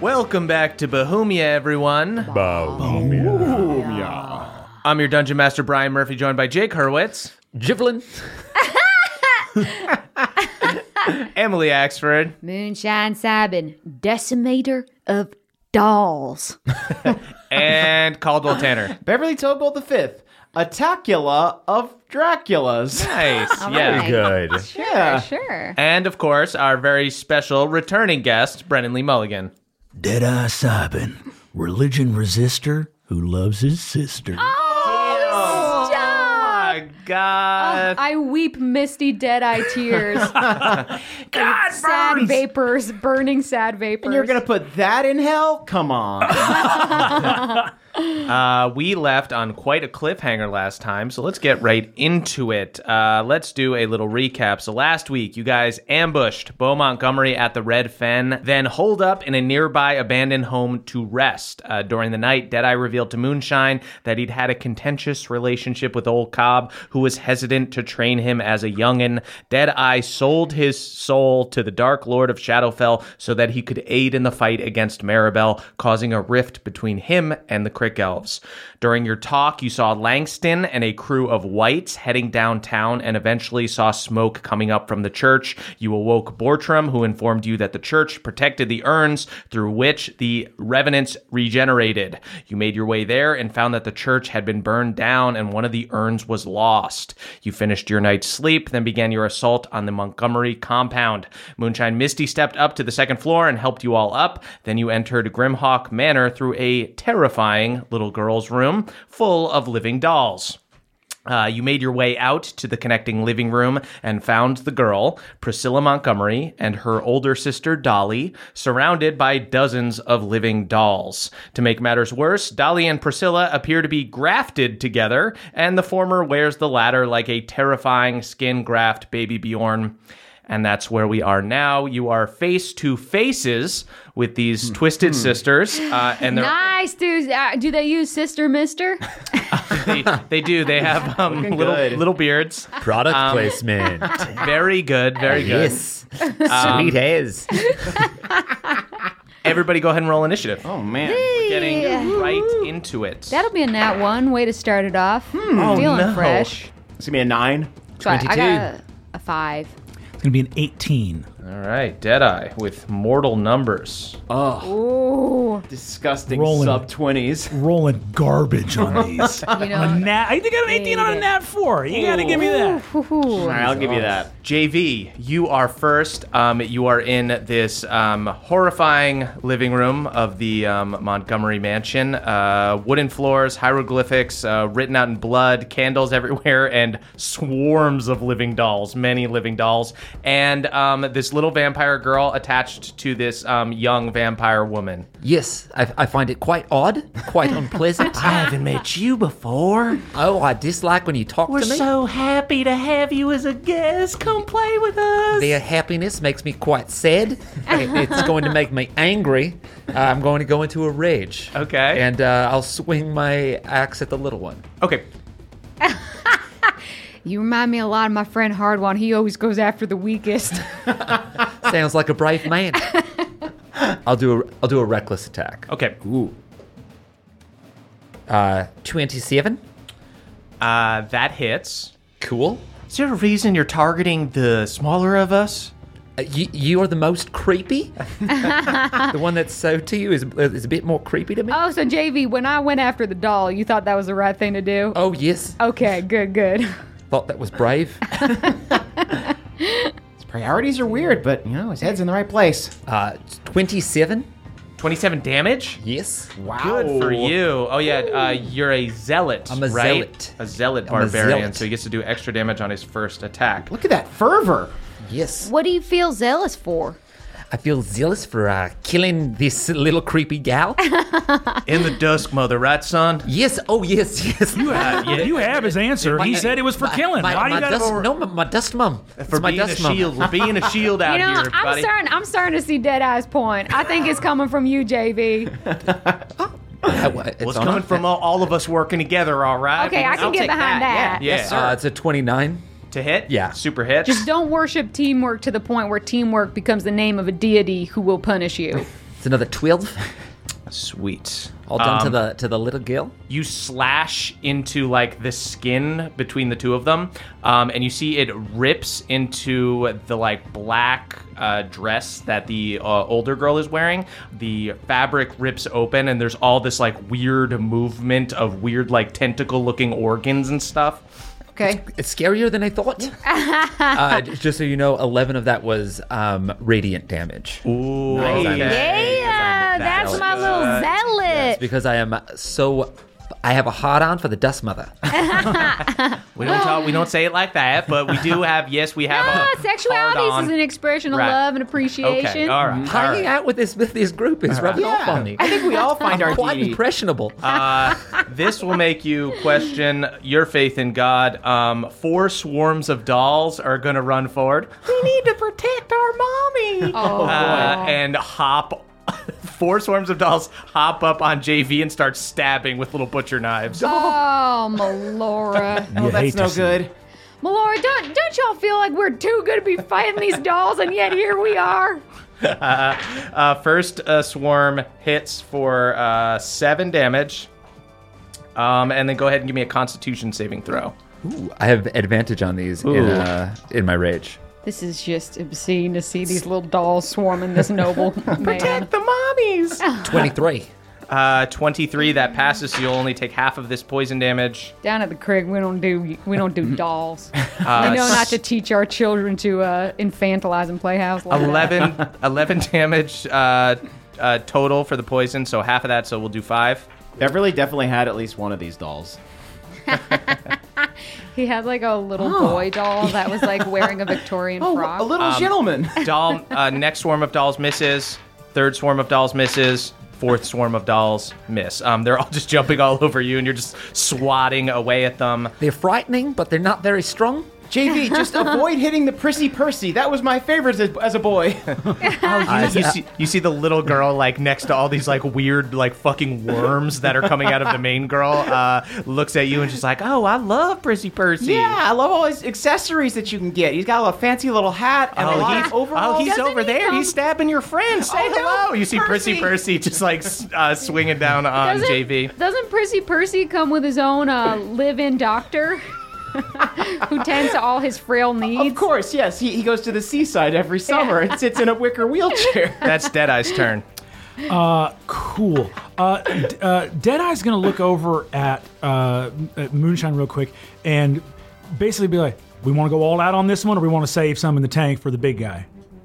Welcome back to Bohemia, everyone. I'm your Dungeon Master Brian Murphy, joined by Jake Hurwitz, Jivlin. Emily Axford, Moonshine Sabin, decimator of dolls. and Caldwell Tanner. Beverly Tobel the fifth, Atacula of Dracula's. Nice, yeah. right. Good. Sure, sure. And of course, our very special returning guest, Brendan Lee Mulligan. Deadeye Sabin, religion resistor who loves his sister. Oh. Stop! My God. I weep misty dead eye tears. God, sad vapors, burning sad vapors. You're gonna put that in hell? Come on. Uh, we left on quite a cliffhanger last time, so let's get right into it. Uh, let's do a little recap. So last week, you guys ambushed Beau Montgomery at the Red Fen, then holed up in a nearby abandoned home to rest. Uh, during the night, Deadeye revealed to Moonshine that he'd had a contentious relationship with old Cobb, who was hesitant to train him as a youngin. Deadeye sold his soul to the Dark Lord of Shadowfell so that he could aid in the fight against Maribel, causing a rift between him and the Crick Elves. During your talk, you saw Langston and a crew of whites heading downtown and eventually saw smoke coming up from the church. You awoke Bortram, who informed you that the church protected the urns through which the revenants regenerated. You made your way there and found that the church had been burned down and one of the urns was lost. You finished your night's sleep, then began your assault on the Montgomery compound. Moonshine Misty stepped up to the second floor and helped you all up. Then you entered Grimhawk Manor through a terrifying little girl's room full of living dolls. Uh, you made your way out to the connecting living room and found the girl, Priscilla Montgomery, and her older sister, Dolly, surrounded by dozens of living dolls. To make matters worse, Dolly and Priscilla appear to be grafted together, and the former wears the latter like a terrifying skin graft baby Bjorn. And that's where we are now. You are face to faces with these twisted sisters, uh, and they're nice, dude. Uh, do they use Sister Mister? they, they do. They have um, little good. little beards. Product placement. Very good. Very good. yes. Sweet as. Everybody, go ahead and roll initiative. Oh man. We're getting right into it. That'll be a nat one. Way to start it off. Feeling no. fresh. It's gonna be a nine. So I, I got a, a five. It's gonna be an 18. All right, Deadeye with mortal numbers. Ooh, Disgusting Rolling. sub twenties. Rolling garbage on these. you know. Nat, I think I got an 18 on a nat 4. You gotta give me that. Ooh. Alright, I'll give you that. JV, you are first. Um, you are in this um, horrifying living room of the um, Montgomery Mansion. Uh, wooden floors, hieroglyphics uh, written out in blood, candles everywhere, and swarms of living dolls, many living dolls. And um, this little vampire girl attached to this um, young vampire woman. Yes, I, I find it quite odd, quite unpleasant. I haven't met you before. oh, I dislike when you talk We're to me. so happy to have you as a guest. Come play with us. Their happiness makes me quite sad. It- it's going to make me angry. Uh, I'm going to go into a rage. Okay. And uh, I'll swing my axe at the little one. Okay. You remind me a lot of my friend Hardwan. He always goes after the weakest. Sounds like a brave man. I'll do a, I'll do a reckless attack. Okay. Uh, 27. Uh, that hits. Cool. Is there a reason you're targeting the smaller of us? Uh, you, you are the most creepy. the one that's so to you is, is a bit more creepy to me. oh, so JV, when I went after the doll, you thought that was the right thing to do? Oh, yes. Okay, good, good. Thought that was brave. Priorities are weird, but you know his head's in the right place. Uh, 27. 27 damage? Yes. Wow. Good for you. Oh, yeah. Uh, you're a zealot. I'm a right? zealot. A zealot I'm a barbarian, zealot. so he gets to do extra damage on his first attack. Look at that fervor. Yes. What do you feel zealous for? I feel zealous for uh, killing this little creepy gal. In the dusk, mother, right, son? yes. Oh, yes. Yes. You have, You have his answer. He said it was for killing. My, Why do my you got dust, to no, my, my dust mum. For it's my being a dust mum. shield. For being a shield out You know, here, I'm buddy. starting. I'm starting to see Deadeye's point. I think it's coming from you, JV. Uh, well, it's Well, it's on coming it. from all, all of us working together, all right? Okay, I can get behind that. Yeah. Uh, it's a 29. to hit? Yeah. Super hit. Just don't worship teamwork to the point where teamwork becomes the name of a deity who will punish you. It's another 12. Sweet. All done to Um, the to the little girl. you slash into like the skin between the two of them um, and you see it rips into the like black uh, dress that the uh, older girl is wearing the fabric rips open and there's all this like weird movement of weird like tentacle looking organs and stuff Okay. It's scarier than I thought. uh, j- just so you know, 11 of that was um, radiant damage. Ooh, Yeah, that's my little zealot. Because I am so. I have a hard on for the dust mother. we don't talk, we don't say it like that but we do have yes we have Ah, a sexuality hard-on. is an expression of Right. love and appreciation. okay all right, all right. Hanging out with this with this group is rubbing off on me. I think we all find our Quite DD. impressionable. This will make you question your faith in God. Um, four swarms of dolls are going to run forward. We need to protect our mommy. Oh, Uh, boy. and hop. Four swarms of dolls hop up on JV and start stabbing with little butcher knives. Oh, Melora. Oh, that's hate no to see it. good. Melora, don't don't y'all feel like we're too good to be fighting these dolls, and yet here we are. Uh, first uh, swarm hits for uh, seven damage. Um, and then go ahead and give me a constitution saving throw. Ooh, I have advantage on these in, uh, in my rage. This is just obscene to see these little dolls swarming this noble man. The mommies! 23. Uh, 23, that passes, so you'll only take half of this poison damage. Down at the crib, we don't do we don't do dolls. we know not to teach our children to uh, infantilize and playhouse. Like that. 11, 11 damage uh, uh, total for the poison, so half of that, so we'll do five. Beverly definitely had at least one of these dolls. He had like a little boy doll that was like wearing Oh, a Victorian frock. Oh, a little gentleman. Doll, uh, next swarm of dolls misses, third swarm of dolls misses, fourth swarm of dolls miss. Um, they're all just jumping all over you, and you're just swatting away at them. They're frightening, but they're not very strong. JV, just avoid hitting the prissy Percy. That was my favorite as, as a boy. Oh, Uh, You see, you see the little girl like next to all these like weird like fucking worms that are coming out of the main girl. Uh, looks at you and she's like, "Oh, I love Prissy Percy." yeah, I love all his accessories that you can get. He's got a little fancy little hat and a Oh, lot he's, of overalls. oh, he's over there. come- He's stabbing your friend. Oh, Say hello. You see Prissy Percy just like s- uh, swinging down on Doesn't- JV. Doesn't Prissy Percy come with his own uh, live-in doctor who tends to all his frail needs? Of course, yes. He, he goes to the seaside every summer and sits in a wicker wheelchair. That's Deadeye's turn. Cool. Uh, d- uh, Deadeye's gonna look over at, uh, at Moonshine real quick and basically be like, "We want to go all out on this one, or we want to save some in the tank for the big guy."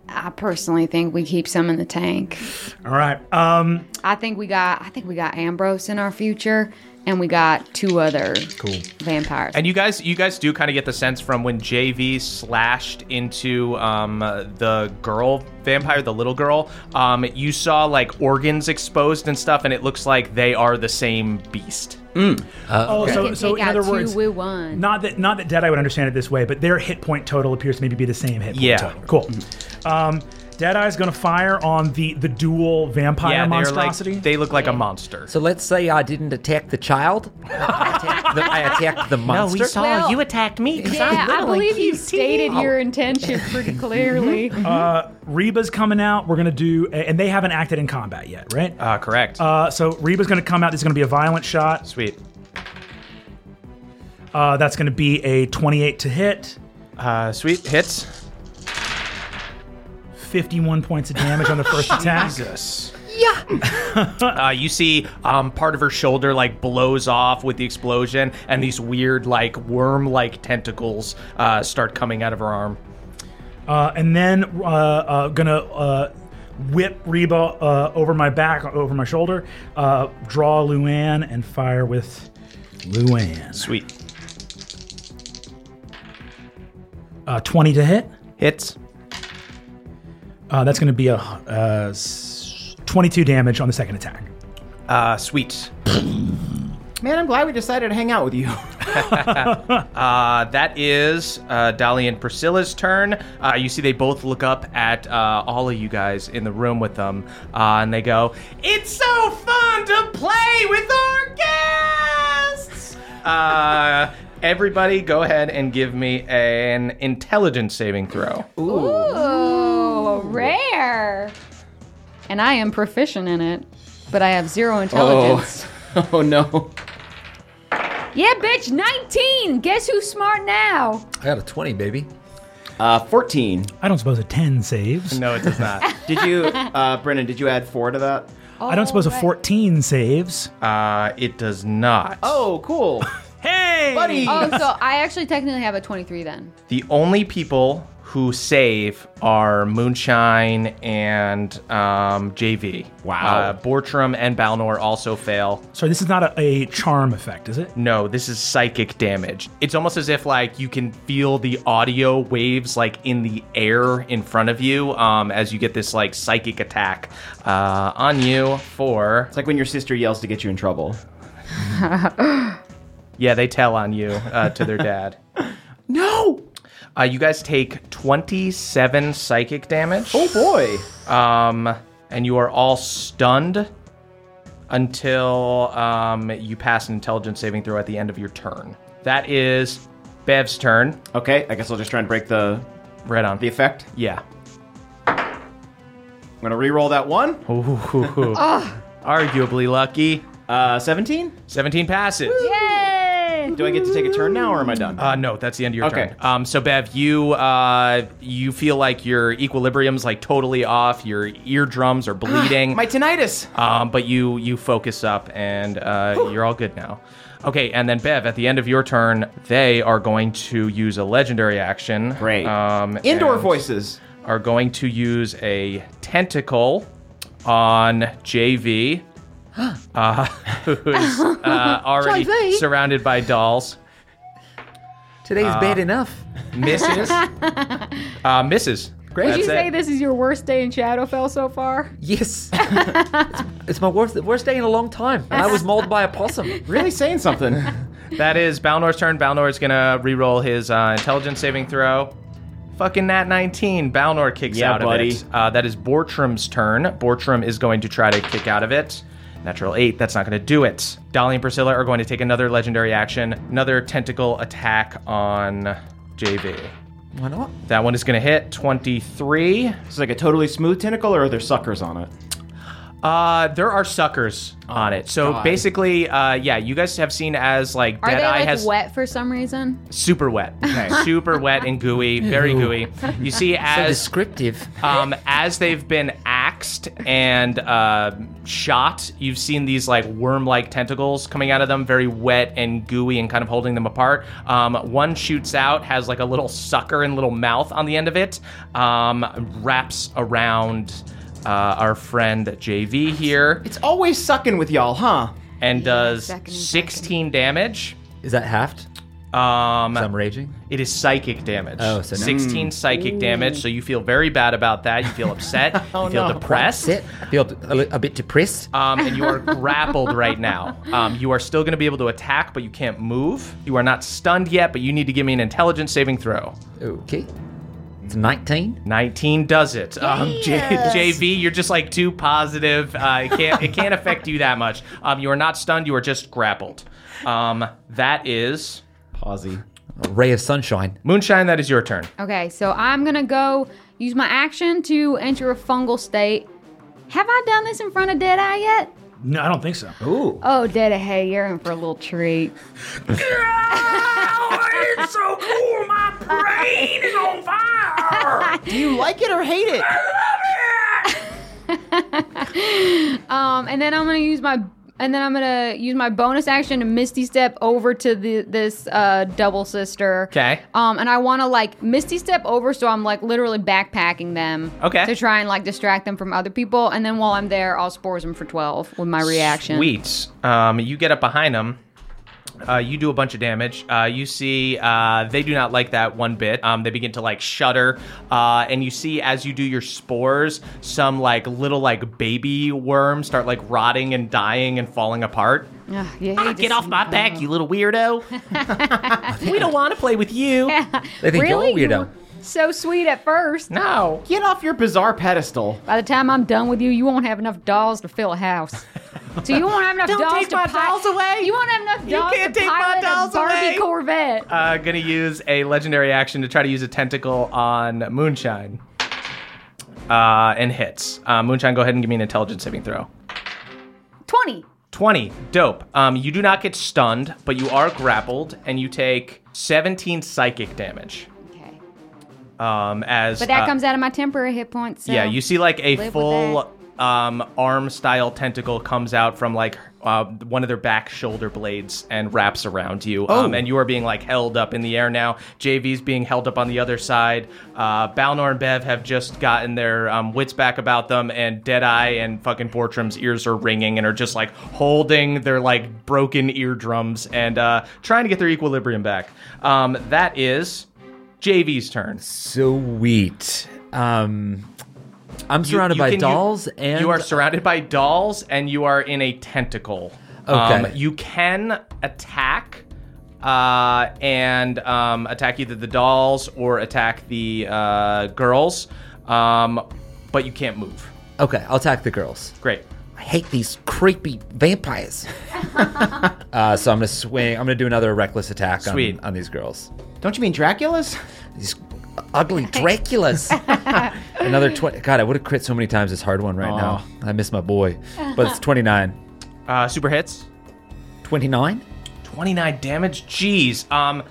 I personally think we keep some in the tank. All right. Um, I think we got I think we got Ambrose in our future, and we got two other Cool. vampires. And you guys, you guys do kind of get the sense from when JV slashed into um, uh, the girl vampire, the little girl. Um, you saw like organs exposed and stuff, and it looks like they are the same beast. Uh, oh, We so, can so take in other out two words, with one. not that not that Deadeye would understand it this way, but their hit point total appears to maybe be the same hit point Yeah. Mm-hmm. total. Cool. Um, Deadeye's going to fire on the the dual vampire yeah, they're like monstrosity. they look like a monster. So let's say I didn't attack the child. I attacked the, I attacked the monster. No, we saw Well- you attacked me because Yeah, I'm I little and believe you cute. stated your intention pretty clearly. uh, Reba's coming out. We're going to do, and they haven't acted in combat yet, right? Uh, correct. Uh, so Reba's going to come out. This is going to be a violent shot. Sweet. Uh, that's going to be a 28 to hit, Uh, sweet hits. 51 points of damage on the first attack. Jesus. Yeah. uh, you see, um, part of her shoulder like blows off with the explosion, and these weird like worm-like tentacles uh, start coming out of her arm. Uh, and then uh, uh, gonna uh, whip Reba uh, over my back, over my shoulder, uh, draw Luann, and fire with Luann. Sweet Uh, 20 to hit. hits. Uh, that's gonna be a uh, s- 22 damage on the second attack. Uh, sweet. Man, I'm glad we decided to hang out with you. Uh, that is uh, Dolly and Priscilla's turn. Uh, you see, they both look up at uh, all of you guys in the room with them, uh, and they go, "It's so fun to play with our guests." uh, everybody, go ahead and give me an intelligence saving throw. Ooh, rare. And I am proficient in it, but I have zero intelligence. oh no. Yeah, bitch, 19. Guess who's smart now? I got a 20, baby. Uh, 14. I don't suppose a 10 saves. No, it does not. Did you, uh, Brennan, did you add four to that? I don't suppose a 14 saves. Uh, it does not. Oh, cool. Hey, Buddy. Oh, so I actually technically have a 23 then. The only people who save are Moonshine and um, JV. Wow. Uh, Bortram and Balnor also fail. So this is not a, a charm effect, is it? No, this is psychic damage. It's almost as if like you can feel the audio waves like in the air in front of you um, as you get this like psychic attack uh, on you for It's like when your sister yells to get you in trouble. yeah they tell on you uh, to their dad. no. Uh, you guys take 27 psychic damage. Oh boy. Um, and you are all stunned until um, you pass an intelligence saving throw at the end of your turn. That is Bev's turn. Okay, I guess I'll just try and break the Right on. the effect. Yeah. I'm gonna re-roll that one. Arguably lucky. Uh, 17. 17 passes. Yay! Do I get to take a turn now, or am I done? Uh, no, that's the end of your Okay. turn. Um, so Bev, you uh, you feel like your equilibrium's like totally off. Your eardrums are bleeding. My tinnitus. Um, but you you focus up and uh, you're all good now. Okay, and then Bev, at the end of your turn, they are going to use a legendary action. Great. Um, Indoor and voices. Are going to use a tentacle on JV, uh, who's uh, already JV. surrounded by dolls. Today's bad enough. Misses. uh, misses. Great. Would you say this is your worst day in Shadowfell so far? Yes. it's, it's my worst, worst day in a long time. And I was mauled by a possum. Really saying something. That is Balnor's turn. Balnor is gonna re-roll his uh, intelligence saving throw. Fucking nat 19. Balnor kicks Yeah, out buddy. of it. Uh, that is Bortram's turn. Bortram is going to try to kick out of it. Natural 8. That's not gonna do it. Dolly and Priscilla are going to take another legendary action. Another tentacle attack on JV. Why not? That one is gonna hit 23. it's like a totally smooth tentacle, or are there suckers on it? Uh, there are suckers on it. So basically, uh, yeah, you guys have seen as like Are they Deadeye like has wet for some reason? super wet, super wet and gooey, very gooey. You see, as Descriptive. um, as they've been axed and uh, shot, you've seen these like worm-like tentacles coming out of them, very wet and gooey, and kind of holding them apart. Um, one shoots out, has like a little sucker and little mouth on the end of it, um, wraps around. Uh, our friend JV here. It's always sucking with y'all, huh? and does 16 damage. Is that halved? Um, I'm raging. It is psychic damage. Oh, so no. 16 psychic Ooh. Oh, damage. So you feel very bad about that. You feel upset. you feel depressed. Upset. I feel a, li- a bit depressed. Um, and you are grappled right now. Um, you are still going to be able to attack, but you can't move. You are not stunned yet, but you need to give me an intelligence saving throw. Okay. It's 19. 19 does it. Um, J- Yes. JV, you're just like too positive. Uh, it can't it can't affect you that much. Um, you are not stunned. You are just grappled. Um, that is Posy. A ray of sunshine. Moonshine, that is your turn. Okay, so I'm gonna go use my action to enter a fungal state. Have I done this in front of Deadeye yet? No, I don't think so. Ooh. Oh, Deadeye, hey, you're in for a little treat. it's so cool. My brain is on fire. Do you like it or hate it? Um, and then I'm gonna use my and then I'm gonna use my bonus action to Misty Step over to the this uh, double sister. Okay. Um, and I want to like Misty Step over, so I'm like literally backpacking them. Okay. To try and like distract them from other people, and then while I'm there, I'll spores them for twelve with my reaction. Sweet. Um, you get up behind them. Uh, you do a bunch of damage. Uh, you see, uh, they do not like that one bit. Um, they begin to like shudder, uh, and you see as you do your spores, some like little like baby worms start like rotting and dying and falling apart. Ugh, yeah, Ah, you get just- Oh. off my back, you little weirdo. we don't want to play with you. They think really? you're a weirdo. were so sweet at first. No. Get off your bizarre pedestal. By the time I'm done with you, you won't have enough dolls to fill a house. So you won't have enough Don't dolls take to my pi- dolls away. You won't have enough You dolls can't to take my pilot dolls a Barbie away. Corvette. Uh, gonna use a legendary action to try to use a tentacle on Moonshine. Uh, and hits. Uh, Moonshine, go ahead and give me an intelligence saving throw. Twenty. 20. Dope. Um, you do not get stunned, but you are grappled, and you take 17 psychic damage. Okay. Um, as But that uh, comes out of my temporary hit points. so yeah, you see like live a with full um, arm style tentacle comes out from like uh, one of their back shoulder blades and wraps around you. Um, Oh. and you are being like held up in the air now. JV's being held up on the other side. Uh, Balnor and Bev have just gotten their um, wits back about them, and Deadeye and fucking Bortram's ears are ringing and are just like holding their like broken eardrums and uh, trying to get their equilibrium back. Um, that is JV's turn. Sweet. Um, I'm You- surrounded you by can- you- dolls and you are surrounded by dolls and you are in a tentacle. Um, Okay. you can attack uh, and um, attack either the dolls or attack the uh, girls, um, but you can't move. Okay, I'll attack the girls. Great. I hate these creepy vampires. uh, so I'm gonna swing. I'm gonna do another reckless attack on, Sweet. on these girls. Don't you mean Dracula's? These ugly Draculas. another twenty. God, I would have crit so many times this hard one right now. I miss my boy. But it's twenty nine. Uh, super hits. Twenty nine. 29 damage? Jeez. Um,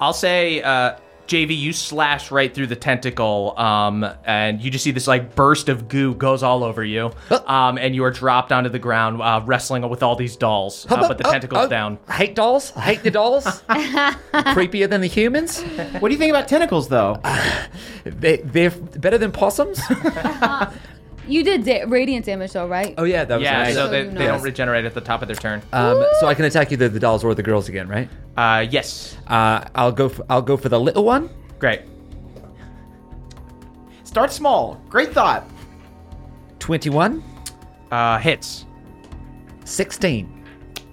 I'll say, uh, JV, you slash right through the tentacle, um, and you just see this like burst of goo goes all over you, um, and you are dropped onto the ground, uh, wrestling with all these dolls, uh, but the tentacle's down. I hate dolls. I hate the dolls. Creepier than the humans. What do you think about tentacles, though? Uh, They, they're better than possums. You did da- radiant damage though, right? oh yeah, that was Yeah, nice. so So they, you they know. don't regenerate at the top of their turn. Um, so I can attack either the dolls or the girls again, right? Uh, yes. Uh, I'll go. For, I'll go for the little one. Great. Start small. Great thought. Twenty-one. Uh, hits. 16.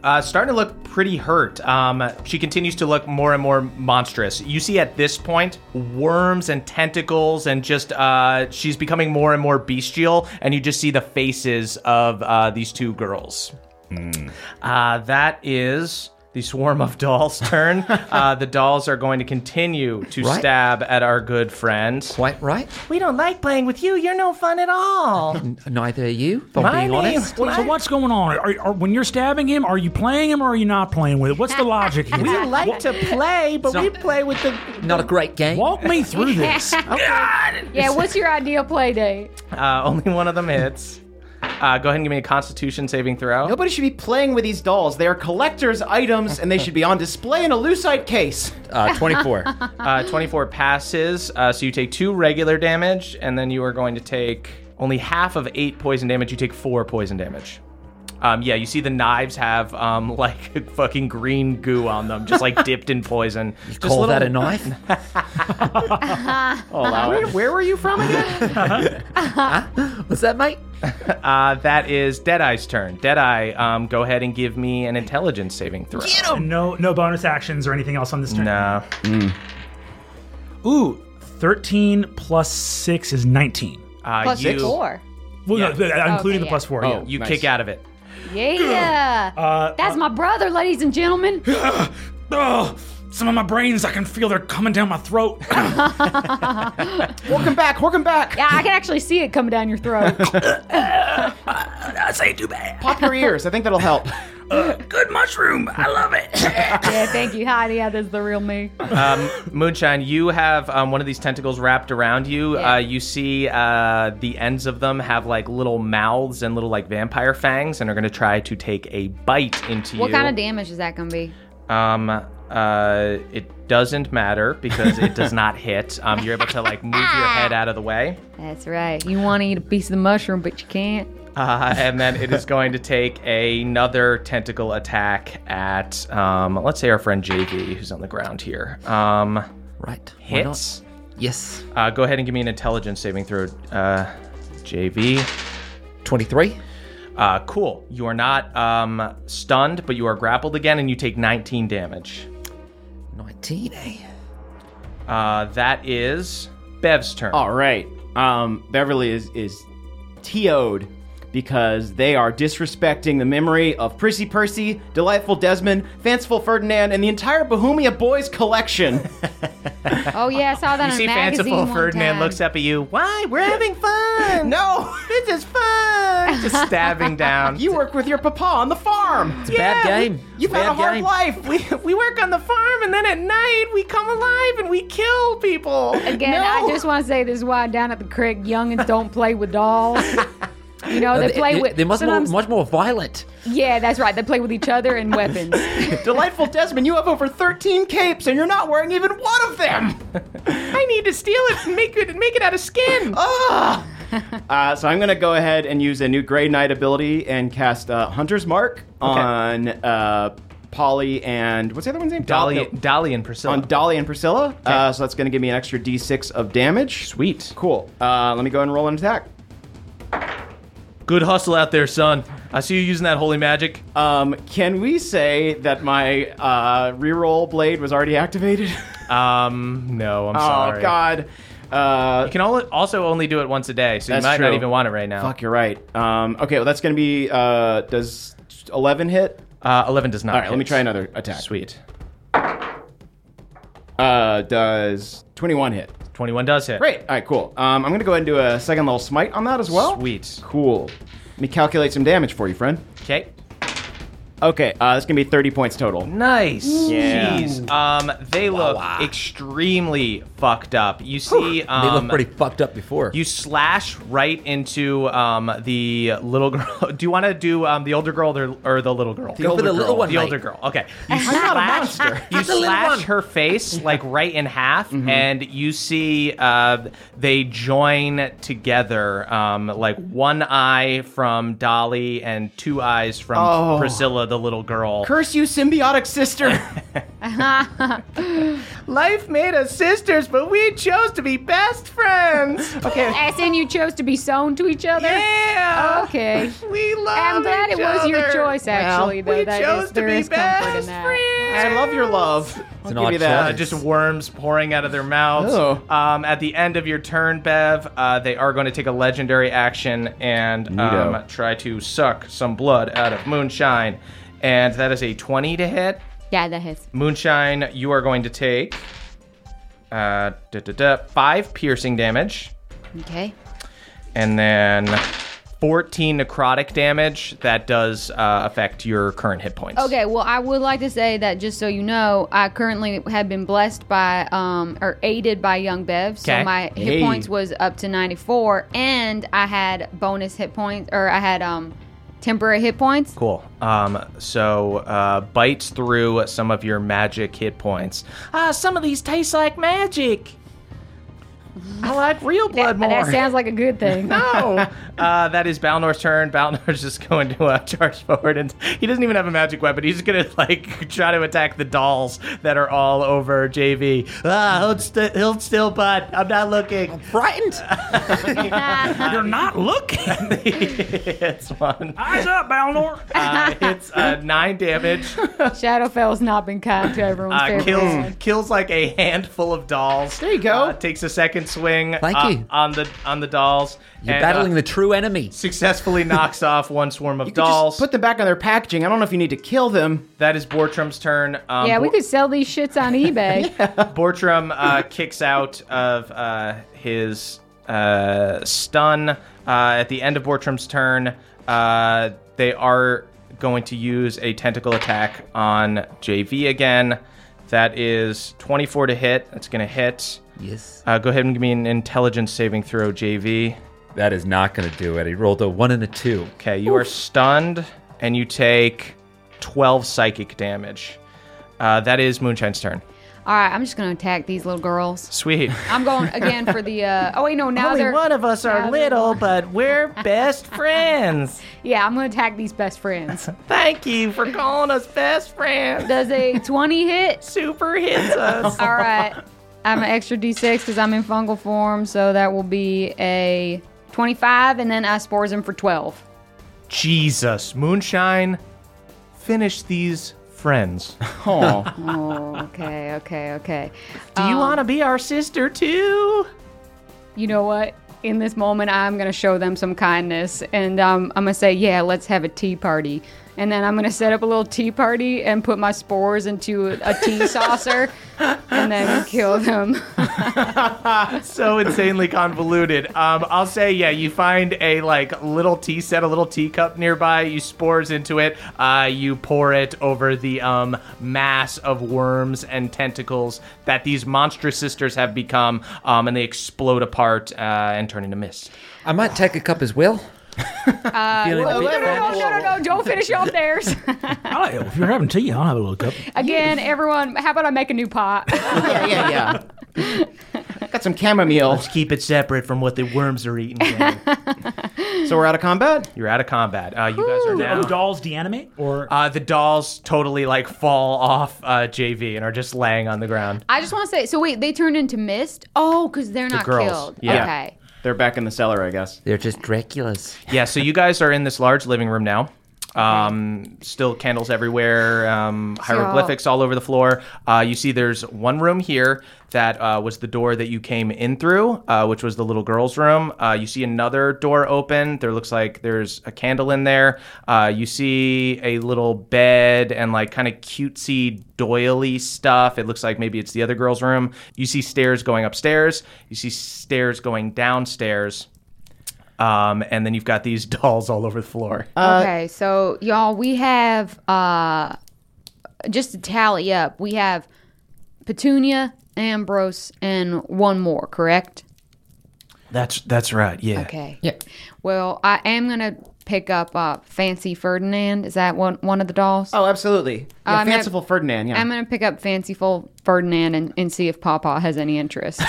uh, starting to look pretty hurt. Um, she continues to look more and more monstrous. You see at this point worms and tentacles, and just uh, she's becoming more and more bestial. And you just see the faces of uh, these two girls. Uh, that is the swarm of dolls' turn. uh, the dolls are going to continue to Right. stab at our good friend. Quite right. we don't like playing with you. You're no fun at all. N- Neither are you, if I'm My being name- honest. Wait, so what's going on? Are, are, when you're stabbing him, are you playing him or are you not playing with it? What's the logic here? We like to play, but It's we not- play with the. Not a great game. Walk me through this. Yeah. What's your ideal play date? Uh, only one of them hits. Uh, go ahead and give me a Constitution saving throw. Nobody should be playing with these dolls. They are collector's items, and they should be on display in a lucite case. Uh, 24. Uh, 24 passes, uh, so you take two regular damage, and then you are going to take only half of eight poison damage. You take four poison damage. Um, yeah, you see the knives have um, like fucking green goo on them, just like dipped in poison. You call that a knife? where, where were you from again? What's that, mate? Uh, that is Deadeye's turn. Deadeye, um, go ahead and give me an intelligence saving throw. No, no bonus actions or anything else on this turn. No. Ooh, 13 plus 6 is 19. Uh, Plus you, four. Well, no, Yeah. th- Okay, including the yeah. plus 4. Oh, yeah. you kick out of it. Yeah. That's my brother, ladies and gentlemen. Oh, some of my brains, I can feel they're coming down my throat. Welcome back. Welcome back. Yeah, I can actually see it coming down your throat. I say too bad. Pop your ears. I think that'll help. Good mushroom. I love it. yeah, thank you, Heidi. Yeah, that's the real me. um, Moonshine, you have um, one of these tentacles wrapped around you. Uh, you see uh, the ends of them have like little mouths and little like vampire fangs, and are going to try to take a bite into What you. kind of damage is that going to be? Um, uh, it doesn't matter because it does not hit. Um, you're able to like move your head out of the way, That's right. You want to eat a piece of the mushroom, but you can't. uh, and then it is going to take another tentacle attack at um, let's say our friend JV, who's on the ground here. Um, right, hits. Yes. Uh, go ahead and give me an intelligence saving throw, uh, JV. 23. Uh, cool. You are not um, stunned, but you are grappled again, and you take 19 damage. 19, eh? Uh, that is Bev's turn. All right. Um, Beverly is is TO'd because they are disrespecting the memory of Prissy Percy, Delightful Desmond, Fanciful Ferdinand, and the entire Bohemia Boys collection. Oh yeah, I saw that you in see a magazine fanciful one Ferdinand time. looks up at you. Why? We're having fun. no, this is fun. Just stabbing down. You work with your papa on the farm. It's a bad game. You've It's a had bad a hard game. life. We, we work on the farm, and then at night we come alive and we kill people. Again, I just want to say this is why down at the creek, youngins don't play with dolls. You know, they, play with. They're much more, sometimes- much more violent. Yeah, that's right. They play with each other and weapons. Delightful Desmond, you have over 13 capes and you're not wearing even one of them. I need to steal it and make it make it out of skin. Ah. Uh, so I'm gonna go ahead and use a new Grey Knight ability and cast uh, Hunter's Mark on uh, Polly and what's the other one's name? Dolly- Dolly and Priscilla. On Dolly and Priscilla. Uh, so that's gonna give me an extra D6 of damage. Sweet. Cool. Uh, let me go ahead and roll an attack. Good hustle out there, son. I see you using that holy magic. Um, can we say that my uh, reroll blade was already activated? Um, no, I'm oh sorry. God. Uh, You can al- also only do it once a day, so you That's might not true. even want it right now. Fuck, you're right. Um, okay, well, that's going to be. Uh, does 11 hit? Uh, 11 does not. All right, let me hit. try another attack. Sweet. Uh, does 21 hit? 21 does hit. Great. All right, cool. Um, I'm going to go ahead and do a second level smite on that as well. Sweet. Cool. Let me calculate some damage for you, friend. Okay. Okay, uh, that's going to be 30 points total. Nice. Yeah. Jeez. Um, they look extremely fucked up. You see, um, they looked pretty fucked up before. You slash right into um, the little girl. Do you want to do um, the older girl or, or the little girl? The Go for older the little girl. one, The mate. older girl. Okay. You I'm not a slash, monster. you The little one. Mm-hmm. slash her face like right in half, and you see uh, they join together. Um, like one eye from Dolly and two eyes from Oh. Priscilla, the little girl. Curse you, symbiotic sister. Life made us sisters, but we chose to be best friends. Okay. As in, you chose to be sewn to each other. Yeah. Okay. We love I'm glad it each was your other. choice, actually, Well, though. we That chose is, to there be is comfort in best that. I love your love. I'll an give odd you that. Uh, just worms pouring out of their mouths. Oh. Um, at the end of your turn, Bev, uh, they are going to take a legendary action and um, Neato. try to suck some blood out of Moonshine. And that is a 20 to hit. Yeah, that hits. Moonshine, you are going to take uh, da, da, da, five piercing damage Okay. and then 14 necrotic damage. That does uh, affect your current hit points. Okay, well, I would like to say that just so you know, I currently have been blessed by um or aided by Young Bev, so Okay. my hit Hey. points was up to 94 and I had bonus hit points or I had um temporary hit points. Cool. Um, so uh, bites through some of your magic hit points. Ah, some of these taste like magic. I like real that, blood more. That sounds like a good thing. no. Uh, that is Balnor's turn. Balnor's just going to uh, charge forward, and he doesn't even have a magic weapon. He's gonna like try to attack the dolls that are all over JV. Ah, hold, st- hold still, bud. I'm not looking. I'm frightened. You're not looking. it's one. Eyes up, Balnor. Uh, it's uh, nine damage. Shadowfell's not been kind to everyone's Uh, favorite. kills villain. kills like a handful of dolls. There you go. takes a second swing Thank uh, you. on the on the dolls. uh, You're battling the true enemy. Successfully knocks off one swarm of You could just dolls. put them back on their packaging. I don't know if you need to kill them. That is Bortram's turn. Um, yeah, we Bor- could sell these shits on eBay. Bortram uh, kicks out of uh, his uh, stun. Uh, at the end of Bortram's turn, uh, they are going to use a tentacle attack on JV again. That is 24 to hit. That's going to hit. Yes. Uh, go ahead and give me an intelligence saving throw, JV. That is not going to do it. He rolled a one and a two. Okay, you are stunned and you take 12 psychic damage. Uh, that is Moonshine's turn. All right, I'm just gonna attack these little girls. Sweet. I'm going again for the. Uh, oh wait, no, now Only they're. one of us are now they're- little, but we're best friends. Yeah, I'm gonna attack these best friends. Thank you for calling us best friends. Does a 20 hit? Super hits us. All right, I'm an extra D6 because I'm in fungal form, so that will be a 25, and then I spores him for 12. Jesus, Moonshine, finish these friends. Oh. Oh, okay, okay, okay. Do you want to be our sister too? You know what? In this moment, I'm gonna show them some kindness, and um, I'm gonna say, "Yeah, let's have a tea party." And then I'm gonna set up a little tea party and put my spores into a, a tea saucer, and then kill them. so insanely convoluted. Um, I'll say, yeah, you find a like little tea set, a little teacup nearby. You spores into it. Uh, you pour it over the um, mass of worms and tentacles that these monstrous sisters have become, um, and they explode apart uh, and turn into mist. I might take a cup as well. Uh, Feeling a no, no, bit no, no, famished. no, no, no! Don't finish off theirs. Hey, if you're having tea, I'll have a little cup. Again, everyone, how about I make a new pot? yeah, yeah, yeah. Got some chamomile. Let's keep it separate from what the worms are eating. so we're out of combat. You're out of combat. Uh, you guys are Do now. dolls deanimate? Or Uh, the dolls totally like fall off uh, JV and are just laying on the ground. I just want to say. So wait, they turned into mist. Oh, because they're The not girls, killed. yeah. Okay. They're back in the cellar, I guess. They're just Draculas. yeah, so you guys are in this large living room now. Um, still candles everywhere, um, hieroglyphics all over the floor. Uh, you see, there's one room here that uh, was the door that you came in through, uh, which was the little girl's room. Uh, you see another door open. There looks like there's a candle in there. Uh, you see a little bed and like kind of cutesy doily stuff. It looks like maybe it's the other girl's room. You see stairs going upstairs. You see stairs going downstairs. Um, and then you've got these dolls all over the floor. okay. So y'all, we have uh, just to tally up, we have Petunia, Ambrose, and one more. Correct. That's that's right. Yeah. Okay. Yeah. Well, I am gonna pick up uh, Fancy Ferdinand. Is that one one of the dolls? Oh, absolutely. Yeah, I'm gonna- fanciful Ferdinand. Yeah. I'm gonna pick up Fanciful Ferdinand and, and see if Papa has any interest.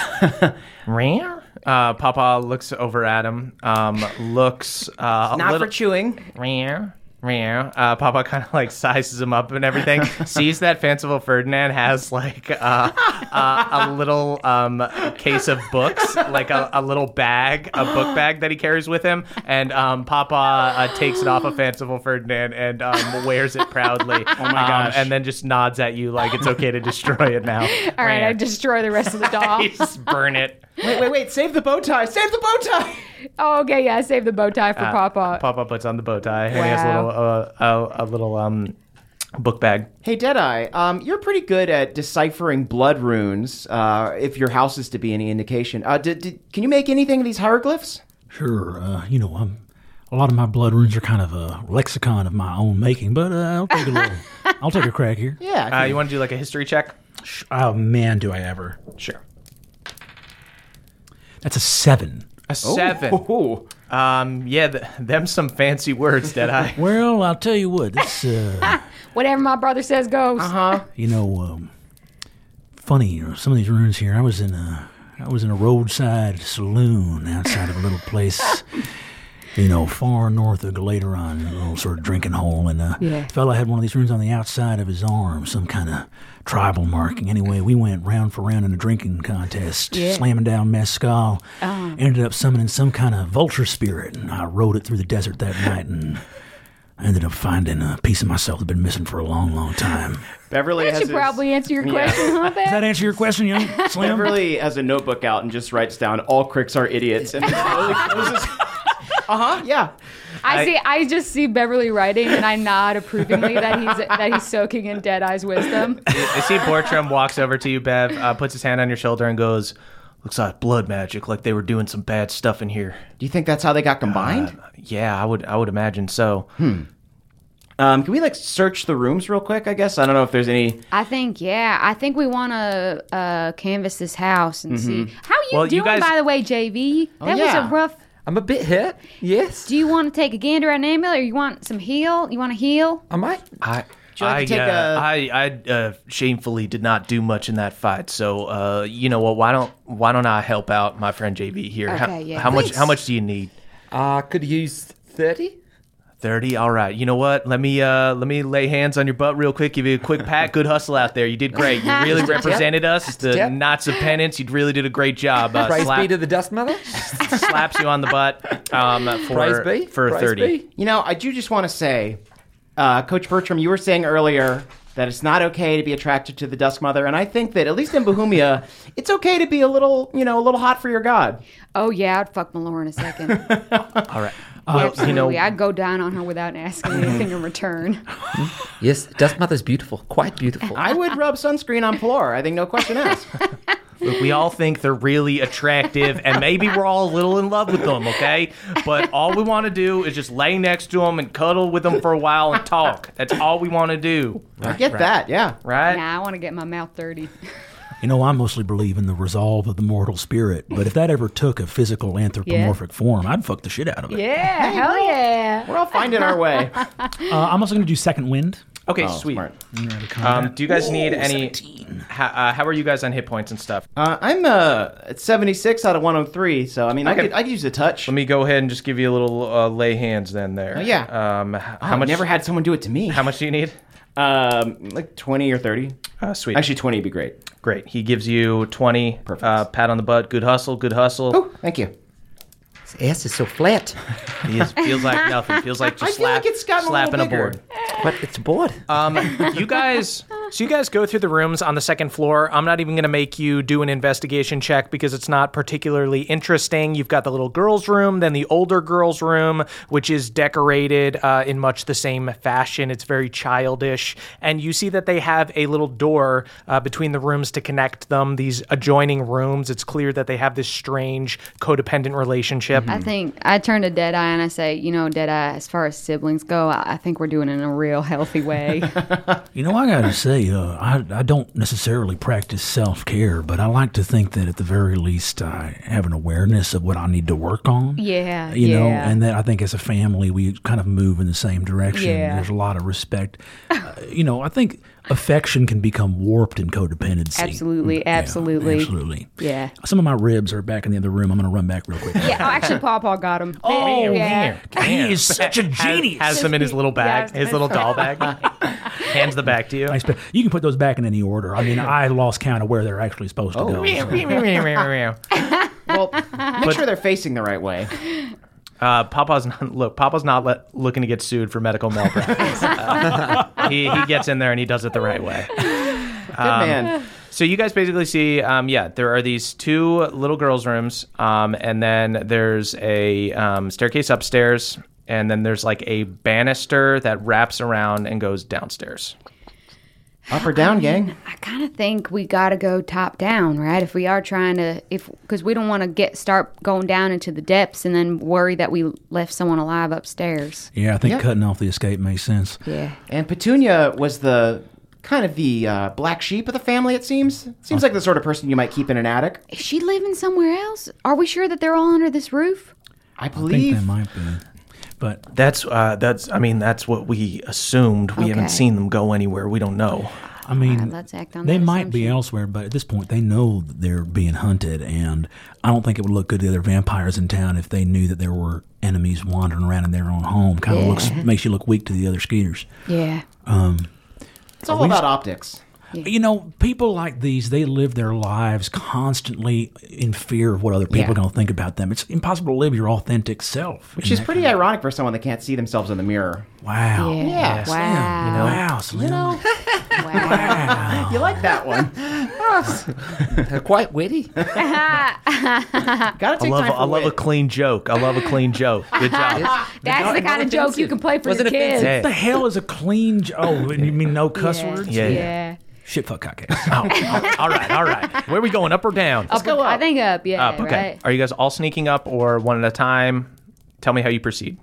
Rare. Uh, Papa looks over at him. Um, looks uh, a Not little- for chewing. Rare. Rare. Uh, Papa kind of like sizes him up and everything. sees that fanciful Ferdinand has like uh, uh, a little um, case of books, like a, a little bag, a book bag that he carries with him. And um, Papa uh, takes it off of fanciful Ferdinand and um, wears it proudly. Oh my gosh. and then just nods at you like it's okay to destroy it now. All right, I Rare. destroy the rest of the doll. just burn it. Wait, wait, wait! Save the bow tie! Save the bow tie! oh, okay, yeah, I saved the bow tie for Uh, Papa. Papa puts on the bow tie and he has a Wow. little uh, a, a little um book bag. Hey Deadeye, um, you're pretty good at deciphering blood runes. Uh, if your house is to be any indication, uh, did, did, can you make anything of these hieroglyphs? Sure, uh, you know, I'm, a lot of my blood runes are kind of a lexicon of my own making, but uh, I'll take a little. I'll take a crack here. Yeah. Uh, you want to do like a history check? Sh- Oh man, do I ever? Sure. That's a seven. A seven. Um, yeah, th- them some fancy words, Deadeye. Well, I'll tell you what. This, uh, Whatever my brother says goes. Uh huh. you know, um, funny. You know, some of these runes here. I was in. Uh, I was in a roadside saloon outside of a little place, you know, far north of Galateron, a little sort of drinking hole. And uh, a Yeah. fella had one of these runes on the outside of his arm, some kind of tribal marking. Anyway, we went round for round in a drinking contest, Yeah. slamming down mescal. Ah. Ended up summoning some kind of vulture spirit, and I rode it through the desert that night and. I ended up finding a piece of myself that's been missing for a long, long time. Beverly That has should his- probably answer your question, huh, Beth? that answer your question, young Slim? Beverly has a notebook out and just writes down all cricks are idiots and slowly closes. uh huh. Yeah. I, I- see. I just see Beverly writing, and I nod approvingly that he's that he's soaking in Deadeye's wisdom. I see Bortram walks over to you, Bev, uh, puts his hand on your shoulder, and goes, "Looks like blood magic, like they were doing some bad stuff in here." Do you think that's how they got combined? Uh, yeah, I would, I would imagine so. Hmm. Um, can we like search the rooms real quick? I guess I don't know if there's any. I think, yeah. I think we want to uh, canvas this house and Mhm. see. How you Well, you doing, guys- by the way, JV? Oh, That yeah. was a rough. I'm a bit hit. Yes. Do you want to take a gander at an amulet, or you want some heal? You want to heal? I might. I, you like I, to take uh, I, I uh, shamefully did not do much in that fight. So, uh, you know what? Why don't, why don't I help out my friend JB here? how Okay, yeah. how much, Thanks. how much do you need? I Uh, could use thirty. Thirty. All right. You know what? Let me, uh, let me lay hands on your butt real quick. Give you a quick pat. Good hustle out there. You did great. You really Yep. represented us. The Yep. knots of penance. You really did a great job. Uh, Praise slap- be to the dust mother. slaps you on the butt um, for for thirty. You know, I do just want to say, uh, Coach Bertram, you were saying earlier that it's not okay to be attracted to the Dusk Mother, and I think that at least in Bohemia, it's okay to be a little, you know, a little hot for your god. Oh yeah, I'd fuck Malora in a second. All right. Absolutely, you know- I'd go down on her without asking anything in return. Yes, dust mother's beautiful. Quite beautiful. I would rub sunscreen on Plora. I think no question asked. Look, we all think they're really attractive, and maybe we're all a little in love with them, okay? But all we want to do is just lay next to them and cuddle with them for a while and talk. That's all we want to do. I get right. that, yeah. Right? Nah, I want to get my mouth dirty. You know, I mostly believe in the resolve of the mortal spirit, but if that ever took a physical anthropomorphic form, I'd fuck the shit out of it. Yeah, hell yeah. We're all finding our way. Uh, I'm also going to do second wind. Okay, Oh, sweet. You're out of combat. Um, do you guys Whoa, need any? How, uh, how are you guys on hit points and stuff? Uh, I'm uh, at 76 out of 103, so I mean, I could, I could use a touch. Let me go ahead and just give you a little uh, lay hands then there. Oh, yeah. Um, h- Oh, how I've much? never had someone do it to me. How much do you need? Um, like 20 or 30. Uh, sweet. Actually, 20 would be great. Great. He gives you twenty. Perfect. Uh, pat on the butt. Good hustle. Good hustle. Oh, thank you. His ass is so flat. He is- feels like nothing. Feels like just I feel slap, like it's gotten a little slapping a, bigger. board. But it's a board. Um, you guys, so you guys go through the rooms on the second floor. I'm not even going to make you do an investigation check because it's not particularly interesting. You've got the little girls' room, then the older girls' room, which is decorated uh, in much the same fashion. It's very childish, and you see that they have a little door uh, between the rooms to connect them. These adjoining rooms, it's clear that they have this strange codependent relationship. I think I turn to Deadeye and I say, you know, Deadeye, as far as siblings go, I, I think we're doing it in a real healthy way. You know, I gotta say, uh, I, I don't necessarily practice self care, but I like to think that at the very least, I have an awareness of what I need to work on. yeah. You know, yeah. and that I think as a family, we kind of move in the same direction. Yeah. There's a lot of respect. Uh, you know, I think affection can become warped in codependency. Absolutely, absolutely. absolutely. Yeah. Some of my ribs are back in the other room. I'm going to run back real quick. Yeah, oh, actually, Pawpaw got him. Oh, yeah. He is such a genius. Has, them in his little bag, Yeah. his little doll bag. Hands the bag to you. Nice, but you can put those back in any order. I mean, I lost count of where they're actually supposed Oh, to go. so. well, make But- sure they're facing the right way. Uh, Papa's not look. Papa's not let, looking to get sued for medical malpractice. Uh, he, he gets in there and he does it the right way. Good man. So you guys basically see, um, yeah, there are these two little girls' rooms, um, and then there's a um, staircase upstairs, and then there's like a banister that wraps around and goes downstairs. Up or down, gang? I kind of think we got to go top down, right? If we are trying to, if because we don't want to get start going down into the depths and then worry that we left someone alive upstairs. Yeah, I think Yeah. cutting off the escape makes sense. Yeah. And Petunia was the kind of the uh, black sheep of the family. It seems seems like the sort of person you might keep in an attic. Is she living somewhere else? Are we sure that they're all under this roof? I I think believe. they might be. But That's uh, that's. I mean, that's what we assumed. We haven't Okay. seen them go anywhere. We don't know. I mean, let's act on they that might be elsewhere, but at this point, they know that they're being hunted, and I don't think it would look good to the other vampires in town if they knew that there were enemies wandering around in their own home. Kind of Yeah. looks makes you look weak to the other skeeters. Yeah. Um, It's all we about just- optics. You know, people like these, they live their lives constantly in fear of what other people Yeah. are going to think about them. It's impossible to live your authentic self. Which is pretty ironic for someone that can't see themselves in the mirror. Wow. Yeah. Slim, you know? Wow, Slim. you like that one? Quite witty. Gotta I love I love a clean joke. I love a clean joke. Good job. That's the kind of joke you can play for your kids. offensive. What the hell is a clean j- Oh, and you mean no cuss Yeah. words? Yeah, yeah. Yeah. Shit, fuck, cockhead. Oh, all right, all right. Where are we going? Up or down? Up, I think up, yeah. Up. Ah, Okay. Right? Are you guys all sneaking up or one at a time? Tell me how you proceed.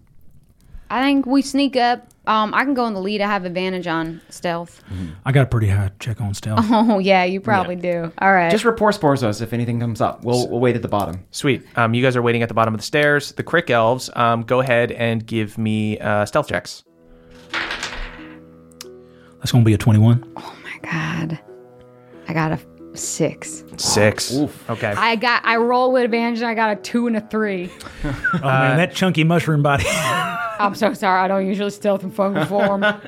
I think we sneak up. Um, I can go in the lead. I have advantage on stealth. I got a pretty high check on stealth. Oh yeah, you probably do. All right. Just report spores us if anything comes up. We'll, we'll wait at the bottom. Sweet. Um, you guys are waiting at the bottom of the stairs. The Crick Elves, um, go ahead and give me uh, stealth checks. That's going to be a 21. Oh God, I got a six. Six. Okay. I got. I roll with advantage. and I got a two and a three. Oh, man, that chunky mushroom body. I'm so sorry. I don't usually stealth in fungal form. I'm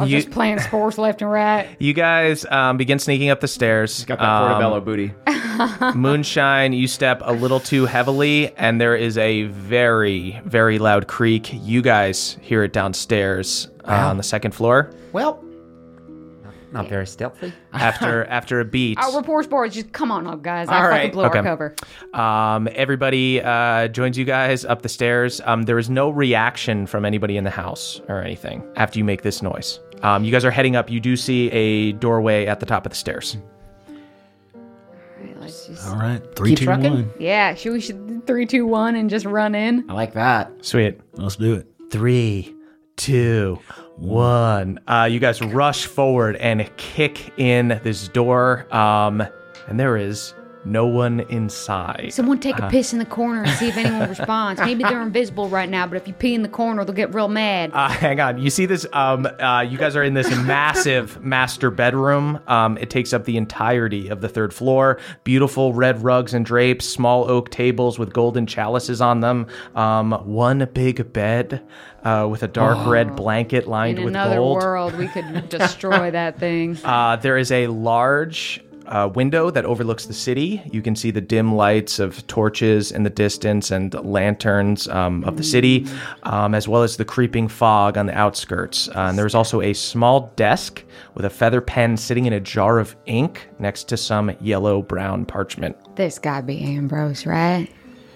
You- just playing sports left and right. You guys um, begin sneaking up the stairs. He's got that portobello booty. Moonshine, you step a little too heavily, and there is a very, very loud creak. You guys hear it downstairs uh, on the second floor. Well, not very stealthy. After after a beat, Our report board just come on up, guys. I All fucking right. blew Okay. our cover. um, everybody uh, joins you guys up the stairs. Um, there is no reaction from anybody in the house or anything after you make this noise. Um, you guys are heading up. You do see a doorway at the top of the stairs. Let's just- All right, three, two, one. Yeah, should we should three, two, one, and just run in? I like that. Sweet. Let's do it. Three, two, one. Uh, you guys rush forward and kick in this door, um, and there is no one inside. Someone take Uh-huh. Uh, a piss in the corner and see if anyone responds. Maybe they're invisible right now, but if you pee in the corner, they'll get real mad. Uh, hang on. You see this? Um, uh, you guys are in this massive master bedroom. Um, it takes up the entirety of the third floor. Beautiful red rugs and drapes, small oak tables with golden chalices on them. Um, one big bed uh, with a dark red blanket lined in with another gold. world, we could destroy that thing. Uh, there is a large uh, window that overlooks the city. You can see the dim lights of torches in the distance and lanterns um, of the city, um, as well as the creeping fog on the outskirts. Uh, and there is also a small desk with a feather pen sitting in a jar of ink next to some yellow brown parchment. This gotta be Ambrose, right?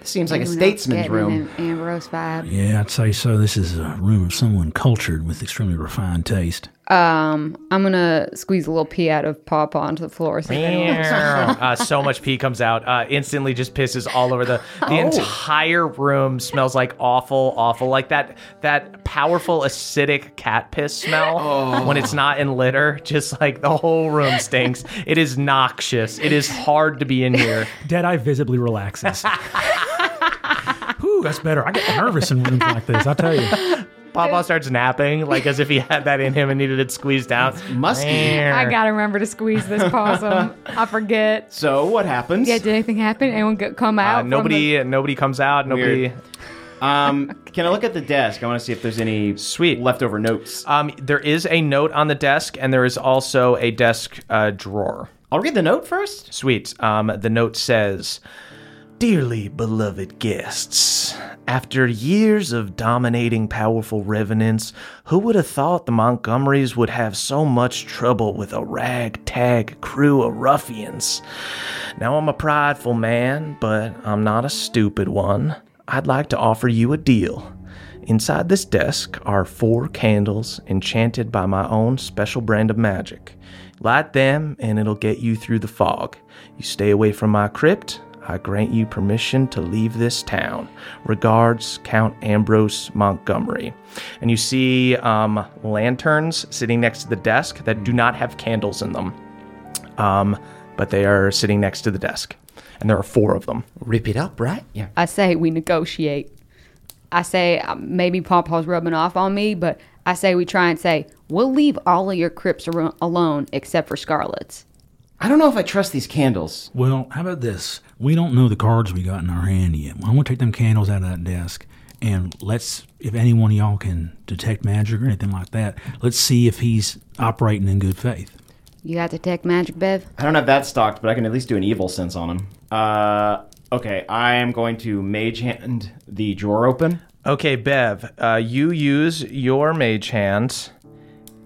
Seems like a statesman's room. Ambrose vibe. Yeah, I'd say so. This is a room of someone cultured with extremely refined taste. Um, I'm gonna squeeze a little pee out of Papa onto the floor. So if anyone responds. uh, so much pee comes out, uh, instantly just pisses all over the the Oh. entire room. Smells like awful, awful, like that that powerful acidic cat piss smell Oh. when it's not in litter. Just like the whole room stinks. It is noxious. It is hard to be in here. Deadeye visibly relaxes. Whew, that's better. I get nervous in rooms like this. I tell you. Papa starts napping, like as if he had that in him and needed it squeezed out. Musky. I gotta remember to squeeze this possum. I forget. So what happens? Yeah, did anything happen? Anyone go- come Uh, out? from nobody, nobody comes out. Nobody. Weird. Um, can I look at the desk? I want to see if there's any sweet leftover notes. Um, there is a note on the desk, and there is also a desk uh, drawer. I'll read the note first. Sweet. Um, the note says, "Dearly beloved guests, after years of dominating powerful revenants, who would have thought the Montgomerys would have so much trouble with a ragtag crew of ruffians?" Now, I'm a prideful man, but I'm not a stupid one. I'd like to offer you a deal. Inside this desk are four candles enchanted by my own special brand of magic. Light them, and it'll get you through the fog. You stay away from my crypt, I grant you permission to leave this town. Regards, Count Ambrose Montgomery. And you see um, lanterns sitting next to the desk that do not have candles in them um, but they are sitting next to the desk, and there are four of them. Rip it up, right? Yeah. I say we um, negotiate. I say uh, maybe Papa's rubbing off on me, but I say we try and say We'll leave all of your crypts aro- alone except for Scarlet's. I don't know if I trust these candles. Well, how about this? We don't know the cards we got in our hand yet. I'm gonna take them candles out of that desk and let's if any one of y'all can detect magic or anything like that, let's see if he's operating in good faith. You got detect magic, Bev? I don't have that stocked, but I can at least do an evil sense on him. Uh, okay, I am going to mage hand the drawer open. Okay, Bev, uh, you use your mage hand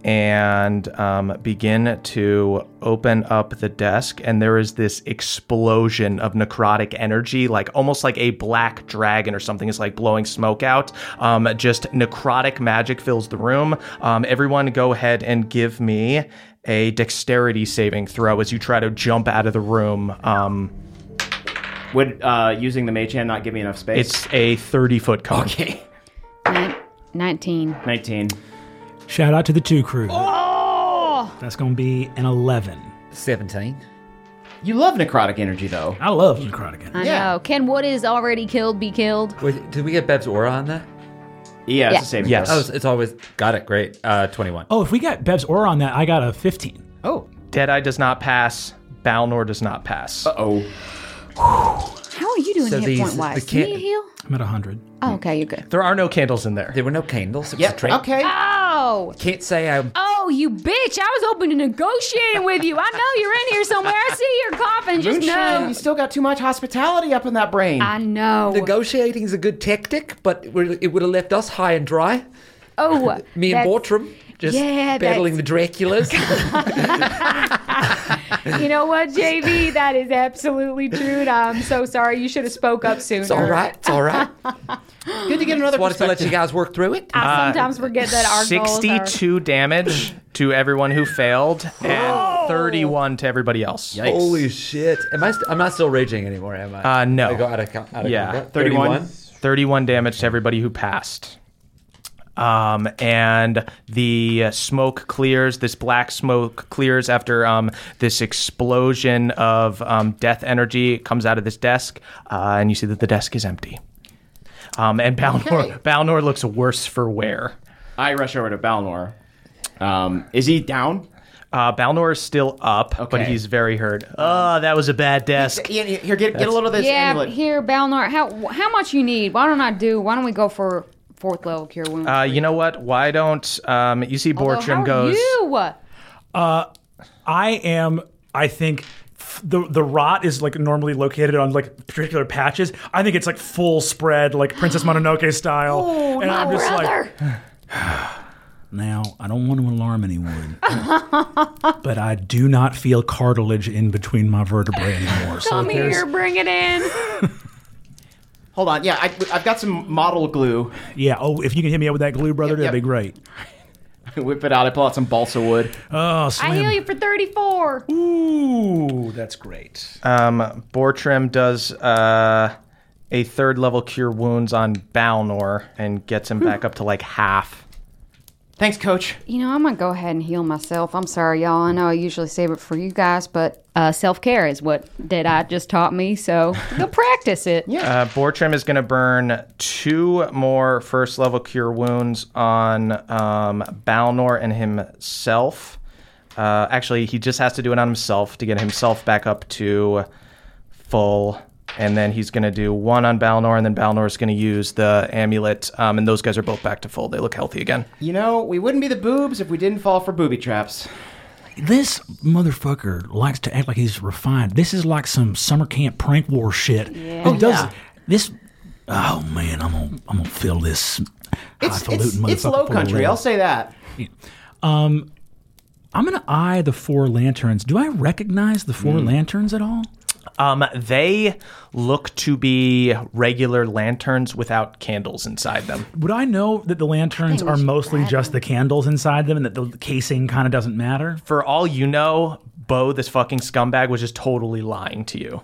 and um, begin to open up the desk, and there is this explosion of necrotic energy, like almost like a black dragon or something is like blowing smoke out. Um, just necrotic magic fills the room. Um, everyone, go ahead and give me a dexterity saving throw as you try to jump out of the room. Um, Would uh, using the mage hand not give me enough space? it's a 30 foot cone. Okay. Nin- 19. 19. Shout out to the two crew. That's gonna be an eleven. Seventeen. You love necrotic energy, though. I love necrotic I know. Can what is already killed be killed? Wait, did we get Bev's aura on that? Yeah, it's Yeah. a saving Yes. throw. Oh, it's- it's always got it. Great. Uh, twenty-one. Oh, if we got Bev's aura on that, I got a fifteen. Oh. Deadeye does not pass. Balnor does not pass. Uh oh. How are you doing So hit these- point the wise? can- Can you heal? I'm at hundred. Oh, okay, you're good. There are no candles in there. There were no candles. It was a Yep. trade. Okay. Oh! Can't say um, I'm. Oh, you bitch! I was hoping to negotiating with you. I know you're in here somewhere. I see you're coughing. Just Moonshine, know. you still got too much hospitality up in that brain. I know. Negotiating is a good tactic, but it would- it would have left us high and dry. oh, Me and that's- Bortram just Yeah, battling the Draculas. You know what, JV? That is absolutely true. And I'm so sorry. You should have spoke up sooner. it's all right. It's all right. Good to get another Just wanted to let you perspective. guys work through it. I Uh, sometimes forget that our goals 62 damage to everyone who failed and 31 to everybody else. Holy shit! Am I? St- I'm not still raging anymore, am I? Uh, no. I go out of count. Out of Yeah. combat. 31. 31 damage to everybody who passed. Um, and the smoke clears, this black smoke clears after um, this explosion of um, death energy comes out of this desk, uh, and you see that the desk is empty. Um, and Balnor, Balnor looks worse for wear. I rush over to Balnor. Um, is he down? Uh, Balnor is still up, but Okay. he's very hurt. Oh, that was a bad desk. Ian, here, get, get a little of this Yeah, amulet. here, Balnor. How how much you need? Why don't I do? Why don't we go for fourth level cure wound? Uh, you know what? Why don't um, you see Bortram goes? You I am, I think. f- The, the rot is like normally located on like particular patches. I think it's like full spread, like Princess Mononoke style. Oh, my brother. Now, I don't want to alarm anyone, but I do not feel cartilage in between my vertebrae anymore. So Come if there's- here, bring it in. Hold on. Yeah, I, I've got some model glue. Yeah. Oh, if you can hit me up with that glue, brother, Yep, that'd yep. be great. I whip it out. I pull out some balsa wood. Oh, I slam. heal you for 34. Ooh, that's great. Uh, Um, Bortram does uh, a third level cure wounds on Balnor and gets him back up to like half. Thanks, coach. You know, I'm going to go ahead and heal myself. I'm sorry, y'all. I know I usually save it for you guys, but uh, self care is what Deadeye just taught me. So go practice it. Yeah. Uh, Bortram is going to burn two more first level cure wounds on um, Balnor and himself. Uh, actually, he just has to do it on himself to get himself back up to full. And then he's going to do one on Balnor, and then Balnor is going to use the amulet. Um, and those guys are both back to full. They look healthy again. You know, we wouldn't be the boobs if we didn't fall for booby traps. This motherfucker likes to act like he's refined. This is like some summer camp prank war shit. Yeah. It does this. Oh man, I'm gonna I'm gonna fill this Ah, It's, it's, highfalutin motherfucker. it's low full of country. lead. I'll say that. I'm gonna eye the four lanterns. Do I recognize the Mm. four lanterns at all? Um, they look to be regular lanterns without candles inside them. Would I know that the lanterns are mostly just the candles inside them, and that the casing kind of doesn't matter? For all you know, Bo, this fucking scumbag, was just totally lying to you.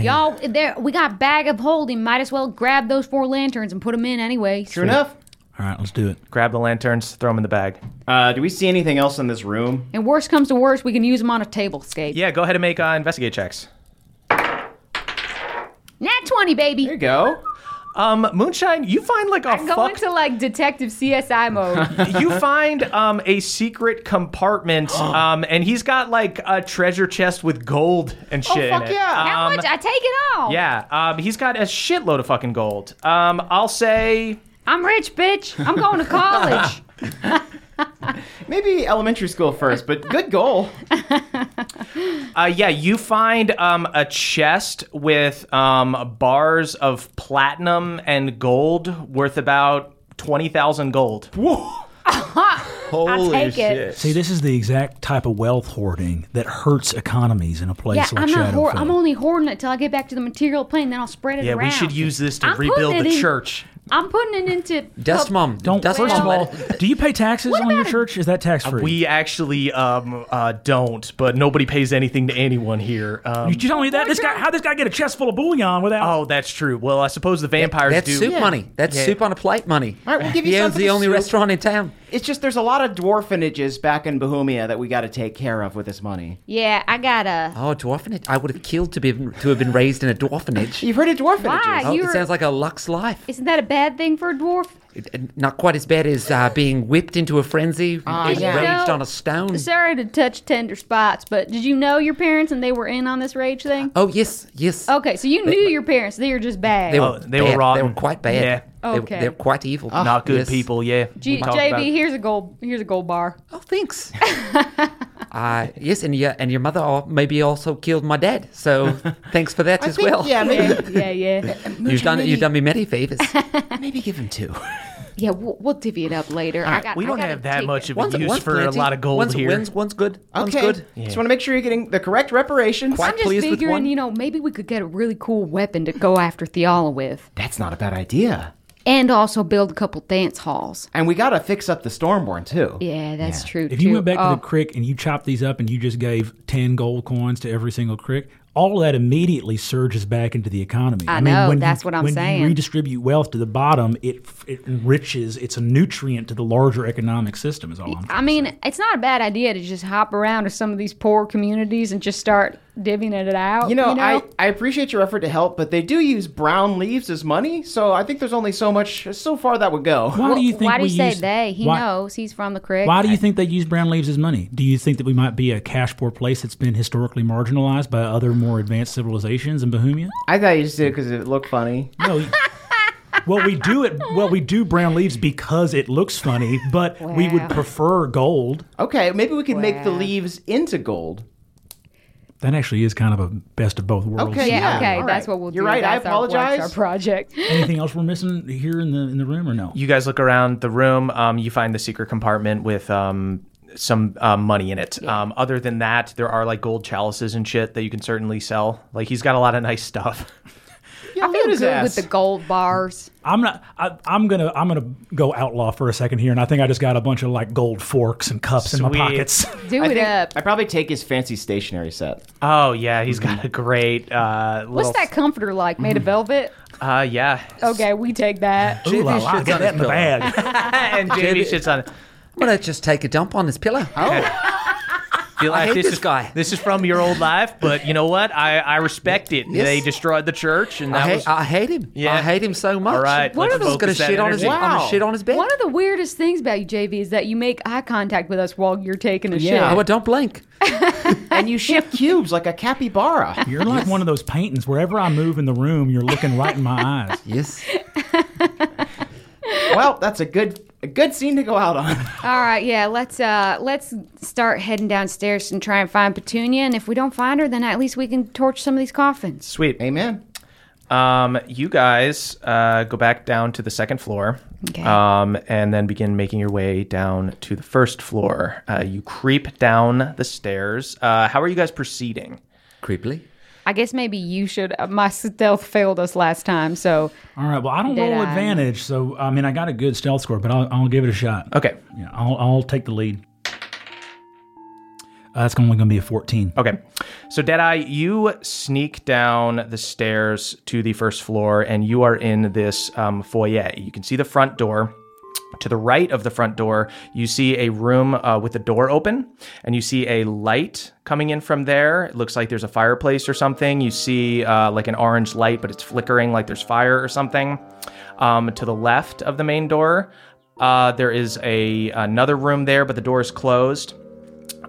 Y'all, there we got bag of holding. Might as well grab those four lanterns and put them in anyway. True enough. All right, let's do it. Grab the lanterns, throw them in the bag. Uh, do we see anything else in this room? And worst comes to worst, we can use them on a table scape. Yeah, go ahead and make uh, investigate checks. Nat 20, baby. There you go. Um, Moonshine, you find like a I'm going fucked to like detective CSI mode. you find um, a secret compartment, um, and he's got like a treasure chest with gold and Oh, shit. in fuck it. yeah. How Um, much? I take it all. Yeah, um, he's got a shitload of fucking gold. Um, I'll say I'm rich, bitch. I'm going to college. Maybe elementary school first, but good goal. Uh, yeah, you find um, a chest with um, bars of platinum and gold worth about 20,000 gold. Whoa! Holy take it. shit. See, this is the exact type of wealth hoarding that hurts economies in a place yeah, like I'm not. Shadowfell. Hoard- I'm only hoarding it till I get back to the material plane. Then I'll spread it Yeah, around. we should use this to I'm putting rebuild it the in- church. I'm putting it into Oh, pub- Don't. Dust first mom. of all, do you pay taxes on your church? Is that tax free? Uh, We actually um, uh, don't, but nobody pays anything to anyone here. Um, you tell me that this guy, how this guy get a chest full of bullion without? oh, that's true. Well, I suppose the vampires That's do. soup money. That's Yeah. soup on a plate money. All right, we'll give you he some owns for the the only soup. restaurant in town. It's just there's a lot of dwarfinages back in Bohemia that we got to take care of with this money. Yeah, I Uh, gotta. Oh, a dwarfenage. I would have killed to be to have been raised in a dwarfenage. You've heard of dwarfinages? Why? Oh, it You're- sounds like a luxe life. Isn't that a bad thing for a dwarf? It- Not quite as bad as uh, being whipped into a frenzy, Ah, enraged yeah. No. on a stone. Sorry to touch tender spots, but did you know your parents and they were in on this rage thing? Oh yes, yes. Okay, so you knew your parents. They were just bad. They were Oh, they were bad. They rotten. were quite bad. Yeah. Ah. They, were- Okay. they were quite evil. Not good Yes. people, yeah. G- We talked about JB, it. here's a gold. Here's a gold bar. Oh, thanks. Uh, yes, and your and your mother al- maybe also killed my dad. So thanks for that as well. yeah, yeah. You've done you've done me many favors. Maybe give him two. Yeah, we'll, we'll divvy it up later. I got. we I don't gotta have that take much it. of a use for a lot of gold one's, here. One's, one's good. One's Okay. good. Just want to make sure you're getting the correct reparations. I'm just figuring, you know, maybe we could get a really cool weapon to go after Theala with, That's not a bad idea. and also build a couple dance halls. And we got to fix up the Stormborn too. Yeah, that's true. If you too. went back Oh, to the crick and you chopped these up and you just gave 10 gold coins to every single crick, all that immediately surges back into the economy. I know, you- that's what I'm when saying. you redistribute wealth to the bottom, it, it enriches, it's a nutrient to the larger economic system, is all I'm I mean, it's not a bad idea to just hop around to some of these poor communities and just start divvying it out. You know, I, I appreciate your effort to help, but they do use brown leaves as money, so I think there's only so much, so far that would go. Why do you think why do we you say use- they? He why- knows he's from the crick. Why do you think they use brown leaves as money? Do you think that we might be a cash poor place that's been historically marginalized by other more advanced civilizations in Bohemia? I thought you just did it because it looked funny. No. you- Well, we do it. Well, we do brown leaves because it looks funny, but we Wow. would prefer gold. Okay, maybe we could make the Wow. leaves into gold. That actually is kind of a best of both worlds. Okay, Yeah, Yeah, okay, all that's right. what we'll You're do. right, I That's our- that's Our, apologize. project. Anything else we're missing here in the in the room or no? You guys look around the room. Um, you find the secret compartment with um, some uh, money in it. Um, other than that, there are like gold chalices and shit that you can certainly sell. Like he's got a lot of nice stuff. Yeah, I feel his good ass. with the gold bars. I'm not. I, I'm gonna. I'm gonna go outlaw for a second here, and I think I just got a bunch of like gold forks and cups in my Sweet. pockets. Do I it think up. I probably take his fancy stationery set. Oh yeah, he's got a great uh, little. What's that comforter like? Made Mm-hmm. of velvet? Uh, yeah. Oh. Okay, we take that. Ooh la JV la, shits get on that in his the pillow. bag. and Jamie shits on. it. I'm gonna just take a dump on his pillow. Feel Oh, I hate this is, guy. This is from your old life, but you know what? I, I respect it. Yes. They destroyed the church, and that I hate, was I hate him. Yeah. I hate him so much. All right, One let's of them's gonna focus that shit on his, energy. I'm gonna shit on his bed. One of the weirdest things about you, JV, is that you make eye contact with us while you're taking a Oh, well, shit. don't blink. And you ship cubes like a capybara. You're like one of those paintings. Wherever I move in the room, you're looking right in my eyes. Yes. well, that's a good a good scene to go out on. All right, yeah, let's uh let's start heading downstairs and try and find Petunia. And if we don't find her, then at least we can torch some of these coffins. sweet. Amen. Um, you guys uh, go back down to the second floor, Okay. um, and then begin making your way down to the first floor. Uh, you creep down the stairs. Uh, how are you guys proceeding? Creepily. I guess maybe you should. Uh, my stealth failed us last time, so All right. Well, I don't Did roll I? advantage, so I mean, I got a good stealth score, but I'll, I'll give it a shot. Okay, Yeah, I'll, I'll take the lead. Uh, that's only going to be a 14. okay. So Deadeye, you sneak down the stairs to the first floor, and you are in this um, foyer. You can see the front door. To the right of the front door, you see a room uh, with the door open, and you see a light coming in from there. It looks like there's a fireplace or something. You see uh, like an orange light, but it's flickering like there's fire or something. Um, to the left of the main door, uh, there is a another room there, but the door is closed.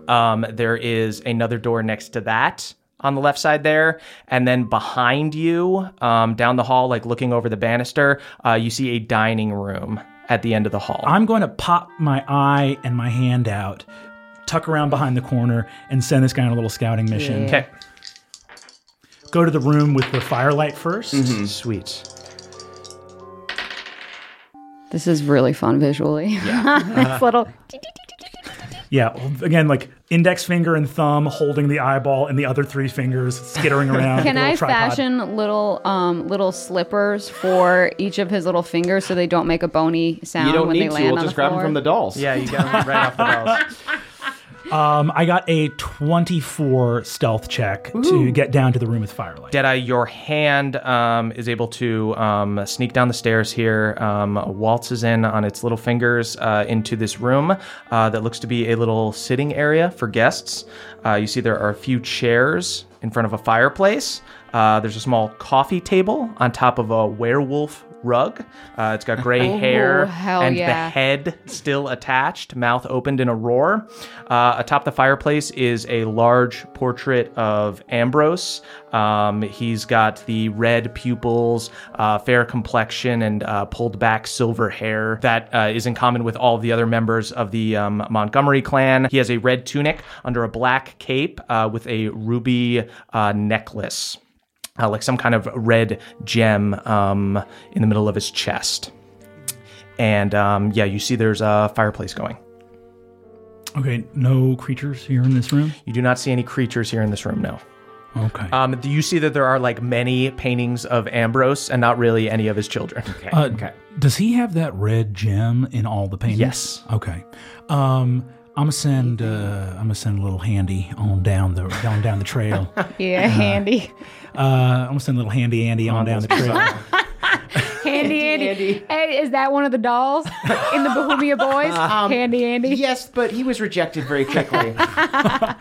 Um, there is another door next to that on the left side there, and then behind you, um, down the hall, like looking over the banister, uh, you see a dining room at the end of the hall. I'm going to pop my eye and my hand out, tuck around behind the corner, and send this guy on a little scouting mission. Yeah. 'Kay. Go to the room with the firelight 1st Sweet. This is really fun visually. Yeah. it's little. Yeah. Again, like index finger and thumb holding the eyeball, and the other three fingers skittering around. Can like a little I tripod. fashion little um, little slippers for each of his little fingers so they don't make a bony sound You don't when need they to. land We'll on the just grab them floor? from the dolls. Yeah, you got them right off the dolls. Um, I got a 24 stealth check Ooh. to get down to the room with firelight. Deadeye, your hand um, is able to um, sneak down the stairs here, um, waltzes in on its little fingers uh, into this room uh, that looks to be a little sitting area for guests. Uh, you see there are a few chairs in front of a fireplace. Uh, there's a small coffee table on top of a werewolf rug. Uh, it's got gray Oh, hair hell and the yeah. head still attached, mouth opened in a roar. Uh, atop the fireplace is a large portrait of Ambrose. Um, he's got the red pupils, uh, fair complexion, and uh, pulled back silver hair that uh, is in common with all the other members of the um, Montgomery clan. He has a red tunic under a black cape uh, with a ruby uh, necklace. Uh, like some kind of red gem um, in the middle of his chest and um, yeah, you see there's a fireplace going. Okay, no creatures here in this room. You do not see any creatures here in this room, no. Okay. Uh, Um, do you see that there are like many paintings of Ambrose and not really any of his children. Okay. Uh, Does he have that red gem in all the paintings? Yes. Okay. Um, I'm gonna send. Uh, I'm gonna send a little handy on down the down down the trail. uh, Yeah, handy, I'm gonna send a little handy Andy on down the trail. handy, Andy. Hey, is that one of the dolls in the Bohemia Boys? Um, handy Andy. Yes, but he was rejected very quickly.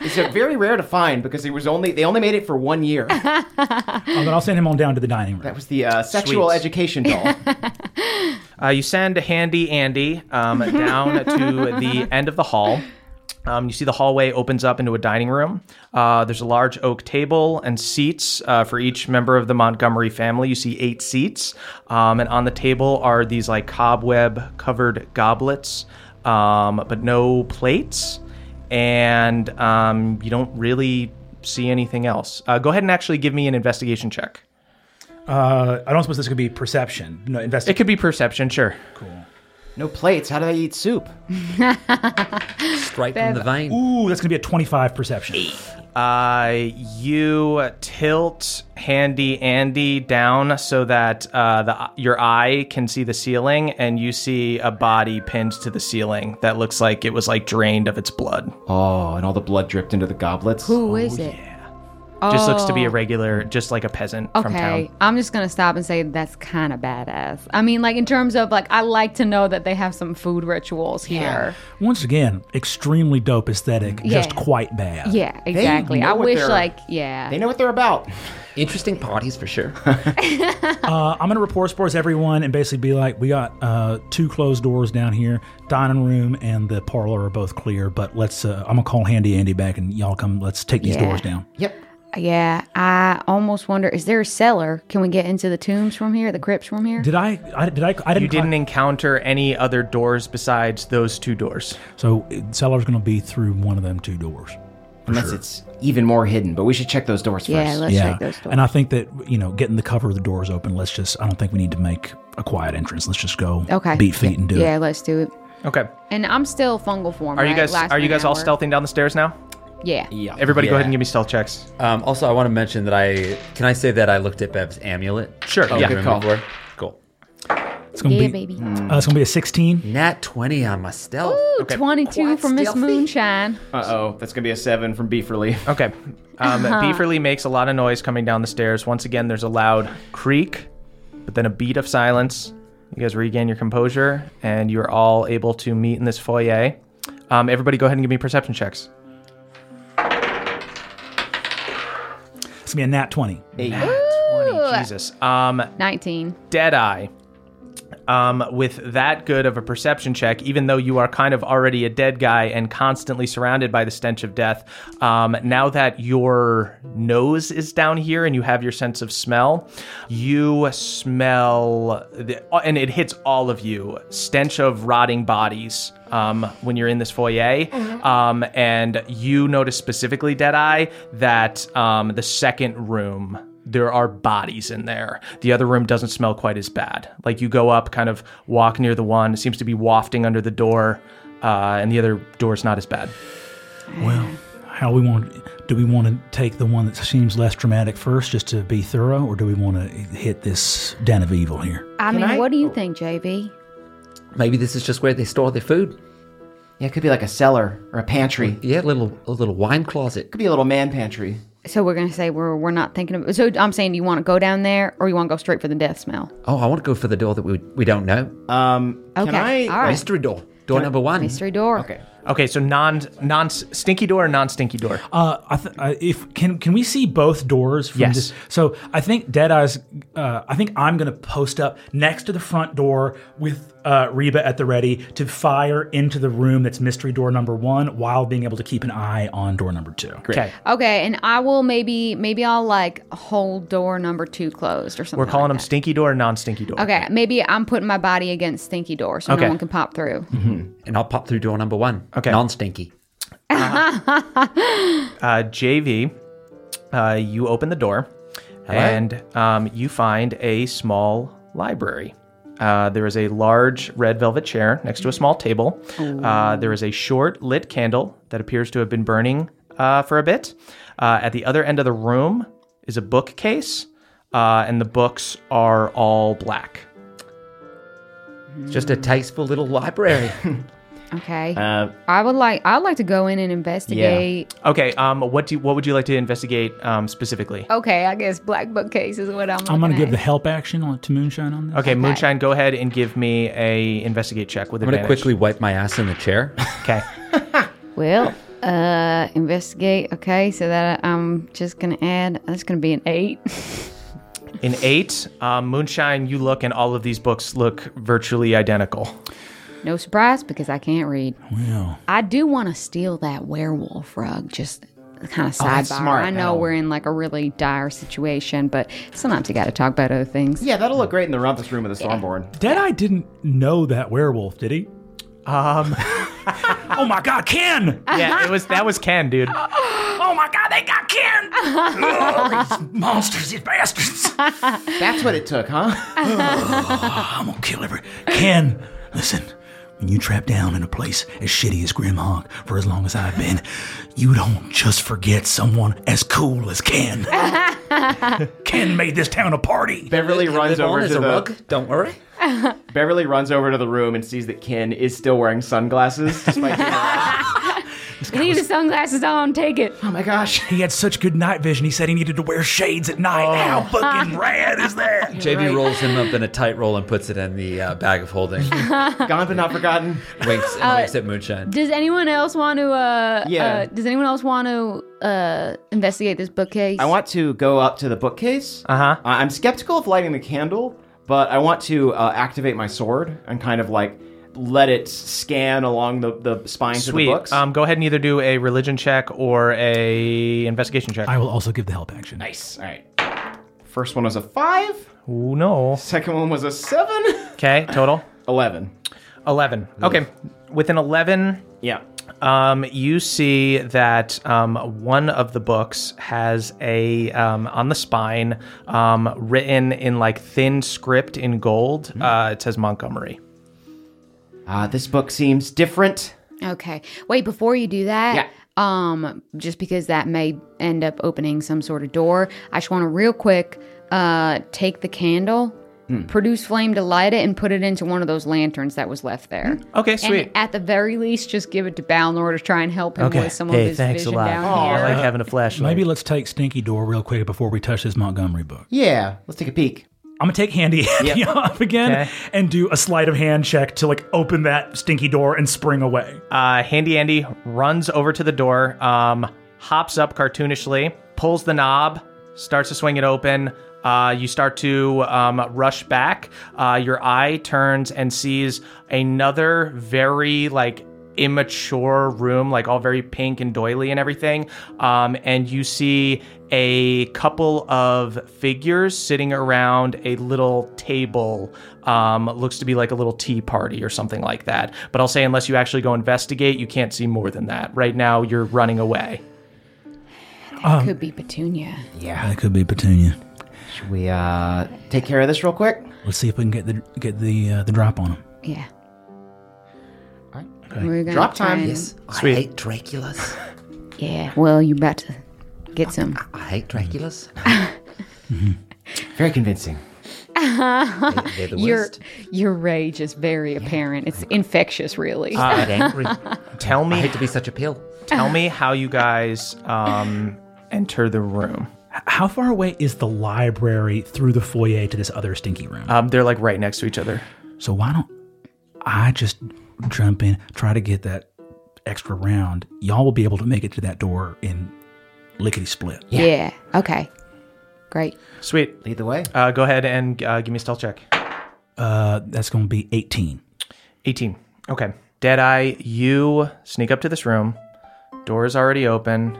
it's a very rare to find because he was only they only made it for one year. Oh, then I'll send him on down to the dining room. That was the uh, sexual Sweet. education doll. Uh, you send Handy Andy um, down to the end of the hall. Um, you see the hallway opens up into a dining room. Uh, there's a large oak table and seats uh, for each member of the Montgomery family. You see eight seats, um, and on the table are these like cobweb covered goblets, um, but no plates, and um, you don't really see anything else. Uh, go ahead and actually give me an investigation check. Uh, I don't suppose this could be perception. No, It investigation. could be perception, sure. No plates. How do they eat soup? Straight from the vein. Ooh, that's gonna be a 25 perception. Uh, you tilt Handy Andy down so that uh, the your eye can see the ceiling, and you see a body pinned to the ceiling that looks like it was like drained of its blood. Oh, and all the blood dripped into the goblets. Who is Oh, it? Just looks to be a Oh. regular, just like a peasant from Okay, town. I'm just gonna stop and say that's kind of badass. I mean, like in terms of like, I like to know that they have some food rituals here. Once again, extremely dope aesthetic, just Yeah. quite bad. Yeah, exactly. know I what wish they're- like yeah. They know what they're about. Interesting parties for sure. Uh, I'm gonna report spores everyone and basically be like, we got uh, two closed doors down here, dining room and the parlor are both clear. But let's, uh, I'm gonna call Handy Andy back and y'all come. Let's take these Yeah. doors down. Yep. Yeah, I almost wonder is there a cellar? Can we get into the tombs from here, the crypts from here? Did I? I did I? I didn't. You didn't encounter any other doors besides those two doors. So uh, cellar's gonna be through one of them two doors. Unless it's even more hidden, but we should check those doors yeah, first. let's yeah, check those doors. and I think that you know, getting the cover of the doors open. Let's just. I don't think we need to make a quiet entrance. Let's just go. okay. Beat feet and do yeah, it. let's do it. Okay, And I'm still fungal form. are you right? guys Last are you minute guys all hour. stealthing down the stairs now? Yeah. Yeah. Everybody, go Yeah. ahead and give me stealth checks. Um, also, I want to mention that I can I say that I looked at Bev's amulet. Sure, Oh, yeah. Good good call. call. Cool. It's gonna Yeah, be. baby. Uh, it's gonna be a 16. Nat twenty on my stealth. Ooh, 22 from Miss Moonshine. Uh oh, that's gonna be a seven from Beef Relief. Okay. Um, Beaverly makes a lot of noise coming down the stairs. Once again, there's a loud creak, but then a beat of silence, You guys regain your composure, and you are all able to meet in this foyer. Um, everybody, go ahead and give me perception checks. It's gonna be a nat twenty. Ooh. Jesus. Um, 19. Deadeye. Um, with that good of a perception check, even though you are kind of already a dead guy and constantly surrounded by the stench of death, um, now that your nose is down here and you have your sense of smell, you smell, the, and it hits all of you stench of rotting bodies um, when you're in this foyer. Um, and you notice specifically, Deadeye, that um, the second room there are bodies in there. The other room doesn't smell quite as bad. Like you go up, kind of walk near the one, it seems to be wafting under the door, uh, and the other door's not as bad. Well, how we want? Do we want to take the one that seems less dramatic first, just to be thorough, or do we want to hit this den of evil here? I mean, I- what do Oh. you think, JB? Maybe this is just where they store their food. Yeah, it could be like a cellar or a pantry. Yeah, a little a little wine closet. Could be a little man pantry. So we're gonna say we're we're not thinking of. So I'm saying, do you want to go down there, or you want to go straight for the death smell? Oh, I want to go for the door that we we don't know. Um, Okay, can I? all right. Mystery door. Door number one. Mystery door. Okay. Okay, so non non stinky door or non stinky door. Uh, I th- uh, if can can we see both doors? From Yes. This? So I think Deadeye's. Uh, I think I'm going to post up next to the front door with uh, Reba at the ready to fire into the room that's mystery door number one, while being able to keep an eye on door number two. Okay, Okay, and I will maybe maybe I'll like hold door number two closed or something. we're calling like them stinky door or non stinky door. that. Okay, maybe I'm putting my body against stinky door so Okay. Hmm. no one can pop through. And I'll pop through door number one. Okay. Non stinky. Uh, JV, uh, you open the door, and um, you find a small library. Uh, there is a large red velvet chair next to a small table. Uh, there is a short lit candle that appears to have been burning uh, for a bit. Uh, at the other end of the room is a bookcase, uh, and the books are all black. It's Just a tasteful little library. Okay, Uh, I would like I'd like to go in and investigate. Okay, um, what do you, what would you like to investigate um, specifically? Oh, Okay, I guess black bookcase is what I'm. I'm going to looking give the at. help action on, to Moonshine on this. Okay, Moonshine, go ahead and give me a investigate check with I'm gonna advantage. quickly wipe my ass in the chair. Okay. well. Uh, investigate. Okay, so that I'm just gonna add. That's gonna be an eight. In eight, um, Moonshine, you look and all of these books look virtually identical. no surprise because I can't read. Well, I do want to steal that werewolf rug. Just Oh, kind of sidebar. that's smart. I know we're in like a really dire situation, but sometimes you got to talk about other things. yeah, that'll look great in the rumpus room of the Stormborn. Deadeye didn't know that werewolf, did he? Um, Oh my God, Ken! yeah, it was that was Ken, dude. Oh my god, they got Ken! Oh, these monsters, these bastards! That's what it took, huh? I'm gonna kill every Ken. Listen, when you trap down in a place as shitty as Grimhawk for as long as I've been, you don't just forget someone as cool as Ken. Ken made this town a party. Beverly runs Live on over as to a the rug. Don't worry. Beverly runs over to the room and sees that Ken is still wearing sunglasses. Despite being- Leave the sunglasses on. Take it. oh my gosh. He had such good night vision. He said he needed to wear shades at night. How fucking rad is that? JB rolls him up in a tight roll and puts it in the uh, bag of holding. Gone but not forgotten. winks and winks at Moonshine. Does anyone else want to? Uh, Yeah. Uh, does anyone else want to uh, investigate this bookcase? I want to go up to the bookcase. Uh-huh. I- I'm skeptical of lighting the candle, but I want to uh, activate my sword and kind of like let it scan along the, the spines Sweet. of the books. Um, go ahead and either do a religion check or a investigation check. I will also give the help action. nice. All right. First one was a five. Ooh, no. Second one was a seven. Okay, total Eleven. eleven. Okay, with an eleven, Yeah. um, you see that um, one of the books has a um, on the spine um, written in like thin script in gold. Uh, it says Montgomery. Uh, this book seems different. Okay. Wait, before you do that, Yeah. um, just because that may end up opening some sort of door, I just want to real quick uh, take the candle, produce flame to light it, and put it into one of those lanterns that was left there. Okay, And sweet. at the very least, just give it to Balnor to try and help him with some of his vision down here. I like having a flashlight. Maybe let's take Stinky Door real quick before we touch this Montgomery book. Yeah. Let's take a peek. I'm gonna take Handy Andy up again Okay. and do a sleight of hand check to like open that stinky door and spring away. Uh, Handy Andy runs over to the door, um, hops up cartoonishly, pulls the knob, starts to swing it open. Uh, you start to um, rush back. Uh, your eye turns and sees another very like immature room, like all very pink and doily and everything. Um, and you see a couple of figures sitting around a little table. Um, looks to be like a little tea party or something like that. But I'll say, unless you actually go investigate, you can't see more than that. Right now, you're running away. Um, Could be Petunia. yeah, that could be Petunia. Should we uh, take care of this real quick? Let's see if we can get the get the uh, the drop on him. Yeah. All right. We're gonna Drop try time. and- Yes. Sweet. I hate Draculas. Yeah. Well, you about to get some. I hate Draculas. Mm-hmm. Very convincing. they're the your worst. your rage is very apparent. It's infectious, really. Uh, tell me, to be such a pill. tell me how you guys um, enter the room. H- How far away is the library through the foyer to this other stinky room? Uh, Um, they're like right next to each other. So why don't I just jump in, try to get that extra round? Y'all will be able to make it to that door in lickety split. yeah. Okay. Great. Sweet. Lead the way. Uh, go ahead and uh, give me a stealth check. Uh, that's going to be 18. 18. Okay. Deadeye, you sneak up to this room. Door is already open.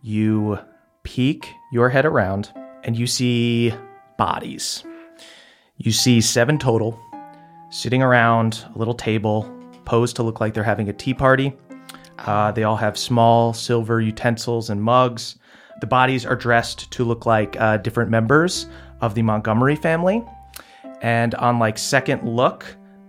You peek your head around and you see bodies. You see seven total sitting around a little table, posed to look like they're having a tea party. Uh, they all have small silver utensils and mugs. The bodies are dressed to look like uh, different members of the Montgomery family and on like second look,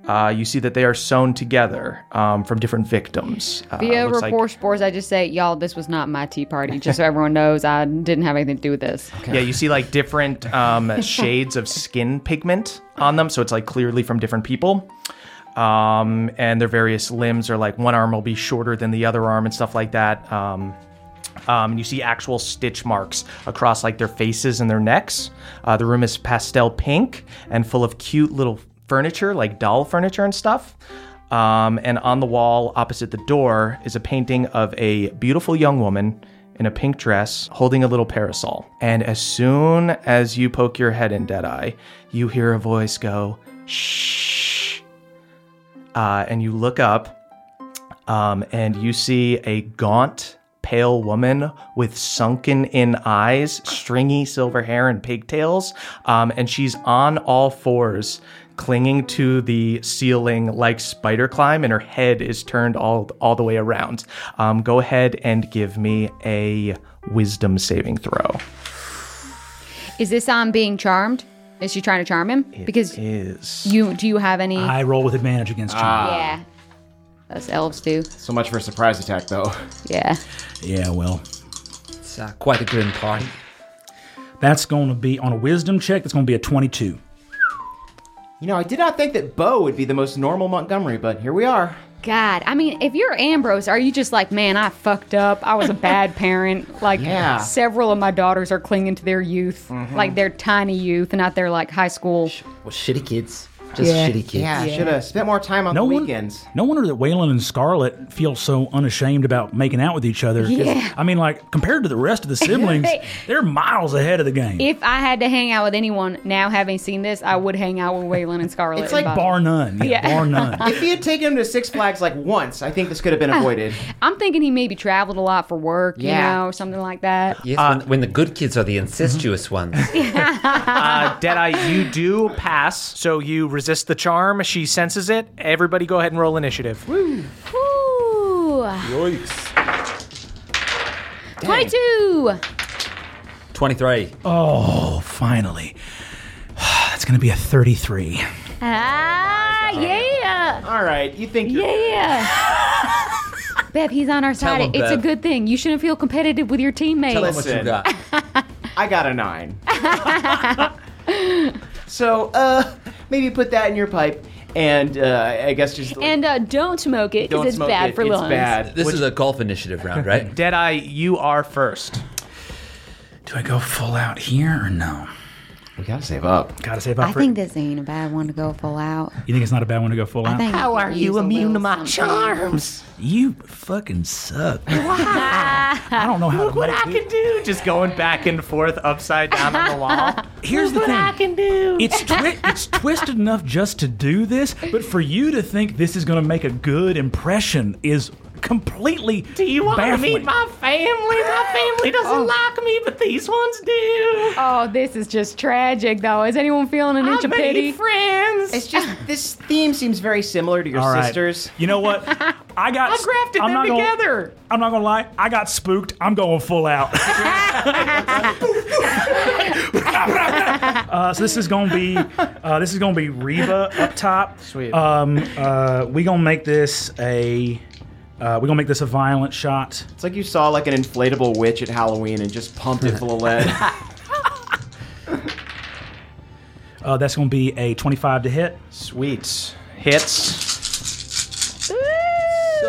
uh, you see that they are sewn together um, from different victims. Uh, Via looks like- report spores, I just say, y'all, this was not my tea party. Just so everyone knows, I didn't have anything to do with this. yeah, you see like different um, shades of skin pigment on them, so it's like clearly from different people. Um, and their various limbs are like one arm will be shorter than the other arm and stuff like that. Um, um, and you see actual stitch marks across like their faces and their necks. Uh, the room is pastel pink and full of cute little furniture, like doll furniture and stuff. Um, and on the wall opposite the door is a painting of a beautiful young woman in a pink dress holding a little parasol. And as soon as you poke your head in Deadeye, you hear a voice go, shh. Uh, and you look up um, and you see a gaunt, pale woman with sunken in eyes, stringy silver hair, and pigtails. Um, and she's on all fours, clinging to the ceiling like spider climb, and her head is turned all all the way around. Um, go ahead and give me a wisdom saving throw. Is this on being charmed? Is she trying to charm him? because Is uh, you do you have any? I roll with advantage against you. yeah. Us elves do. So much for surprise attack, though. Yeah. yeah, well, It's uh, quite a grim party. that's going to be on a wisdom check. That's going to be a 22. You know, I did not think that Bo would be the most normal Montgomery, but here we are. God, I mean, if you're Ambrose, are you just like, man, I fucked up. I was a bad parent. Like, Yeah. several of my daughters are clinging to their youth, Mm-hmm. like their tiny youth, not their like high school. Well, shitty kids. Just Yeah. shitty kids. Yeah, should have spent more time on No the one- weekends. No wonder that Waylon and Scarlet feel so unashamed about making out with each other. 'cause, Yeah. I mean, like, compared to the rest of the siblings, they're miles ahead of the game. If I had to hang out with anyone now, having seen this, I would hang out with Waylon and Scarlett. It's and like Bobby. bar none. Yeah, Yeah. bar none. If he had taken him to Six Flags like once, I think this could have been avoided. I'm thinking he maybe traveled a lot for work, Yeah. you know, something like that. Yes, when, when the good kids are the incestuous ones. uh, Deadeye? You do pass, so you resist the charm. She senses it. Everybody, go ahead and roll initiative. Woo! 22! 23. Oh, finally. That's going to be a 33. Ah, yeah! All right, you think you're Yeah! Bev, he's on our side. him, it's a Bev. good thing. You shouldn't feel competitive with your Tell teammates. them what you Listen. got. I got a nine. so, uh, maybe put that in your pipe, and uh, I guess just And uh, don't smoke it because don't it's smoke bad it. for it's lungs. bad. This is a golf initiative round, right? Deadeye, you are first. Do I go full out here or no? We gotta save up. Gotta save up I for think this ain't a bad one to go full out. You think it's not a bad one to go full I out? think How are you immune to my charms? You fucking suck. I don't know how to What I can do? Just going back and forth, upside down on the wall. Here's the what thing. I can do. It's twi- it's twisted enough just to do this, but for you to think this is going to make a good impression is completely Do you want baffling. to meet my family? My family Oh. doesn't like me, but these ones do. Oh, this is just tragic, though. Is anyone feeling an inch of made pity? friends. It's just this theme seems very similar to your All right. sisters. You know what? I got. I grafted I'm them not gonna- together. I'm not gonna lie. I got spooked. I'm going full out. uh, so this is gonna be uh, this is gonna be Reba up top. Sweet. Um, uh, we gonna make this a uh, we gonna make this a violent shot. It's like you saw like an inflatable witch at Halloween and just pumped it full of lead. Uh, that's gonna be a 25 to hit. Sweet hits. You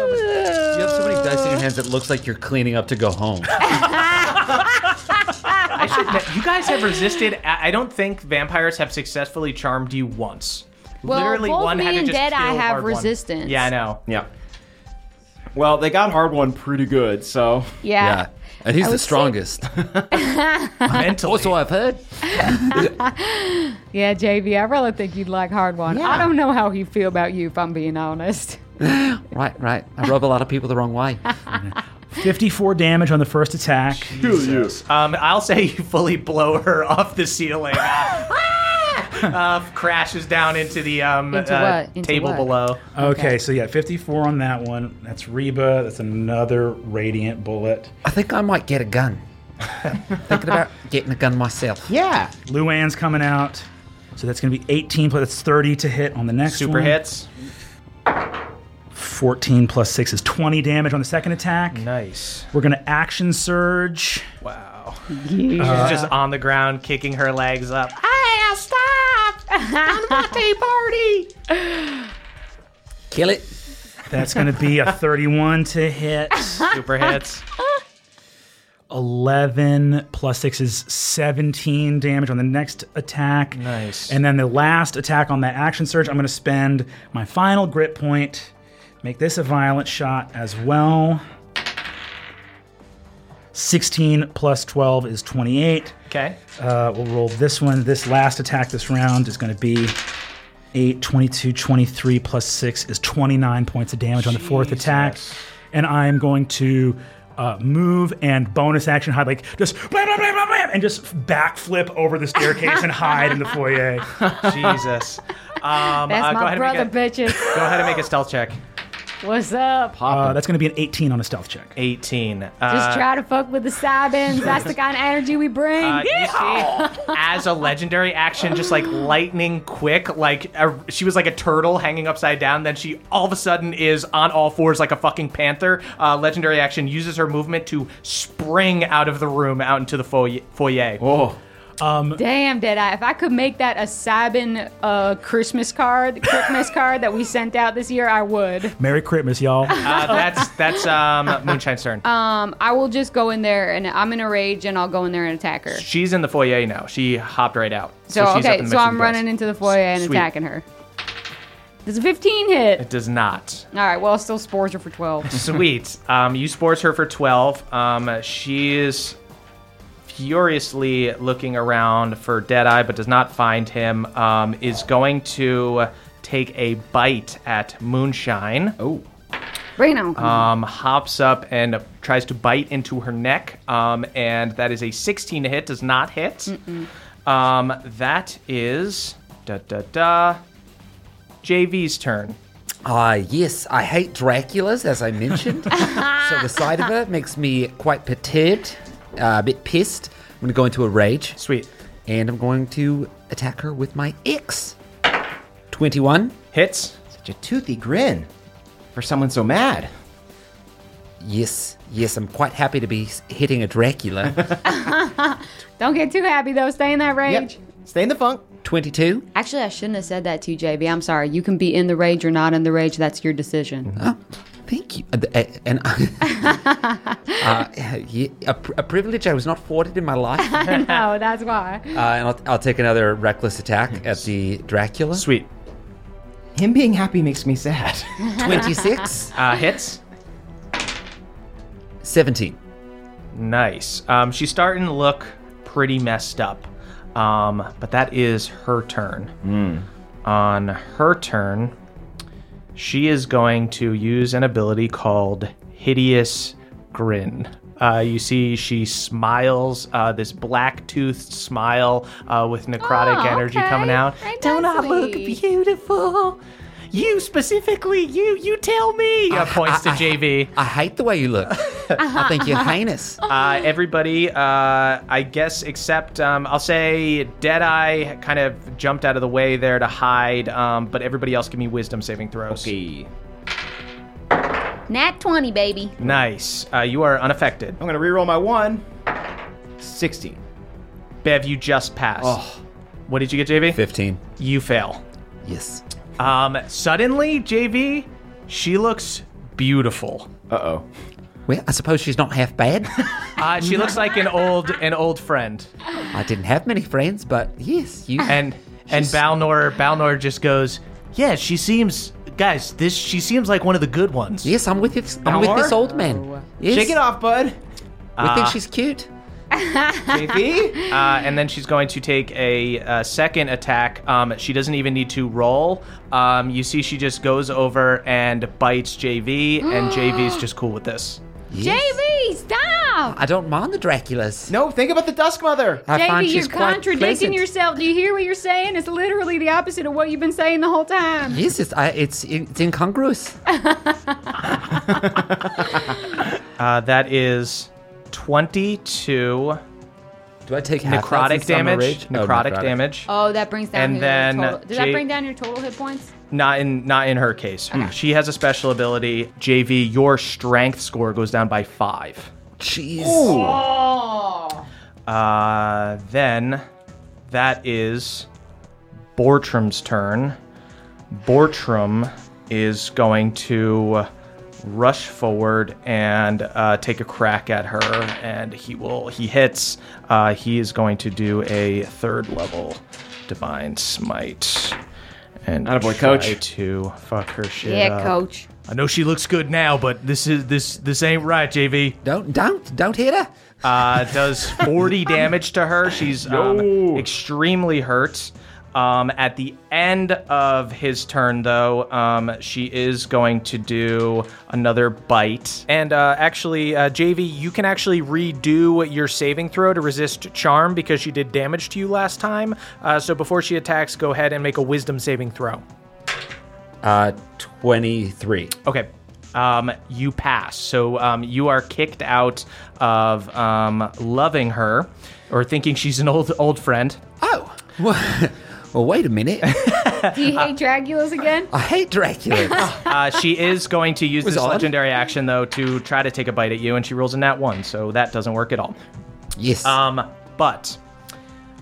have so many dice in your hands that looks like you're cleaning up to go home. I should. admit, You guys have resisted. I I don't think vampires have successfully charmed you once. Well, Literally both one me had to and just Deadeye kill have hard one. resistance. Yeah, I know. yeah. Well, they got hard one pretty good, so yeah. And he's I the would say- strongest. Mentally. Also, I've heard. yeah, JV. I really think you'd like hard one. I don't know how he feel about you, if I'm being honest. Right, right. I rub a lot of people the wrong way. 54 damage on the first attack. Um, I'll say you fully blow her off the ceiling. uh, crashes down into the um, Into what? uh, Into table what? below. Okay, so yeah, 54 on that one. That's Reba. That's another radiant bullet. I think I might get a gun. Thinking about getting a gun myself. yeah. Luann's coming out. So that's going to be 18 plus that's 30 to hit on the next Super one. hits. 14 plus 6 is 20 damage on the second attack. Nice. We're going to action surge. Wow. She's just on the ground, kicking her legs up. Hey, stop! I'm about party. Kill it. That's going to be a 31 to hit. Super hits. 11 plus 6 is 17 damage on the next attack. Nice. And then the last attack on that action surge, I'm going to spend my final grit point, make this a violent shot as well. 16 plus 12 is 28. Okay. Uh, we'll roll this one. This last attack this round is going to be 8, 22, 23 plus 6 is 29 points of damage on the fourth attack. And I am going to uh, move and bonus action hide, like just blam, blam, blam, blam, blam, and just backflip over the staircase and hide in the foyer. Jesus. Um, That's uh, go ahead my and make brother, a- bitches. Go ahead and make a stealth check. What's up? Just Uh, that's going to be an 18 on a stealth check. 18. Uh, try to fuck with the Sabins. That's the kind of energy we bring. uh, you see, as a legendary action, just like lightning quick, like a, she was like a turtle hanging upside down. Then she all of a sudden is on all fours like a fucking panther. Uh, legendary action uses her movement to spring out of the room out into the foyer. foyer. Oh. Damn, did I? If I could make that a Sabin uh, Christmas card, Christmas card that we sent out this year, I would. Merry Christmas, y'all. Uh, that's that's um, Moonshine's turn. Um, I will just go in there and I'm in a rage and I'll go in there and attack her. she's in the foyer now. She hopped right out. So, she's up okay, in the midst so of I'm the guys. running into the foyer and Sweet. attacking her. Does a 15 hit? It does not. All right, well, still spores her for 12. Sweet. Um, you sports her for 12. Um, she is furiously looking around for Deadeye, but does not find him. Um, is going to take a bite at Moonshine. Oh. right now, come on. Um, hops up and tries to bite into her neck. Um, and that is a 16 to hit, does not hit. Um, that is. Da da da. JV's turn. Ah, yes, I hate Draculas, as I mentioned. so the sight of it makes me quite perturbed, uh, a bit pissed. I'm going to go into a rage, Sweet. and I'm going to attack her with my X. 21. Hits. Such a toothy grin for someone so mad. Yes, yes, I'm quite happy to be s- hitting a Dracula. Don't get too happy, though. Stay in that rage. Stay in the funk. 22. Actually, I shouldn't have said that to you, JB. I'm sorry. You can be in the rage or not in the rage. That's your decision. Oh, thank you. And, and uh, yeah, a, pri- a privilege I was not afforded in my life. I know, Oh, that's why. Uh, and I'll, I'll take another reckless attack at the Dracula. Sweet. Him being happy makes me sad. 26. Uh, hits. 17. Nice. Um, she's starting to look pretty messed up. Um, but that is her turn. Hmm. On her turn, she is going to use an ability called Hideous Grin. Uh, you see, she smiles uh, this black toothed smile uh, with necrotic Oh, energy okay. coming out. Very Don't I look nicely. beautiful? You specifically, you, you tell me. Uh, points to JV. I hate the way you look. I think you're heinous. Uh, everybody, uh, I guess, except um, I'll say Deadeye kind of jumped out of the way there to hide, um, but everybody else give me wisdom saving throws. Okay. Nat 20, baby. Nice. Uh, you are unaffected. I'm going to reroll my one. 16. Bev, you just passed. Oh. What did you get, JV? 15. You fail. Yes. Um, suddenly, JV, she looks beautiful. Uh oh. Well, I suppose she's not half bad. Uh, she looks like an old an old friend. I didn't have many friends, but yes, you. and and Balnor Balnor just goes, yeah, she seems guys. This she seems like one of the good ones. Yes, I'm with this. I'm with Balnor? this old man. Yes. Shake it off, bud. We think Uh, she's cute. JV. Uh, and then she's going to take a, uh second attack. Um, she doesn't even need to roll. Um, you see, she just goes over and bites JV, and JV's just cool with this. JV, stop! I don't mind the Draculas. No, think about the Dusk Mother. I find JV, she's you're quite contradicting pleasant. yourself. Do you hear what you're saying? It's literally the opposite of what you've been saying the whole time. Yes, it's, I, it's it's incongruous. Uh, that is 22 Do I take half necrotic that since I'm a damage. rage? Oh, necrotic, damage. Oh, that brings down And your then, total. Does J- that bring down your total hit points? Not in not in her case. Hmm. She has a special ability. JV, your strength score goes down by five. Jeez. Uh, then that is Bortram's turn. Bortram is going to rush forward and uh, take a crack at her, and he will. He hits. Uh, he is going to do a third level divine smite. And Attaboy, try coach. to fuck her shit Yeah, up. coach. I know she looks good now, but this is this this ain't right, JV. Don't don't don't hit her. Uh, does 40 damage to her. She's um, extremely hurt. Um, at the end of his turn, though, um, she is going to do another bite. And uh, actually, uh, JV, you can actually redo your saving throw to resist charm because she did damage to you last time. Uh, so before she attacks, go ahead and make a wisdom saving throw. Uh, twenty-three. Okay. Um, you pass. So um, you are kicked out of um, loving her or thinking she's an old old friend. Oh. Well, well, wait a minute. Do you hate Draculas again? I hate Dracula. Uh, she is going to use Was this odd. legendary action, though, to try to take a bite at you, and she rolls a nat one, so that doesn't work at all. yes. Um, but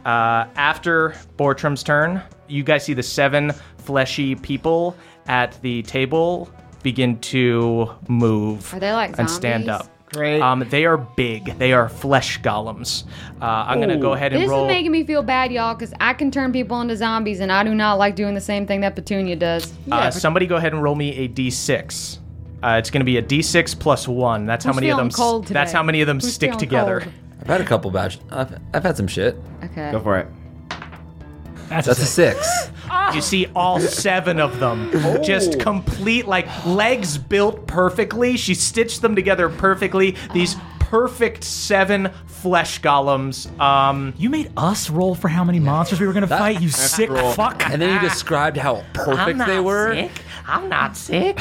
uh, after Bortram's turn, you guys see the seven fleshy people at the table begin to move Are they like and stand zombies? up. Great. Um, they are big. They are flesh golems. Uh, I'm gonna go ahead and This roll. is making me feel bad, y'all, because I can turn people into zombies, and I do not like doing the same thing that Petunia does. uh, somebody go ahead and roll me a d6. Uh, it's gonna be a d6 plus one. That's how Who's many of them. feeling cold s- that's today? how many of them Who's stick feeling together. cold? I've had a couple bouts. I've, I've had some shit. Okay. Go for it. That's, That's a a six. Ah. You see all seven of them. Just complete, like, legs built perfectly. She stitched them together perfectly. These perfect seven flesh golems. Um, You made us roll for how many monsters we were going to fight, you sick fuck. And then you described how perfect they were. I'm not sick.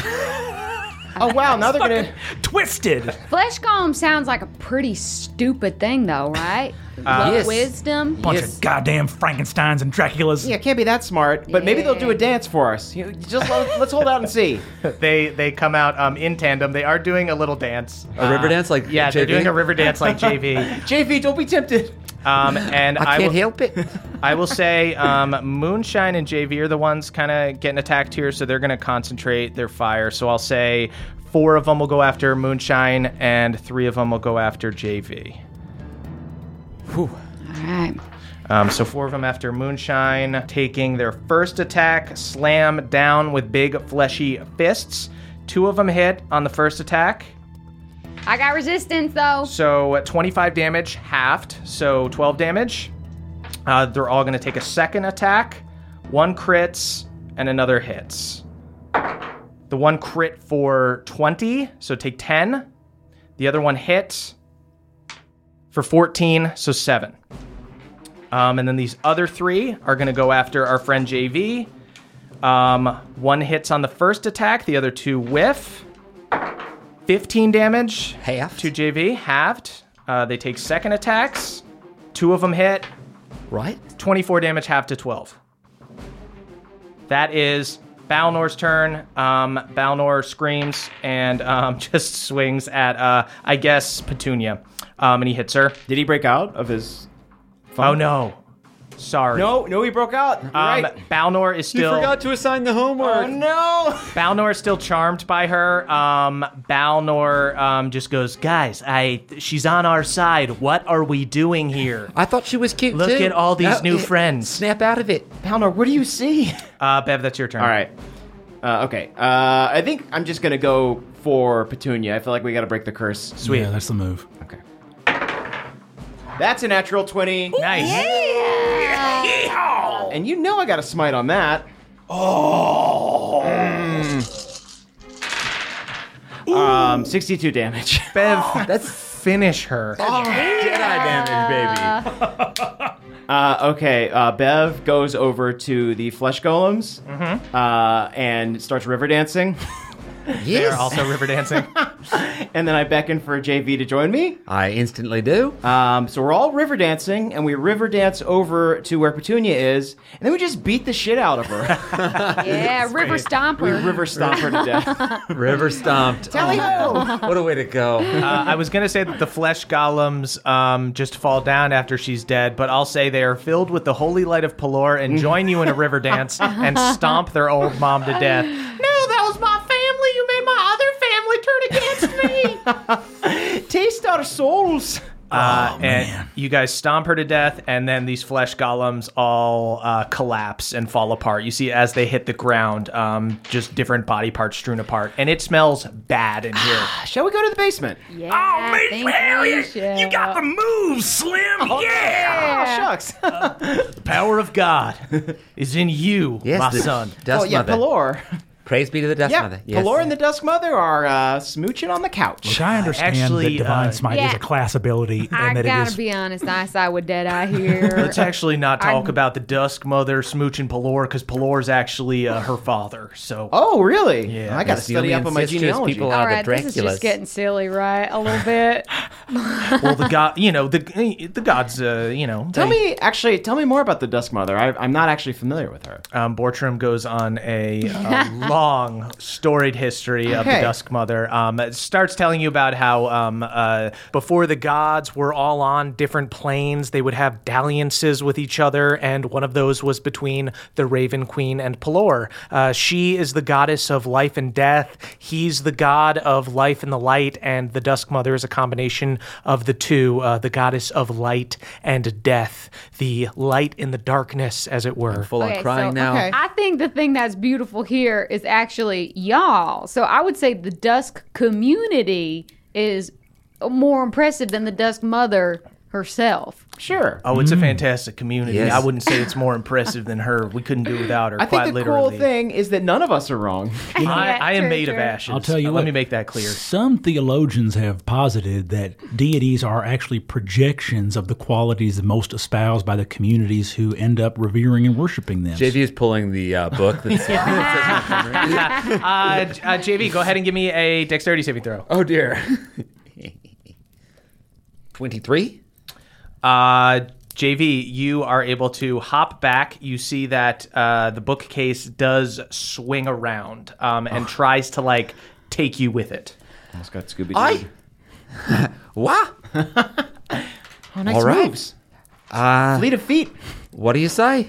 Oh wow, now they're gonna. Twisted. Flesh golem sounds like a pretty stupid thing, though, right? yes. Wisdom. Bunch Yes. of goddamn Frankensteins and Draculas. Yeah, it can't be that smart. But maybe they'll do a dance for us. You- Just let- let's hold out and see. They they come out um, in tandem. They are doing a little dance. Uh, A river dance like yeah, they're JV? doing a river dance like JV. JV, don't be tempted. Um, and I can't will, help it. I will say, um, Moonshine and JV are the ones kind of getting attacked here, so they're going to concentrate their fire. So I'll say four of them will go after Moonshine, and three of them will go after JV. All right. Um, so four of them after Moonshine, taking their first attack, slam down with big fleshy fists. Two of them hit on the first attack. I got resistance though. So uh, 25 damage, halved, so 12 damage. Uh, they're all going to take a second attack. One crits and another hits. The one crit for 20, so take 10. The other one hits for 14, so 7. Um, and then these other three are going to go after our friend JV. Um, one hits on the first attack, the other two whiff. 15 damage Half. to JV, halved. Uh, they take second attacks. Two of them hit, Right? 24 damage, half to 12. That is Balnor's turn. Um, Balnor screams and um, just swings at, uh, I guess, Petunia. Um, and he hits her. Did he break out of his? Oh, no. Sorry. Oh, No, no, he broke out. Um, right. Balnor is still. to assign the homework. Oh no. Balnor is still charmed by her. Um, Balnor um, just goes, guys, I she's on our side. What are we doing here? I thought she was cute Look too. at all these new yeah. friends. Snap out of it. Balnor, what do you see? Uh, Bev, that's your turn. All right. Uh, okay. Uh, I think I'm just gonna go for Petunia. I feel like we gotta break the curse. Sweet. Yeah, that's the move. Okay. That's a natural twenty. Nice. And you know I got a smite on that. Oh. Um, 62 damage. Bev, let's finish her. Jedi damage, baby. Uh, okay, uh, Bev goes over to the flesh golems uh, and starts river dancing. They're Yes. also river dancing. and then I beckon for JV to join me. I instantly do. Um, so we're all river dancing, and we river dance over to where Petunia is, and then we just beat the shit out of her. Yeah, River we Stomper. river stomp her to death. River stomped. Oh, what a way to go. Uh, I was gonna say that the flesh golems um, just fall down after she's dead, but I'll say they are filled with the holy light of Pelor and join you in a river dance and stomp their old mom to death. No, that was my family. You made my other family turn against me. Taste our souls. Uh, and you guys stomp her to death, and then these flesh golems all uh, collapse and fall apart. You see, as they hit the ground, um, just different body parts strewn apart, and it smells bad in here. Shall we go to the basement? Yeah, Oh, I me, think we Harriet! You should. got the move, Slim! yeah! Oh, shucks. the power of God is in you, Yes, my the son. Dust oh, yeah, mother. Pelor. Praise be to the Dust Yeah, Mother. Yes. Pelor and the Dusk Mother are uh, smooching on the couch. Which I understand Actually, that divine uh, smite is yeah. a class ability, I and that it gotta is be honest, I side with Deadeye here. Let's actually not talk I- about the Dusk Mother smooching Pelor because Pelor's actually uh, her father. So Oh, really? Yeah. I got to Yes, the only study up on my ancestors genealogy. people are All the right, this is Draculas. just getting silly, right? A little bit. well, the god, you know, the the gods, uh, you know, Tell they- me, actually, tell me more about the Dusk Mother. I, I'm not actually familiar with her. Um, Bortram goes on a, uh long, storied history of the Okay. Dusk Mother. Um, it starts telling you about how um, uh, before the gods were all on different planes, they would have dalliances with each other, and one of those was between the Raven Queen and Pelor. Uh, she is the goddess of life and death. He's the god of life and the light, and the Dusk Mother is a combination of the two, uh, the goddess of light and death, the light in the darkness, as it were. Full on crying now. I think the thing that's beautiful here is actually y'all. So I would say the Dusk community is more impressive than the Dusk Mother herself. Sure. Oh, it's a fantastic community. Yes. I wouldn't say it's more impressive than her. We couldn't do without her. I quite think the literally. cool thing is that none of us are wrong. I, Yeah, I am true, made of true. ashes. I'll tell you. Uh, what, Let me make that clear. Some theologians have posited that deities are actually projections of the qualities most espoused by the communities who end up revering and worshiping them. JV is pulling the uh, book. That's Uh, J- uh, JV, go ahead and give me a dexterity saving throw. oh dear. Twenty-three. Uh, JV, you are able to hop back. You see that uh, the bookcase does swing around um, and tries to like take you with it. Almost got Scooby I. Wah. Oh, nice All right. moves. Ah. Fleet of feet. What do you say?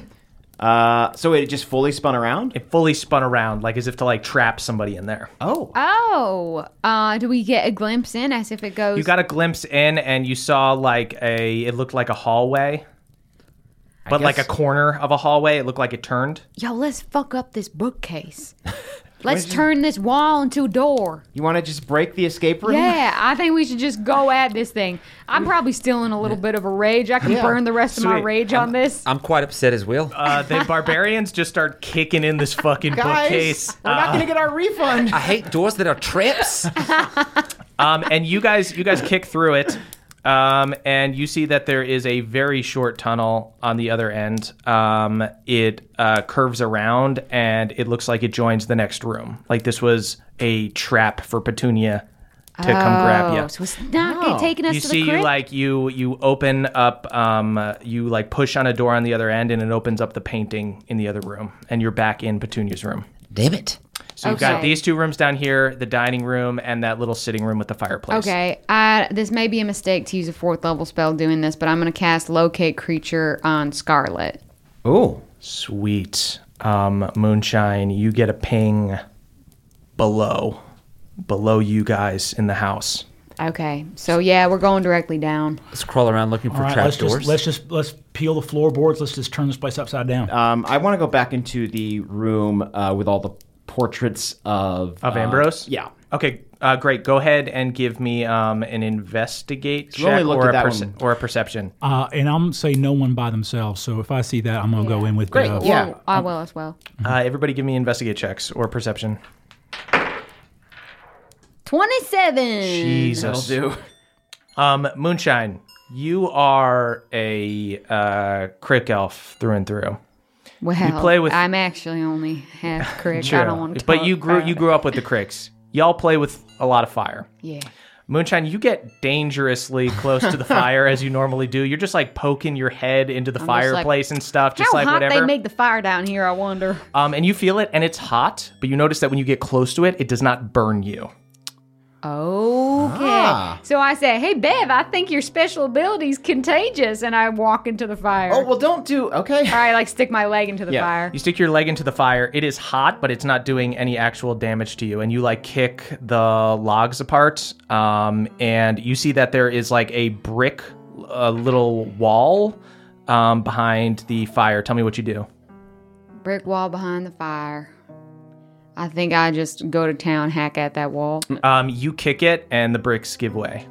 Uh, so it just fully spun around. It fully spun around, like as if to like trap somebody in there. Oh. Oh, uh, do we get a glimpse in as if it goes? You got a glimpse in, and you saw like a. It looked like a hallway, but like a guess- corner of a hallway. It looked like it turned. Yo, let's fuck up this bookcase. let's turn this wall into a door. You want to just break the escape room? Yeah, I think we should just go at this thing. I'm probably still in a little bit of a rage. I can Yeah. burn the rest of my Sweet. rage on this. I'm quite upset as well. Uh, the barbarians just start kicking in this fucking Guys, bookcase. we're not Uh, gonna get our refund. I hate doors that are traps. um, and you guys, you guys kick through it, um, and you see that there is a very short tunnel on the other end. Um, it uh, curves around, and it looks like it joins the next room. Like this was a trap for Petunia to come grab you. Oh, So it's not gonna taking us you to see the crypt. you like you you open up um uh, you like push on a door on the other end and it opens up the painting in the other room and you're back in petunia's room Damn it. so you've got Okay. these two rooms down here the dining room and that little sitting room with the fireplace Okay, I, this may be a mistake to use a fourth level spell doing this, but I'm going to cast Locate Creature on Scarlet. Oh. sweet um moonshine you get a ping below below you guys in the house Okay, so yeah, we're going directly down. Let's crawl around looking for All right, trap let's doors. just let's just let's peel the floorboards. Let's just turn this place upside down. Um, I want to go back into the room uh, with all the portraits of of uh, ambrose yeah. okay uh, great. Go ahead and give me um, an investigate we only check looked or at a, that perce- one. or a perception. uh, and I'm gonna say no one by themselves. So if I see that, I'm gonna go in with Great. the. uh, Yeah. Well, Oh, I will as well. Uh, everybody, give me investigate checks or perception. 27! Jesus. Um, Moonshine, you are a uh, crick elf through and through. Well, play with- I'm actually only half correct. I don't want to but you grew you grew up with the cricks. Y'all play with a lot of fire. Yeah. Moonshine, you get dangerously close to the fire as you normally do. You're just like poking your head into the like, fireplace and stuff, just How like hot whatever. they make the fire down here, I wonder. um, and you feel it, and it's hot. But you notice that when you get close to it, it does not burn you. Okay. Ah. So I say, hey, Bev, I think your special ability's contagious. And I walk into the fire. Oh well, don't do. Okay. Or I like stick my leg into the Yeah. fire. You stick your leg into the fire. It is hot, but it's not doing any actual damage to you. And you like kick the logs apart. Um, and you see that there is like a brick, a little wall um, behind the fire. Tell me what you do. Brick wall behind the fire. I think I just go to town, hack at that wall. Um, you kick it, and the bricks give way.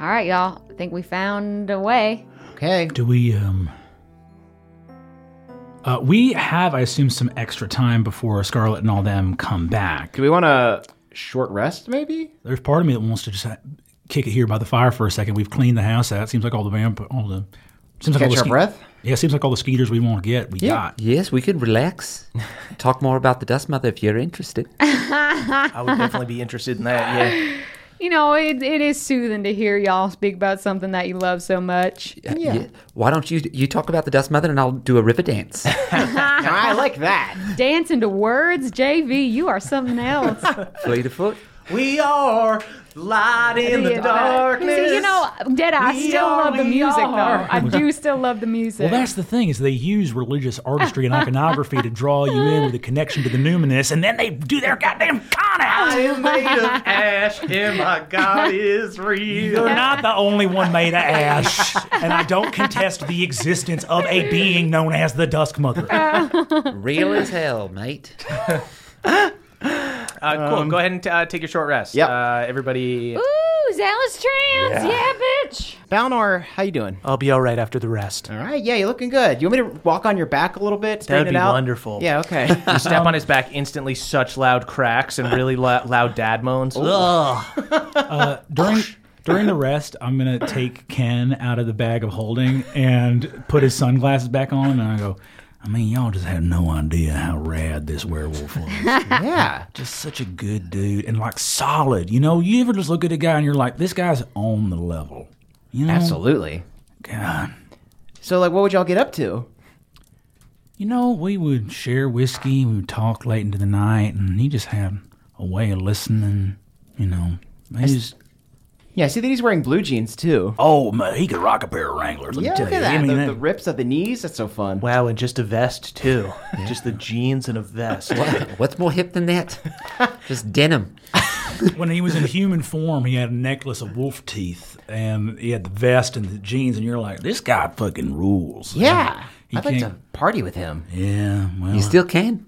All right, y'all. I think we found a way. Okay. Do we um? Uh, we have, I assume, some extra time before Scarlet and all them come back. Do we want a short rest, maybe? There's part of me that wants to just ha- kick it here by the fire for a second. We've cleaned the house out. Seems like all the vamp, all the seems like all Catch the our ske- breath. Yeah, seems like all the skeeters we want to get, we got. yes, we could relax. Talk more about the Dust Mother if you're interested. I would definitely be interested in that. Yeah. You know, it, it is soothing to hear y'all speak about something that you love so much. Yeah. Why don't you you talk about the Dust Mother and I'll do a river dance? I like that. Dancing to words, JV, you are something else. Fleet of foot. We are light in the darkness. uh, See, you know, Dead, I We still are, love the we music, are. though. I do still love the music. Well, that's the thing is they use religious artistry and iconography to draw you in with a connection to the numinous, and then they do their goddamn con out. I'm made of ash, and my God is real. You're not the only one made of ash, and I don't contest the existence of a being known as the Dusk Mother. Real as hell, mate. Uh, cool. Go ahead and uh, take your short rest. Yep. Uh, everybody. Ooh, zealous trans. Yeah, bitch. Balnor, how you doing? I'll be all right after the rest. All right. Yeah, you're looking good. You want me to walk on your back a little bit? straighten That'd it be out? wonderful. Yeah. Okay. You step on his back, instantly such loud cracks and really lo- loud dad moans. Ugh. Uh, During during the rest, I'm gonna take Ken out of the bag of holding and put his sunglasses back on, and I go. I mean, y'all just had no idea how rad this werewolf was. yeah. just such a good dude and like solid. You know, you ever just look at a guy and you're like, this guy's on the level. You know, Absolutely. God. So, like, what would y'all get up to? You know, we would share whiskey, we would talk late into the night, and he just had a way of listening. You know, he was Yeah, I see that he's wearing blue jeans too. Oh, man, he could rock a pair of Wranglers. Let yeah, me tell look you. at that. I mean, the, that- the rips of the knees. That's so fun. Wow, and just a vest too. Just the jeans and a vest. What's more hip than that? Just denim. when he was in human form, he had a necklace of wolf teeth, and he had the vest and the jeans, and you're like, this guy fucking rules. Yeah. He I'd like can't- to party with him. Yeah, well, Uh-huh. You still can.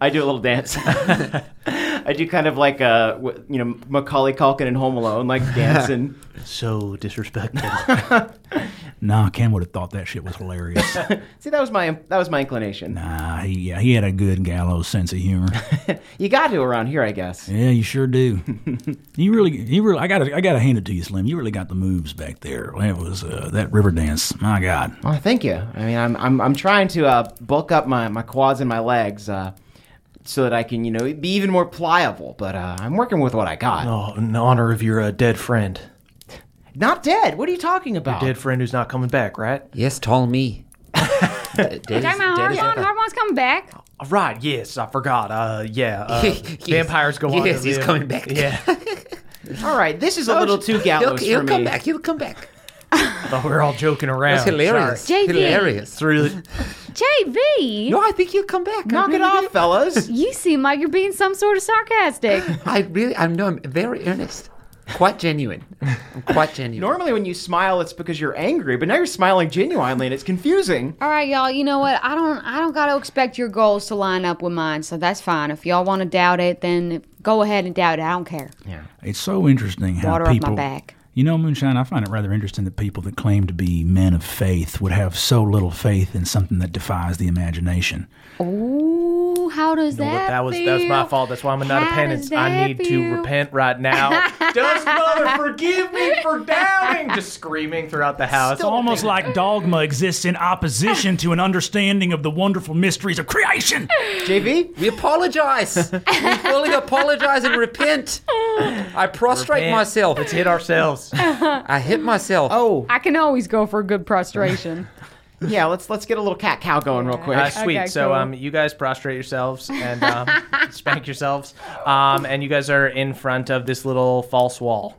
I do a little dance. I do kind of like a you know Macaulay Culkin in Home Alone, like dancing. so disrespectful. Nah, Ken would have thought that shit was hilarious. See, that was my that was my inclination. nah, he yeah, he had a good gallows sense of humor. You got to around here, I guess. yeah, you sure do. you really, you really, I got, I got to hand it to you, Slim. You really got the moves back there. That was uh, that river dance. My God. Oh, thank you. I mean, I'm I'm, I'm trying to uh, bulk up my, my quads and my legs uh, so that I can you know be even more pliable. But uh, I'm working with what I got. Oh, in honor of your uh, dead friend. Not dead. What are you talking Your about? dead friend who's not coming back, right? Yes, tall me. You talking about dead as Harpon? ever. Harpon's coming back. Right, yes, I forgot. Uh, yeah, uh, Yes, vampires go on. yes, to he's live. coming back. Yeah, All right, this is a little too He'll, gallows he'll for come me. back. He'll come back. Oh, we're all joking around. That's hilarious. JV. Hilarious. It's really JV, No, I think he'll come back. I Knock it really off, fellas. you seem like you're being some sort of sarcastic. I really, I know I'm very earnest. Quite genuine. I'm quite genuine. Normally, when you smile, it's because you're angry, but now you're smiling genuinely, and it's confusing. All right, y'all. You know what? I don't. I don't gotta expect your goals to line up with mine, so that's fine. If y'all want to doubt it, then go ahead and doubt it. I don't care. It's so interesting how Water off my people. back. You know, Moonshine, I find it rather interesting that people that claim to be men of faith would have so little faith in something that defies the imagination. Ooh, how does Well, that? that was that's my feel? fault. That's why I'm not a How penance. does I that need to feel? repent right now. Does mother forgive me for doubting? Just screaming throughout the house. It's almost like dogma exists in opposition to an understanding of the wonderful mysteries of creation. JV, We apologize. we fully apologize and repent. I prostrate Man, myself. Let's hit ourselves. I hit myself. Oh, I can always go for a good prostration. yeah. Let's let's get a little cat cow going real quick. Uh, sweet. Okay, so cool. um, you guys prostrate yourselves and um, spank yourselves, um, and you guys are in front of this little false wall.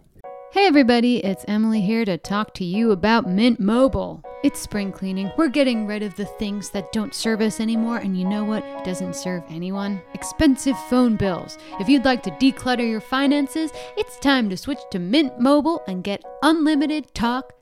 Hey everybody, it's Emily here to talk to you about Mint Mobile. It's spring cleaning. We're getting rid of the things that don't serve us anymore, and you know what doesn't serve anyone? Expensive phone bills. If you'd like to declutter your finances, it's time to switch to Mint Mobile and get unlimited talk,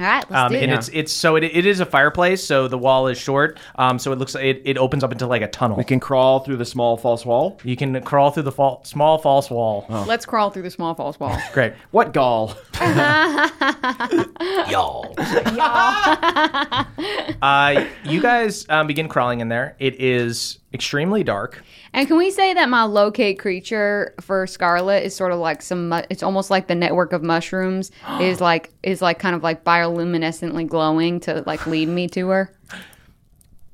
All right, let's Um, do it. and it's it's so it, it is a fireplace, so the wall is short. Um, so it looks like it, it opens up into like a tunnel. We can crawl through the small false wall. You can crawl through the fall, small false wall. Let's crawl through the small falls wall. Great. What gall? Y'all. uh, you guys um, begin crawling in there. It is extremely dark. And can we say that my locate creature for Scarlet is sort of like some? Mu- it's almost like the network of mushrooms is like is like kind of like bioluminescently glowing to like lead me to her.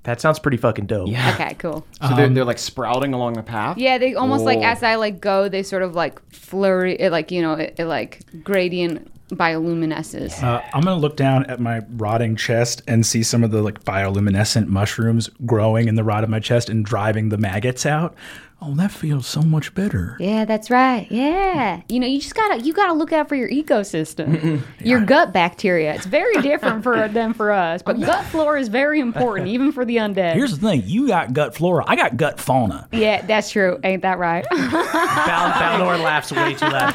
That sounds pretty fucking dope. Yeah. Okay, cool. So they're, they're like sprouting along the path. Yeah, they almost like Whoa. as I like go, they sort of like flurry, it, like you know, it, it like gradient bioluminesces. Uh, I'm gonna look down at my rotting chest and see some of the like bioluminescent mushrooms growing in the rot of my chest and driving the maggots out. Oh, that feels so much better. Yeah, that's right. Yeah, you know, you just gotta you gotta look out for your ecosystem, your gut bacteria. It's very different for than for us, but gut flora is very important, even for the undead. Here's the thing: you got gut flora, I got gut fauna. yeah, that's true. Ain't that right? Bal- Balnor laughs way too loud.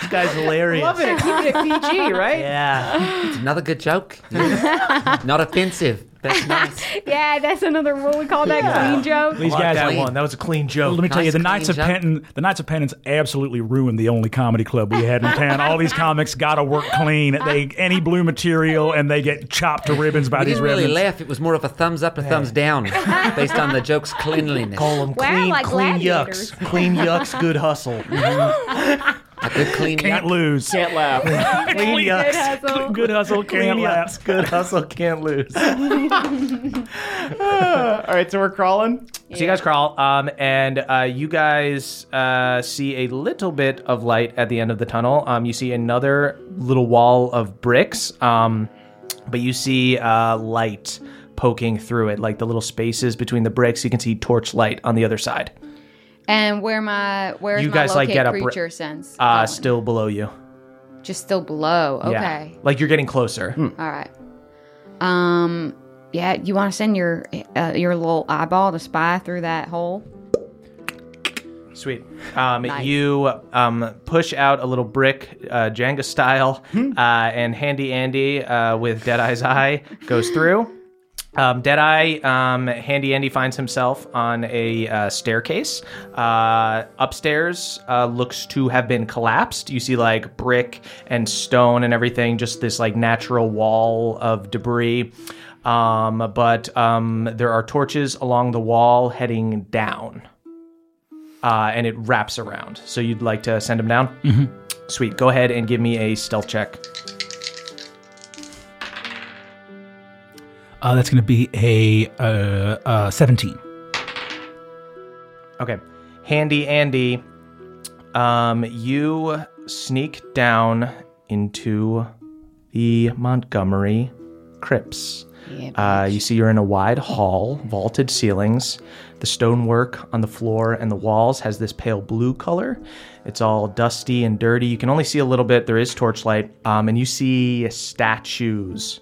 this guy's hilarious. Love it. Keep it at PG, right? Yeah. It's another good joke. Not offensive. That's nice. yeah, that's another what we call that clean joke. These guys that one. That was a clean joke. Let me tell you, the Knights of Pen. Penton, the Knights of Penance absolutely ruined the only comedy club we had in town. All these comics got to work clean. They any blue material and they get chopped to ribbons by We these didn't really ribbons. laugh. It was more of a thumbs up, a thumbs down, based on the joke's cleanliness. Call them Wow, clean, like clean gladiators. yucks. Clean yucks, good hustle. A good clean Can't lose. Can't laugh. Clean yucks. Good, hustle, can't Clean laugh. yucks, good hustle, can't lose. All right, so we're crawling. So you guys crawl, um, and uh, you guys uh, see a little bit of light at the end of the tunnel. Um, you see another little wall of bricks, um, but you see uh, light poking through it, like the little spaces between the bricks. You can see torch light on the other side. And where my where's you my guys like locate get a br- creature sense? uh, going? still below you. just still below. Okay. Yeah, like you're getting closer. All right. Um. Yeah, you want to send your uh, your little eyeball to spy through that hole? Sweet. Um, Nice. You um, push out a little brick, uh, Jenga style, uh, and Handy Andy uh, with Deadeye's eye goes through. Um, Deadeye, um, Handy Andy finds himself on a uh, staircase. Uh, upstairs uh, looks to have been collapsed. You see like brick and stone and everything, just this like natural wall of debris. Um, but um, there are torches along the wall heading down uh, and it wraps around. So you'd like to send him down? Mhm. Sweet. Go ahead and give me a stealth check. Uh, that's going to be a uh, uh, 17. Okay. Handy Andy, um, you sneak down into the Montgomery crypts. Uh, you see, you're in a wide hall, vaulted ceilings. The stonework on the floor and the walls has this pale blue color. It's all dusty and dirty. You can only see a little bit. There is torchlight, um, and you see statues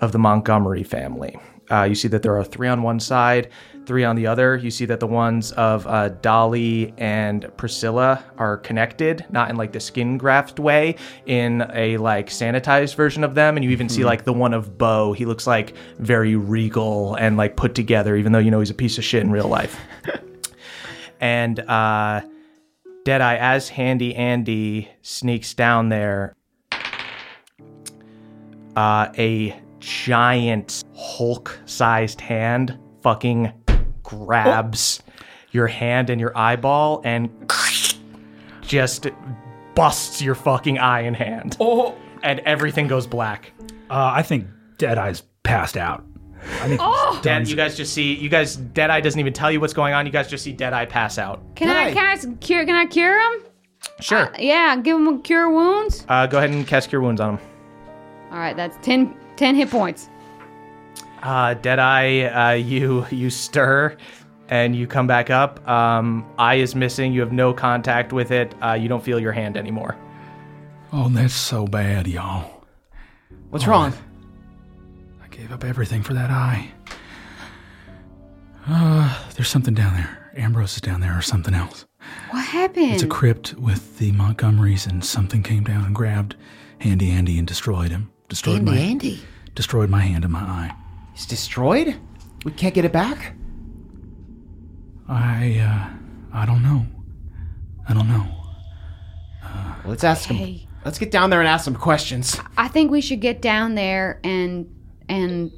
of the Montgomery family. Uh, you see that there are three on one side, three on the other. You see that the ones of uh, Dolly and Priscilla are connected, not in like the skin graft way, in a like sanitized version of them. And you even see Mhm. like the one of Bo. He looks like very regal and like put together, even though you know he's a piece of shit in real life. and uh, Deadeye, as Handy Andy sneaks down there, uh, a giant Hulk-sized hand fucking grabs your hand and your eyeball and just busts your fucking eye and hand. Oh. And everything goes black. Uh, I think Deadeye's passed out. I think Dead, you guys just see you guys Deadeye doesn't even tell you what's going on. You guys just see Deadeye pass out. Can I, can I s- cure? Can I cure him? Sure. Yeah, give him a cure wounds. Uh, go ahead and cast your wounds on him. All right, that's 10, 10 hit points. Uh, Deadeye, uh, you you stir, and you come back up. Um, eye is missing. You have no contact with it. Uh, you don't feel your hand anymore. Oh, that's so bad, y'all. What's wrong? I gave up everything for that eye. Uh, there's something down there. Ambrose is down there or something else. What happened? It's a crypt with the Montgomerys, and something came down and grabbed Handy Andy and destroyed him. Destroyed Handy my Andy? Destroyed my hand and my eye. It's destroyed? We can't get it back? I uh, I don't know. I don't know. Let's ask him. Let's get down there and ask some questions. I think we should get down there and and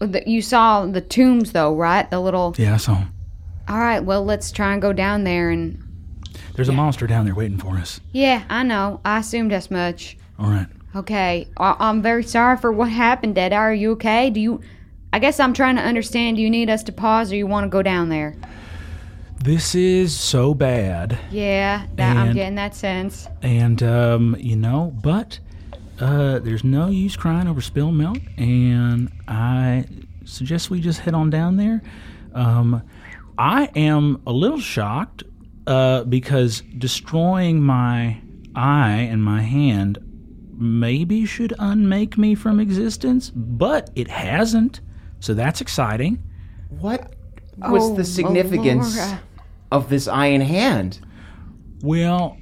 the, you saw the tombs though, right? The little. Yeah, I saw him. All right. Well, let's try and go down there and. There's a monster down there waiting for us. Yeah, I know. I assumed as much. All right. Okay. I- I'm very sorry for what happened, Dead. Are you okay? Do you? I guess I'm trying to understand. Do you need us to pause, or you want to go down there? This is so bad. Yeah, that, I'm And- getting that sense. And, um, you know, but uh, there's no use crying over spilled milk. And I suggest we just head on down there. Um, I am a little shocked uh, because destroying my eye and my hand maybe should unmake me from existence, but it hasn't. So that's exciting. What What's the significance of this eye in hand? Well,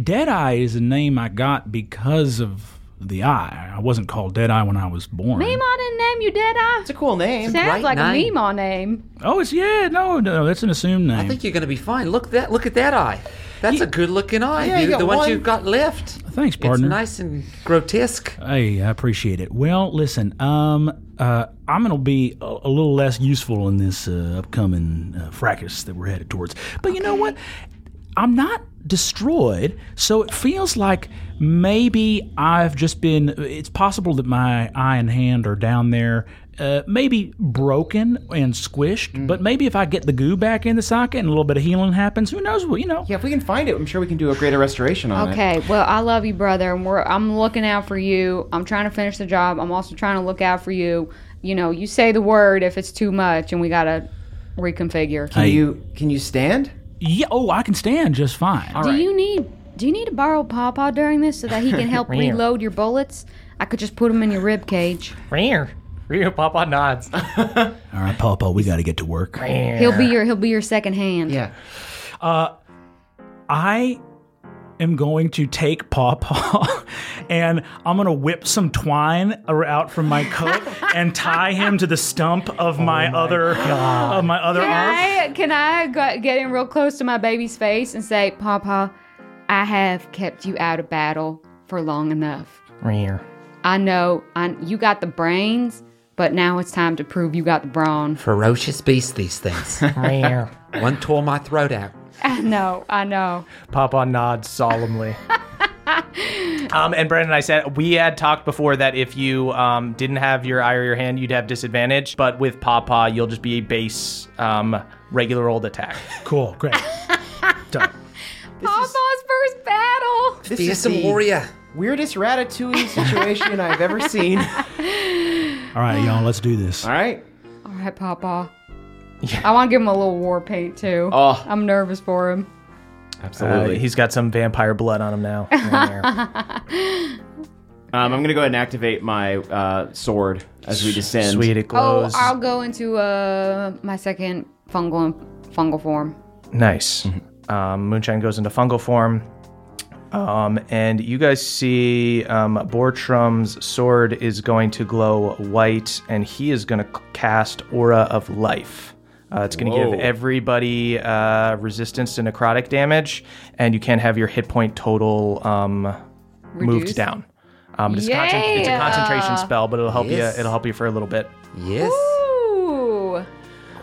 Deadeye is a name I got because of the eye. I wasn't called Deadeye when I was born. Mima didn't name you, did I? It's a cool name. Sounds Right like a name. Mima name. Oh, it's yeah, no, no, that's an assumed name. I think you're going to be fine. Look that. Look at that eye. That's a good looking eye. Yeah, you dude. got the ones one- you've got left. Thanks, partner. It's nice and grotesque. Hey, I appreciate it. Well, listen, um, uh, I'm going to be a, a little less useful in this uh, upcoming uh, fracas that we're headed towards. But you know what? I'm not destroyed, so it feels like maybe I've just been. It's possible that my eye and hand are down there. Uh, maybe broken and squished, Mm. but maybe if I get the goo back in the socket and a little bit of healing happens, who knows? Well, you know. Yeah, if we can find it, I'm sure we can do a greater restoration on it. Okay, well, I love you, brother, and we're, I'm looking out for you. I'm trying to finish the job. I'm also trying to look out for you. You know, you say the word if it's too much, and we gotta reconfigure. Can you can you stand? Yeah. Oh, I can stand just fine. do you need Do you need to borrow Pawpaw during this so that he can help Yeah. reload your bullets? I could just put them in your rib cage. Rear. Rear Papa nods. All right, Papa, we got to get to work. He'll be your He'll be your second hand. Yeah. Uh, I am going to take Paw Paw and I'm going to whip some twine ar- out from my coat and tie him to the stump of my, other of my other Can arm. I can I go- get in real close to my baby's face and say, Pawpaw, I have kept you out of battle for long enough. Rear. I know I, you got the brains, but now it's time to prove you got the brawn. Ferocious beast. These things. Meow. One tore my throat out. I know, I know. Papa nods solemnly. um, and Brandon, I said we had talked before that if you um, didn't have your eye or your hand, you'd have disadvantage. But with Papa, you'll just be a base um, regular old attack. Cool, great. Pawpaw's first battle. the Weirdest ratatouille situation I've ever seen. All right, y'all, let's do this. All right. All right, Pawpaw. I want to give him a little war paint too. Oh. I'm nervous for him. Absolutely. Uh, he's got some vampire blood on him now. Um, I'm gonna go ahead and activate my uh, sword as we descend. Sweet, it Oh, I'll go into uh, my second fungal fungal form. Nice. Um, Moonshine goes into fungal form. Um, and you guys see um, Bortrum's sword is going to glow white, and he is going to cast Aura of Life. Uh, it's going to Whoa. give everybody uh, resistance to necrotic damage, and you can't have your hit point total um, Reduced? moved down. Um, it's, concent- it's a Yeah. concentration spell, but it'll help Yes. you. It'll help you for a little bit. Yes. Ooh.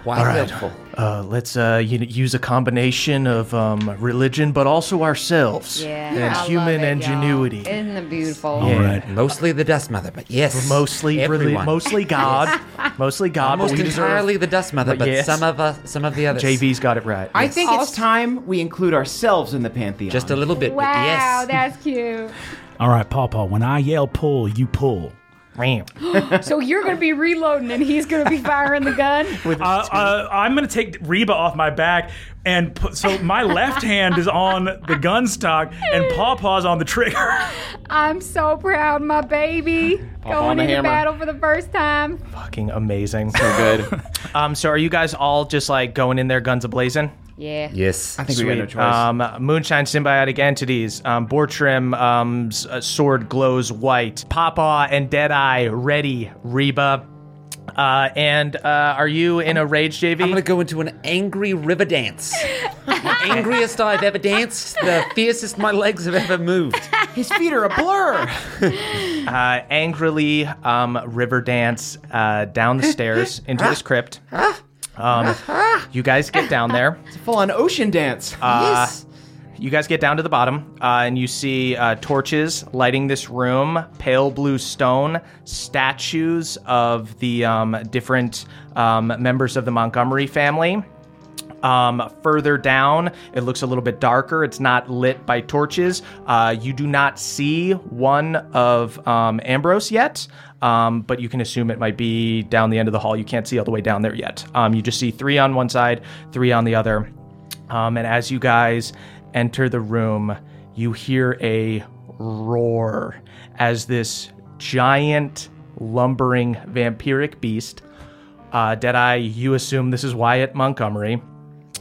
Quite All right. helpful. Uh, let's uh, u- use a combination of um, religion, but also ourselves Yeah. and I love human it, ingenuity. y'all. Isn't it beautiful? Yeah. All right. Mostly the Dust Mother, but yes. Mostly reli- everyone. mostly God, mostly God. Almost but we deserve- entirely the Dust Mother, but yes. some of us, some of the others. JV's got it right. I think it's time we include ourselves in the pantheon. Just a little bit, Wow, that's cute. All right, Paw Paw, when I yell pull, you pull. Ram. so you're gonna be reloading and he's gonna be firing the gun. Uh, uh, I'm going to take Reba off my back, and put, so my left hand is on the gun stock, and Paw Paw's on the trigger. I'm so proud, my baby, Pop on going the into hammer. battle for the first time. Fucking amazing. So good. um, so are you guys all just like going in there guns ablazing? Yeah. Yes. I think we got no choice. Um, Moonshine symbiotic entities. Um, Bortrim's uh, sword glows white. Papa and Deadeye ready. Reba. Uh, and uh, are you in a rage, JV? I'm gonna go into an angry river dance. the angriest I've ever danced. The fiercest my legs have ever moved. His feet are a blur. uh, angrily um, river dance uh, down the stairs into this crypt. Um, you guys get down there. It's a full-on ocean dance. Uh, You guys get down to the bottom, uh, and you see uh, torches lighting this room, pale blue stone, statues of the um, different um, members of the Montgomery family. Um, further down, it looks a little bit darker. It's not lit by torches. Uh, you do not see one of um, Ambrose yet, um, but you can assume it might be down the end of the hall. You can't see all the way down there yet. Um, you just see three on one side, three on the other. Um, and as you guys enter the room, you hear a roar as this giant, lumbering vampiric beast. Uh, Deadeye, you assume this is Wyatt Montgomery.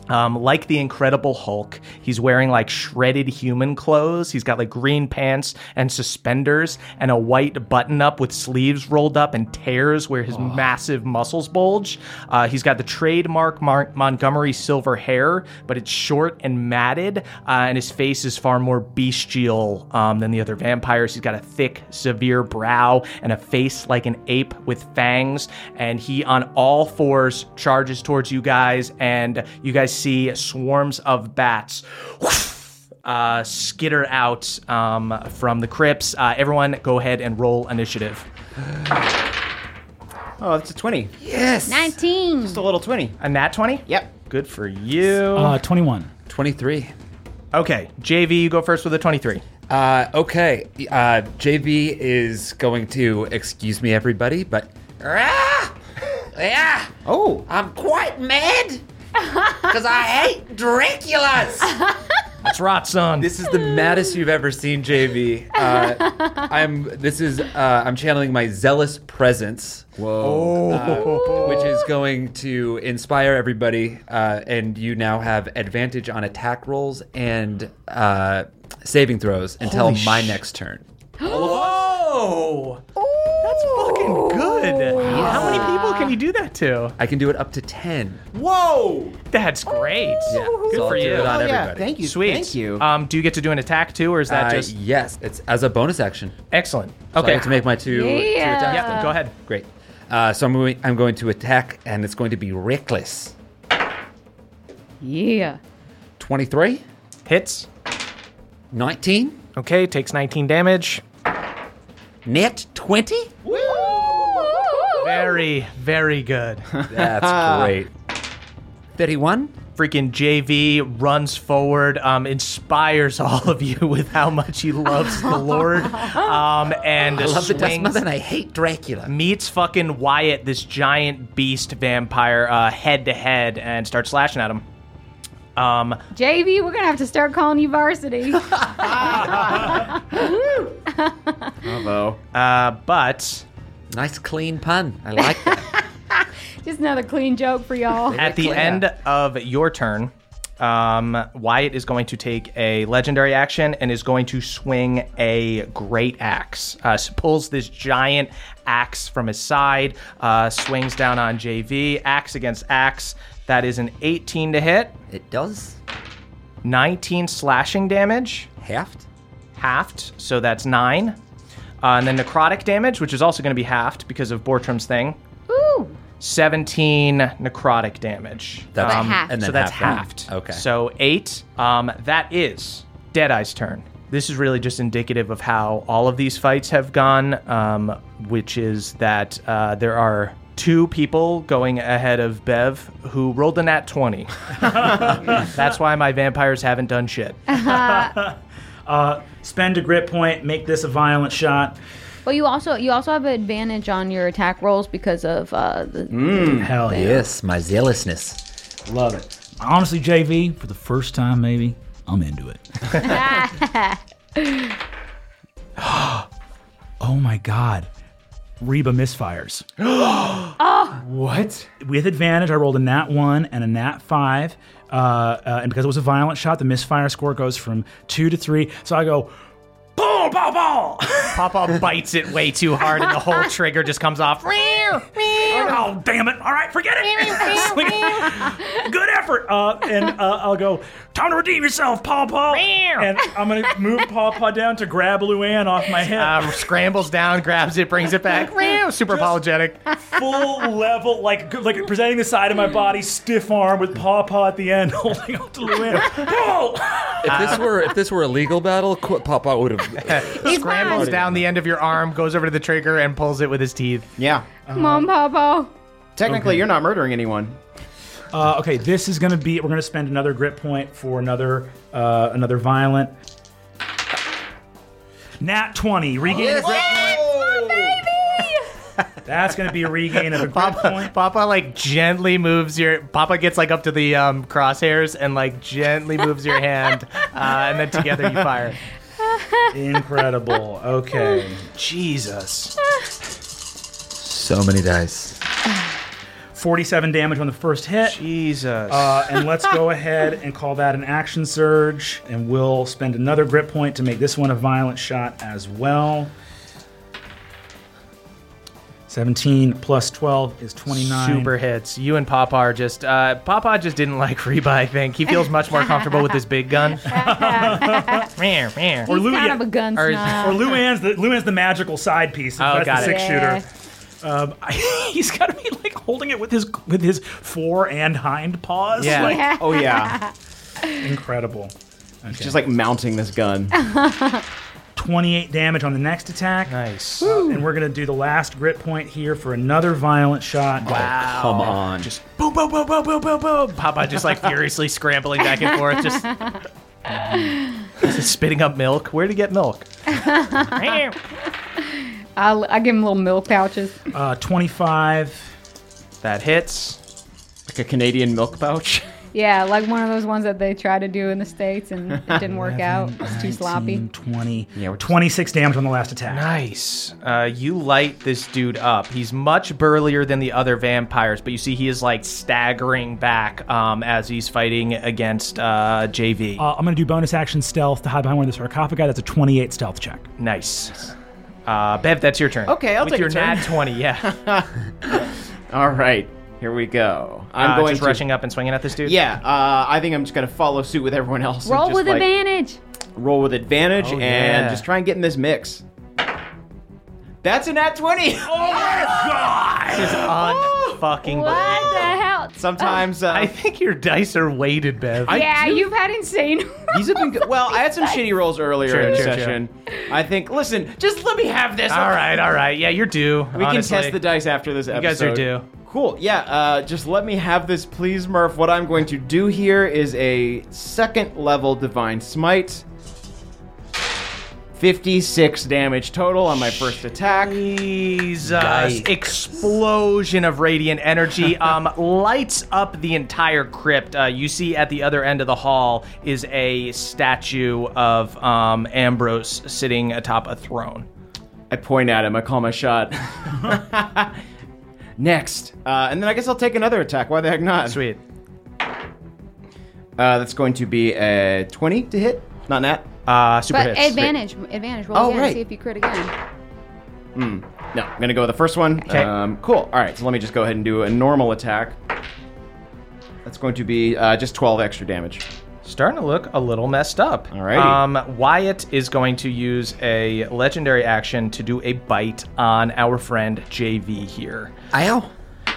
Um, like the Incredible Hulk, he's wearing like shredded human clothes. He's got like green pants and suspenders and a white button up with sleeves rolled up and tears where his massive muscles bulge. Uh, he's got the trademark Mar- Montgomery silver hair, but it's short and matted, uh, and his face is far more bestial um, than the other vampires. He's got a thick, severe brow and a face like an ape with fangs, and he on all fours charges towards you guys, and you guys see swarms of bats. Uh, skitter out um, from the crypts. Uh, everyone, go ahead and roll initiative. Oh, it's a twenty. Yes. 19. Just a little twenty. A nat 20? Yep. Good for you. Uh, 21. 23. okay, JV, you go first with a 23. Uh, okay. Uh, JV is going to excuse me, everybody, but Ah! Yeah! Oh. I'm quite mad because I hate Draculas. That's right, son. This is the maddest you've ever seen, JV. Uh, I'm. This is. Uh, I'm channeling my zealous presence. Whoa. which is going to inspire everybody, uh, and you now have advantage on attack rolls and uh, saving throws until Holy my sh- next turn. Whoa! That's fucking good. How many people can you do that to? I can do it up to ten. Whoa! That's great. Yeah, Good so I'll for do you. it on Oh, yeah, everybody. thank you. Sweet. Thank you. Um, do you get to do an attack too, or is that Uh, just yes, it's as a bonus action. excellent? So I Okay. get to make my two, two Yeah. attacks. yeah. go ahead. Great. Uh, so I'm going, I'm going to attack, and it's going to be reckless. Yeah. 23, Hits. 19, Okay. Takes 19 damage. net 20. Very, very good. That's great. 31. Freaking JV runs forward, um, inspires all of you with how much he loves the Lord, um, and I love the Death swings Mother, and I hate Dracula. meets fucking Wyatt, this giant beast vampire, uh, head to head, and starts slashing at him. Um, JV, we're gonna have to start calling you varsity. Hello. uh, but Nice clean pun. I like that. Just another clean joke for y'all. at the Clear. end of your turn, um, Wyatt is going to take a legendary action and is going to swing a great axe. Uh, s- pulls this giant axe from his side, uh, swings down on JV, axe against axe. That is an 18 to hit, it does. 19 slashing damage. Heft. halved, so that's nine. Uh, and then necrotic damage, which is also going to be halved because of Bortram's thing. Ooh. 17 necrotic damage. Um, That's But half. And then so that's half, halved. right? Okay. So eight. Um, that is Deadeye's turn. This is really just indicative of how all of these fights have gone, um, which is that uh, there are two people going ahead of Bev who rolled a nat 20. that's why my vampires haven't done shit. Uh, Spend a grit point, make this a violent shot. Well, you also you also have advantage on your attack rolls because of uh, the Hell yeah. Yes, my zealousness. Love it. Honestly, JV, for the first time, maybe, I'm into it. oh my God. Reba misfires. What? With advantage, I rolled a nat one and a nat five, uh, uh, and because it was a violent shot, the misfire score goes from two to three. So I go, boom, boom, boom. Papa bites it way too hard, and the whole trigger just comes off. oh, damn it. All right, forget it. Good effort. Uh, and uh, I'll go, time to redeem yourself, Paw Paw. and I'm going to move Paw Paw down to grab Luann off my head. Um, scrambles down, grabs it, brings it back. Meow, Super apologetic. Full level, like like presenting the side of my body, stiff arm with Paw Paw at the end, holding up to Luann. Whoa! If this were if this were a legal battle, Qu- Papa would have Scrambles down the end of your arm, goes over to the trigger, and pulls it with his teeth. Yeah. Come on, Papa. Technically, you're not murdering anyone. Uh, okay, this is going to be. We're going to spend another grit point for another uh, another violent. Nat twenty regain. a grit point. That's going to be a regain of a grit Papa, Papa like gently moves your. Papa gets like up to the um, crosshairs and like gently moves your hand, uh, and then together you fire. Incredible. Okay. Jesus. so many dice. Forty-seven damage on the first hit. Jesus. Uh, and let's go ahead and call that an action surge, and we'll spend another grit point to make this one a violent shot as well. Seventeen plus twelve is twenty-nine. Super hits. You and Papa are just. Uh, Papa just didn't like Reba. I think he feels much more comfortable with his big gun. Meow, meow. Or Lou- yeah, or- Or Luann's the Luann's the magical side piece. Oh, That's got the it. six Yeah. shooter. Um, he's got to be like holding it with his with his fore and hind paws. Yeah. Like, Oh, yeah. Incredible. Okay. Just like mounting this gun. 28 damage on the next attack. Nice. and we're going to do the last grit point here for another violent shot. Wow. Come on. Just boom, boom, boom, boom, boom, boom, boom. Papa just like furiously scrambling back and forth, just, just spitting up milk. Where'd he get milk? I, I give him little milk pouches. Uh, 25. That hits. Like a Canadian milk pouch. Yeah, like one of those ones that they try to do in the states and it didn't work out. It's too sloppy. 20. Yeah, 26 mm, damage on the last attack. Nice. Uh, you light this dude up. He's much burlier than the other vampires, but you see he is like staggering back um, as he's fighting against uh, JV. Uh, I'm going to do bonus action stealth to hide behind one of the sarcophagi. That's a 28 stealth check. Nice. Uh, Bev, that's your turn. Okay, I'll With take your a turn. nat 20, yeah. All right, here we go. I'm Uh, going just to, rushing up and swinging at this dude? Yeah, uh, I think I'm just gonna follow suit with everyone else. and Roll just, with like, advantage. Roll with advantage Oh, and yeah. just try and get in this mix. That's an at 20. This is unfucking What the hell? Sometimes uh, I think your dice are weighted, Bev. yeah, you've had insane. these have been good. Well, I had some shitty rolls earlier Sure, in the sure, sure. session. I think. Listen, just let me have this. All right, all right. Yeah, you're due. We can test the dice after this You episode. guys are due. Cool. Yeah. Uh, just let me have this, please, Murph. What I'm going to do here is a second level divine smite. 56 damage total on my first attack. Jesus. Explosion of radiant energy um, lights up the entire crypt. Uh, you see at the other end of the hall is a statue of um, Ambrose sitting atop a throne. I point at him. I call my shot. Next. Uh, and then I guess I'll take another attack. Why the heck not? Sweet. Uh, that's going to be a 20 to hit. Not that. Uh, super but hits. Great. advantage, advantage. Roll Oh, again. right. See if you crit again. Mm. No, I'm gonna go with the first one. Um, cool. All right, so let me just go ahead and do a normal attack. That's going to be uh, just 12 extra damage. Starting to look a little messed up. All Alrighty. Um, Wyatt is going to use a legendary action to do a bite on our friend JV here. Ow.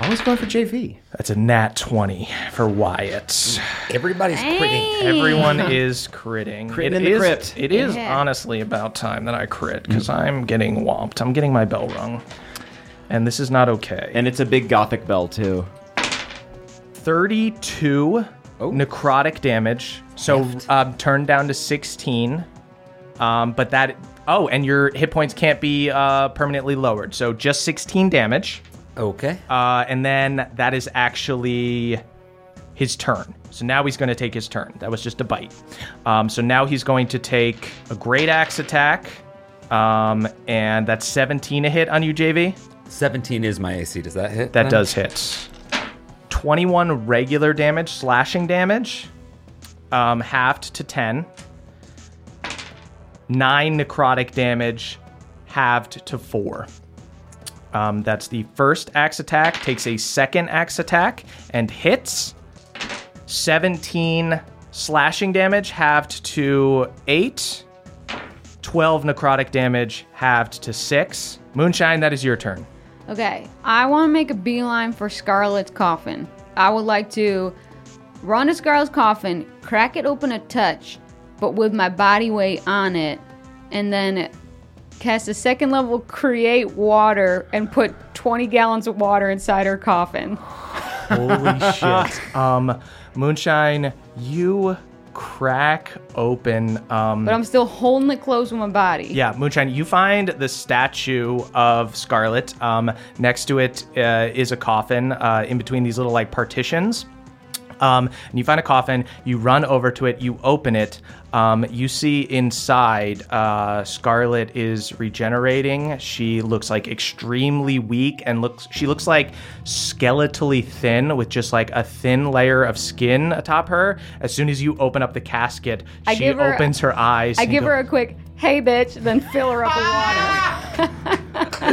Always going for JV. That's a nat 20 for Wyatt. Everybody's critting. Everyone is critting. Critting It in the is- crypt. It is Yeah. honestly about time that I crit because I'm getting whomped. I'm getting my bell rung. And this is not okay. And it's a big gothic bell, too. 32 necrotic damage. So um, turned down to 16. Um, but that. Oh, and your hit points can't be uh, permanently lowered. So just 16 damage. Okay. Uh, and then that is actually his turn. So now he's going to take his turn. That was just a bite. Um, so now he's going to take a great axe attack. Um, and that's 17 a hit on you, JV. 17 is my AC. Does that hit? That does hit. 21 regular damage, slashing damage, um, halved to 10. 9 necrotic damage, halved to 4. Um, that's the first axe attack, takes a second axe attack, and hits. 17 slashing damage, halved to 8. 12 necrotic damage, halved to 6. Moonshine, that is your turn. Okay, I want to make a beeline for Scarlet's coffin. I would like to run to Scarlet's coffin, crack it open a touch, but with my body weight on it, and then cast a second level create water and put 20 gallons of water inside her coffin. Holy shit. Um, Moonshine, you crack open. Um, But I'm still holding it close with my body. yeah, Moonshine, you find the statue of Scarlet. Um, next to it uh, is a coffin uh, in between these little like partitions. Um, and you find a coffin, you run over to it, you open it. Um, you see inside, uh, Scarlet is regenerating. She looks like extremely weak and looks, she looks like skeletally thin with just like a thin layer of skin atop her. As soon as you open up the casket, I she give her- opens her eyes. I and give go- her a quick, hey bitch, then fill her up with water.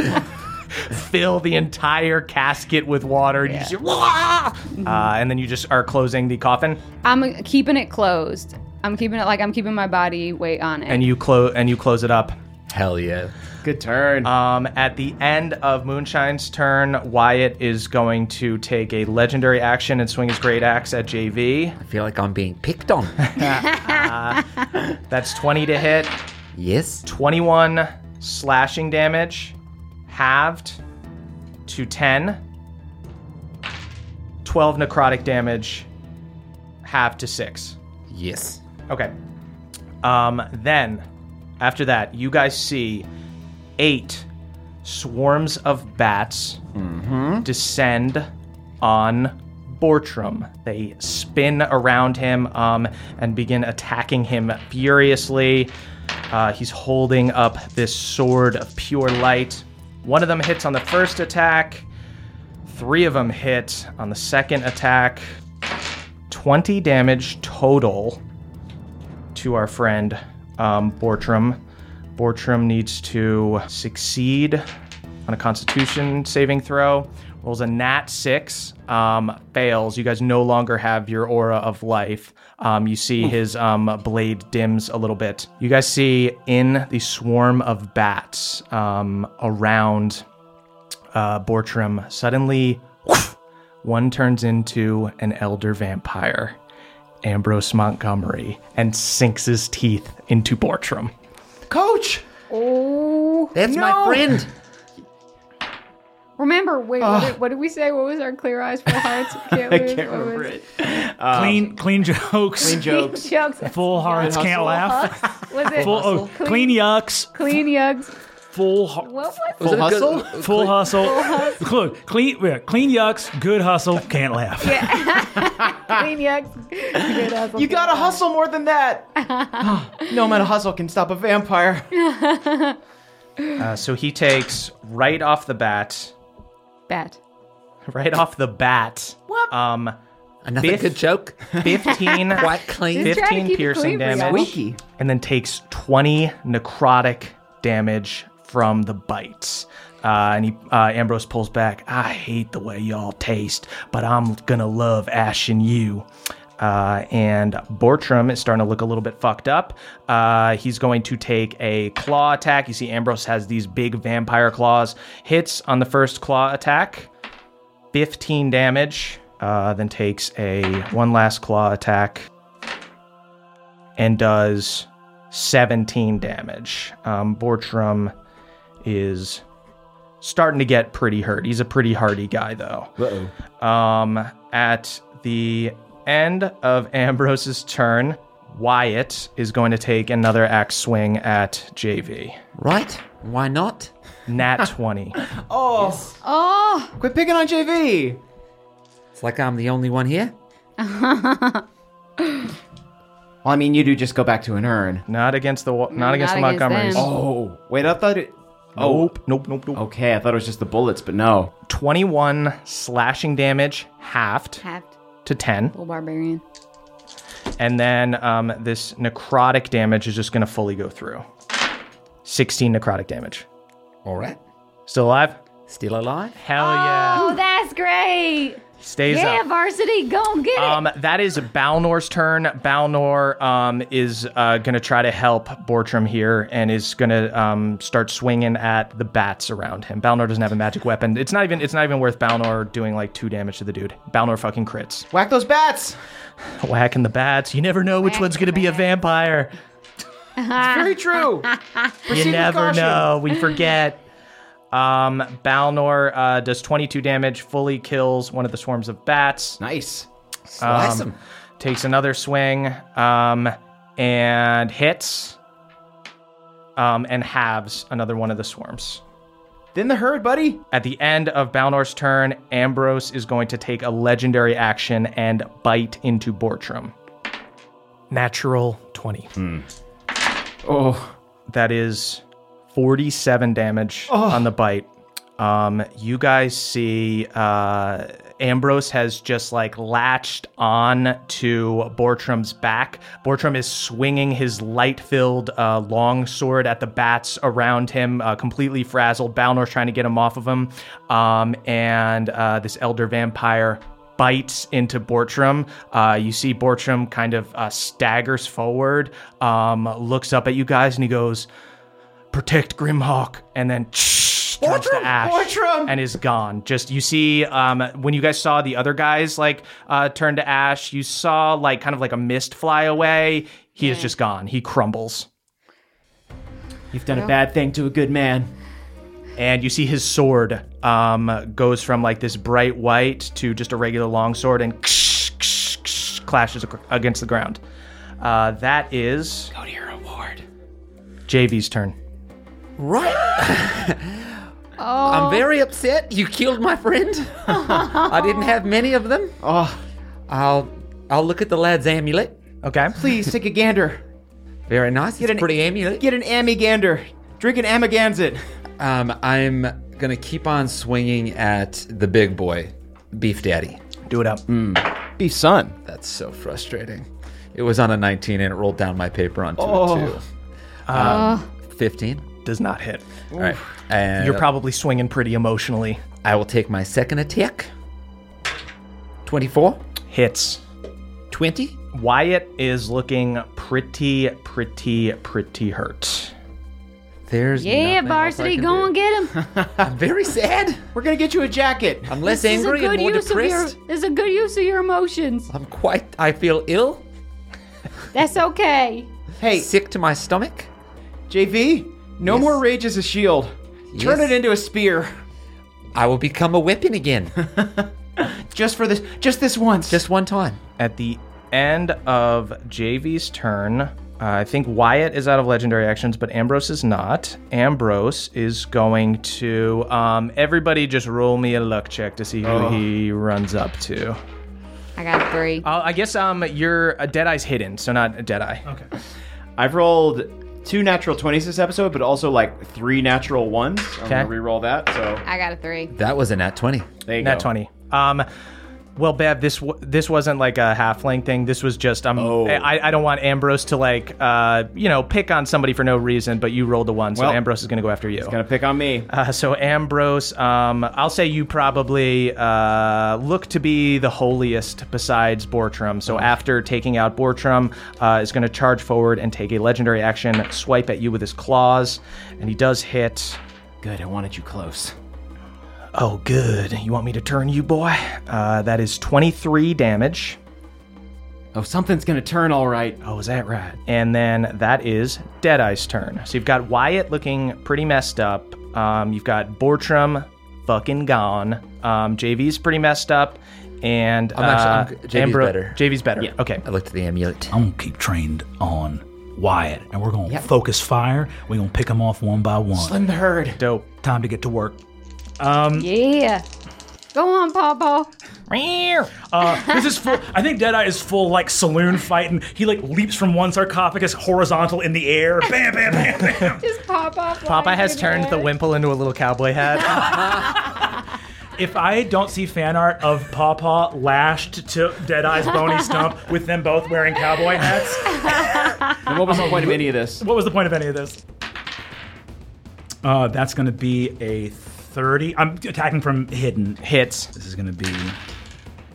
fill the entire casket with water. and You just, "Wah!" uh, and then you just are closing the coffin, I'm keeping it closed. I'm keeping it like I'm keeping my body weight on it. and you close and you close it up. Hell yeah! Good turn. Um, at the end of Moonshine's turn, Wyatt is going to take a legendary action and swing his great axe at JV. I feel like I'm being picked on. that's twenty to hit. Yes. Twenty-one slashing damage, halved to ten. 12 necrotic damage, halved to 6. Yes. Okay. Um, then, after that, you guys see eight swarms of bats descend on Bortram. They spin around him um, and begin attacking him furiously. Uh, he's holding up this sword of pure light. One of them hits on the first attack. Three of them hit on the second attack. 20 damage total to our friend um, Bortram. Bortram needs to succeed on a Constitution saving throw. Rolls a nat six, um, fails. You guys no longer have your aura of life. Um, you see his um, blade dims a little bit. You guys see in the swarm of bats um, around uh, Bortram, suddenly one turns into an elder vampire, Ambrose Montgomery, and sinks his teeth into Bortram. Coach! Oh, that's my friend. Remember, wait, what Ugh. did, what did we say? What was our clear eyes, full hearts? I lose? can't What was- remember it. Um, clean, clean jokes. Clean jokes. jokes. Full hearts Full can't laugh. hucks? Was it Full, oh, clean, yucks. clean yugs? Full hu- What was Full it? hustle? Full hustle. Full hustle. Look, clean, yeah, clean yucks, good hustle, can't laugh. clean yugs. You gotta hustle more than that. Ah, no amount of hustle can stop a vampire. Uh, so he takes right off the bat, Bat. right off the bat. Um, Another good joke. Fifteen. Quite clean. He's trying to 15 keep it piercing clean for y'all. damage. Squeaky. And then takes 20 necrotic damage from the bites. Uh, and he, uh, Ambrose pulls back. I hate the way y'all taste, but I'm gonna love Ash and you. Uh, and Bortram is starting to look a little bit fucked up. Uh, he's going to take a claw attack. You see, Ambrose has these big vampire claws. Hits on the first claw attack. 15 damage, uh, then takes a one last claw attack and does 17 damage. Um, Bortram is starting to get pretty hurt. He's a pretty hardy guy, though. Um, at the end of Ambrose's turn, Wyatt is going to take another axe swing at JV. Right? Why not? Nat 20. Oh. Oh. Quit picking on JV. It's like I'm the only one here. Well, I mean, you do just go back to an urn. Not against the wa- not, Not against the against Montgomerys. them. Oh, wait, I thought it. Nope. Nope. Nope. Nope. Okay, I thought it was just the bullets, but no. 21 slashing damage, halved, Halved. to 10. Little barbarian. And then um, this necrotic damage is just going to fully go through. 16 necrotic damage. All right. Still alive? Still alive. Hell yeah. Oh, that's great. Stays yeah, up. varsity, go and get Um, that is Balnor's turn. Balnor um, is uh, going to try to help Bortram here and is going to um, start swinging at the bats around him. Balnor doesn't have a magic weapon. It's not even. It's not even worth Balnor doing like two damage to the dude. Balnor fucking crits. Whack those bats. Whacking the bats. You never know which one's going to be a vampire. it. Very true. Proceed you with never caution. know. We forget. Um, Balnor uh, does 22 damage, fully kills one of the swarms of bats. Nice. Slice 'em. Takes another swing um, and hits um, and halves another one of the swarms. Then the herd, buddy. At the end of Balnor's turn, Ambrose is going to take a legendary action and bite into Bortram. Natural 20. Oh. That is 47 damage on the bite. Um, you guys see uh, Ambrose has just like latched on to Bortram's back. Bortram is swinging his light filled uh, long sword at the bats around him, uh, completely frazzled. Balnor's trying to get him off of him. Um, and uh, this elder vampire bites into Bortram. Uh, you see Bortram kind of uh, staggers forward, um, looks up at you guys, and he goes, "Protect Grimhawk," and then. turns to Bortram! ash Bortram! and is gone. Just you see um, when you guys saw the other guys like uh, turn to ash, you saw like kind of like a mist fly away. He is just gone. He crumbles. You've done a bad thing to a good man. and you see his sword um, goes from like this bright white to just a regular long sword and clashes ac- against the ground. Uh, that is go to your award. JV's turn. I'm very upset. You killed my friend. I didn't have many of them. Oh, I'll I'll look at the lad's amulet. Okay. please take a gander. Very nice. Get it's an- a pretty amulet. Get an amigander. Drink an amigandsit. Um, I'm gonna keep on swinging at the big boy, Beef Daddy. Do it up. Beef son. That's so frustrating. It was on a 19 and it rolled down my paper onto Oh. Uh. it too. Um, 15. Does not hit. All right. And You're probably swinging pretty emotionally. I will take my second attack. 24. Hits. 20. Wyatt is looking pretty, pretty, pretty hurt. There's nothing Yeah, else I varsity, can go do. and get him. I'm very sad. We're gonna get you a jacket. I'm less This is a angry and good more use of your. depressed. This is a good use of your emotions. I'm quite. I feel ill, That's okay. Hey, sick to my stomach. JV. No more rage as a shield. Turn Yes. it into a spear. I will become a weapon again, Just for this. Just this once. just one time. At the end of JV's turn, uh, I think Wyatt is out of legendary actions, but Ambrose is not. Ambrose is going to. Um, everybody just roll me a luck check to see who he runs up to. I got a three. Uh, I guess um, you're a Deadeye's hidden, so not a Deadeye. I've rolled two natural twenties this episode, but also like three natural ones. I'm gonna Okay. re-roll that. So I got a three. That was a nat 20. there you Nat go. 20. Um, well, Bev, this w- this wasn't like a halfling thing. This was just um, Oh. I, I don't want Ambrose to like uh, you know pick on somebody for no reason, but you rolled a one, so Well, Ambrose is going to go after you. Gonna pick on me. Uh, so Ambrose, um, I'll say you probably uh, look to be the holiest besides Bortram. Oh. So after taking out Bortram, uh, is going to charge forward and take a legendary action, swipe at you with his claws, and he does hit. Good. I wanted you close. Oh, good. You want me to turn you, boy? Uh, that is 23 damage. Oh, something's gonna turn all right. Oh, is that right? And then that is Deadeye's turn. So you've got Wyatt looking pretty messed up. Um, you've got Bortram fucking gone. Um, JV's pretty messed up. And I'm actually- uh, I'm- JV's Ambro- better. JV's better. Okay. I looked at the amulet. I'm gonna keep trained on Wyatt, and we're gonna focus fire. We're gonna pick them off one by one. Slim the herd. Dope. Time to get to work. Yeah. Go on, Pawpaw. Uh, this is full. I think Deadeye is full like saloon fighting. He like leaps from one sarcophagus horizontal in the air. Bam, bam, bam, bam. Just Pawpaw. Popeye has turned the wimple into a little cowboy hat. If I don't see fan art of Pawpaw lashed to Deadeye's bony stump with them both wearing cowboy hats, And what was the point of any of this? What was the point of any of this? uh, that's going to be a 30. I'm attacking from hidden. Hits. This is going to be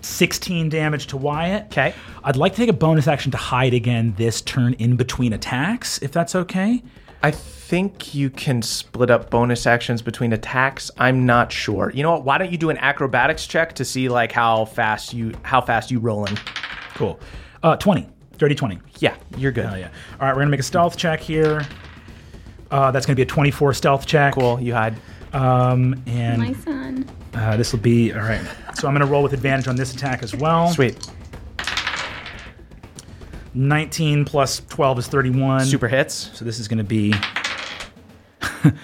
16 damage to Wyatt. Okay. I'd like to take a bonus action to hide again this turn in between attacks, if that's okay. I think you can split up bonus actions between attacks. I'm not sure. You know what? Why don't you do an acrobatics check to see like how fast you how fast you rolling? Cool. Uh, 20. Dirty 20. Yeah, you're good. Hell yeah. All right, we're going to make a stealth check here. Uh, that's going to be a 24 stealth check. Cool. You hide. Um, and My son. Uh, this will be all right. So I'm going to roll with advantage on this attack as well. Sweet. 19 plus 12 is 31. Super hits. So this is going to be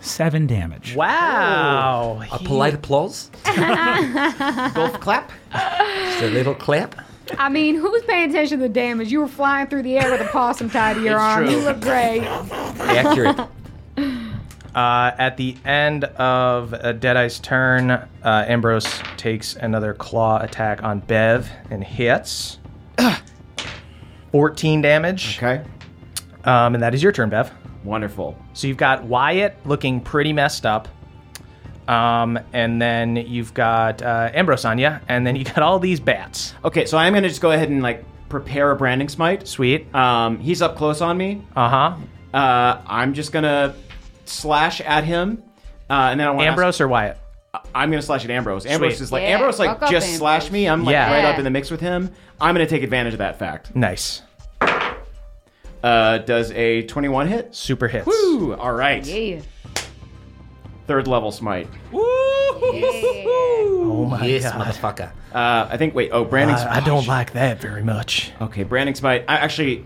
seven damage. Wow. A polite applause. Golf clap. Just a little clap. I mean, who's paying attention to the damage? You were flying through the air with a possum tied to your arm. true. You look great. Accurate. Uh, at the end of uh, Deadeye's turn, uh, Ambrose takes another claw attack on Bev and hits. 14 damage. Okay. Um, and that is your turn, Bev. Wonderful. So you've got Wyatt looking pretty messed up. Um, and then you've got uh, Ambrose on ya, and then you got all these bats. Okay, so I'm gonna just go ahead and like prepare a branding smite. Sweet. Um, he's up close on me. Uh huh. Uh, I'm just gonna slash at him, uh, and then I want Ambrose or Wyatt? I'm gonna slash at Ambrose. Ambrose Sweet. is like Yeah, Ambrose like fuck up, just Ambrose. slash me. I'm like Yeah. right up Yeah. in the mix with him. I'm gonna take advantage of that fact. Nice. Uh, does a 21 hit? Super hits. Woo! All right, Yeah. third level smite. Oh my yes, god. motherfucker. Uh, I think. Wait. Oh, branding. I, I don't like that very much. Okay, branding smite. I actually,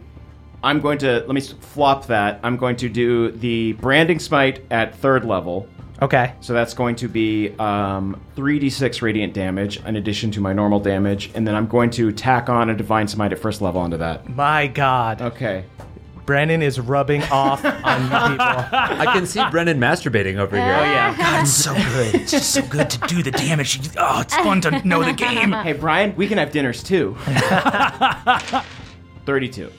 I'm going to let me s- flop that. I'm going to do the branding smite at third level. Okay. So that's going to be um, 3d6 radiant damage in addition to my normal damage, and then I'm going to tack on a divine smite at first level onto that. My god. Okay. Brennan is rubbing off on people. I can see Brennan masturbating over here. Oh, yeah. God, it's so good. It's just so good to do the damage. Oh, it's fun to know the game. Hey Brian, we can have dinners too. 32.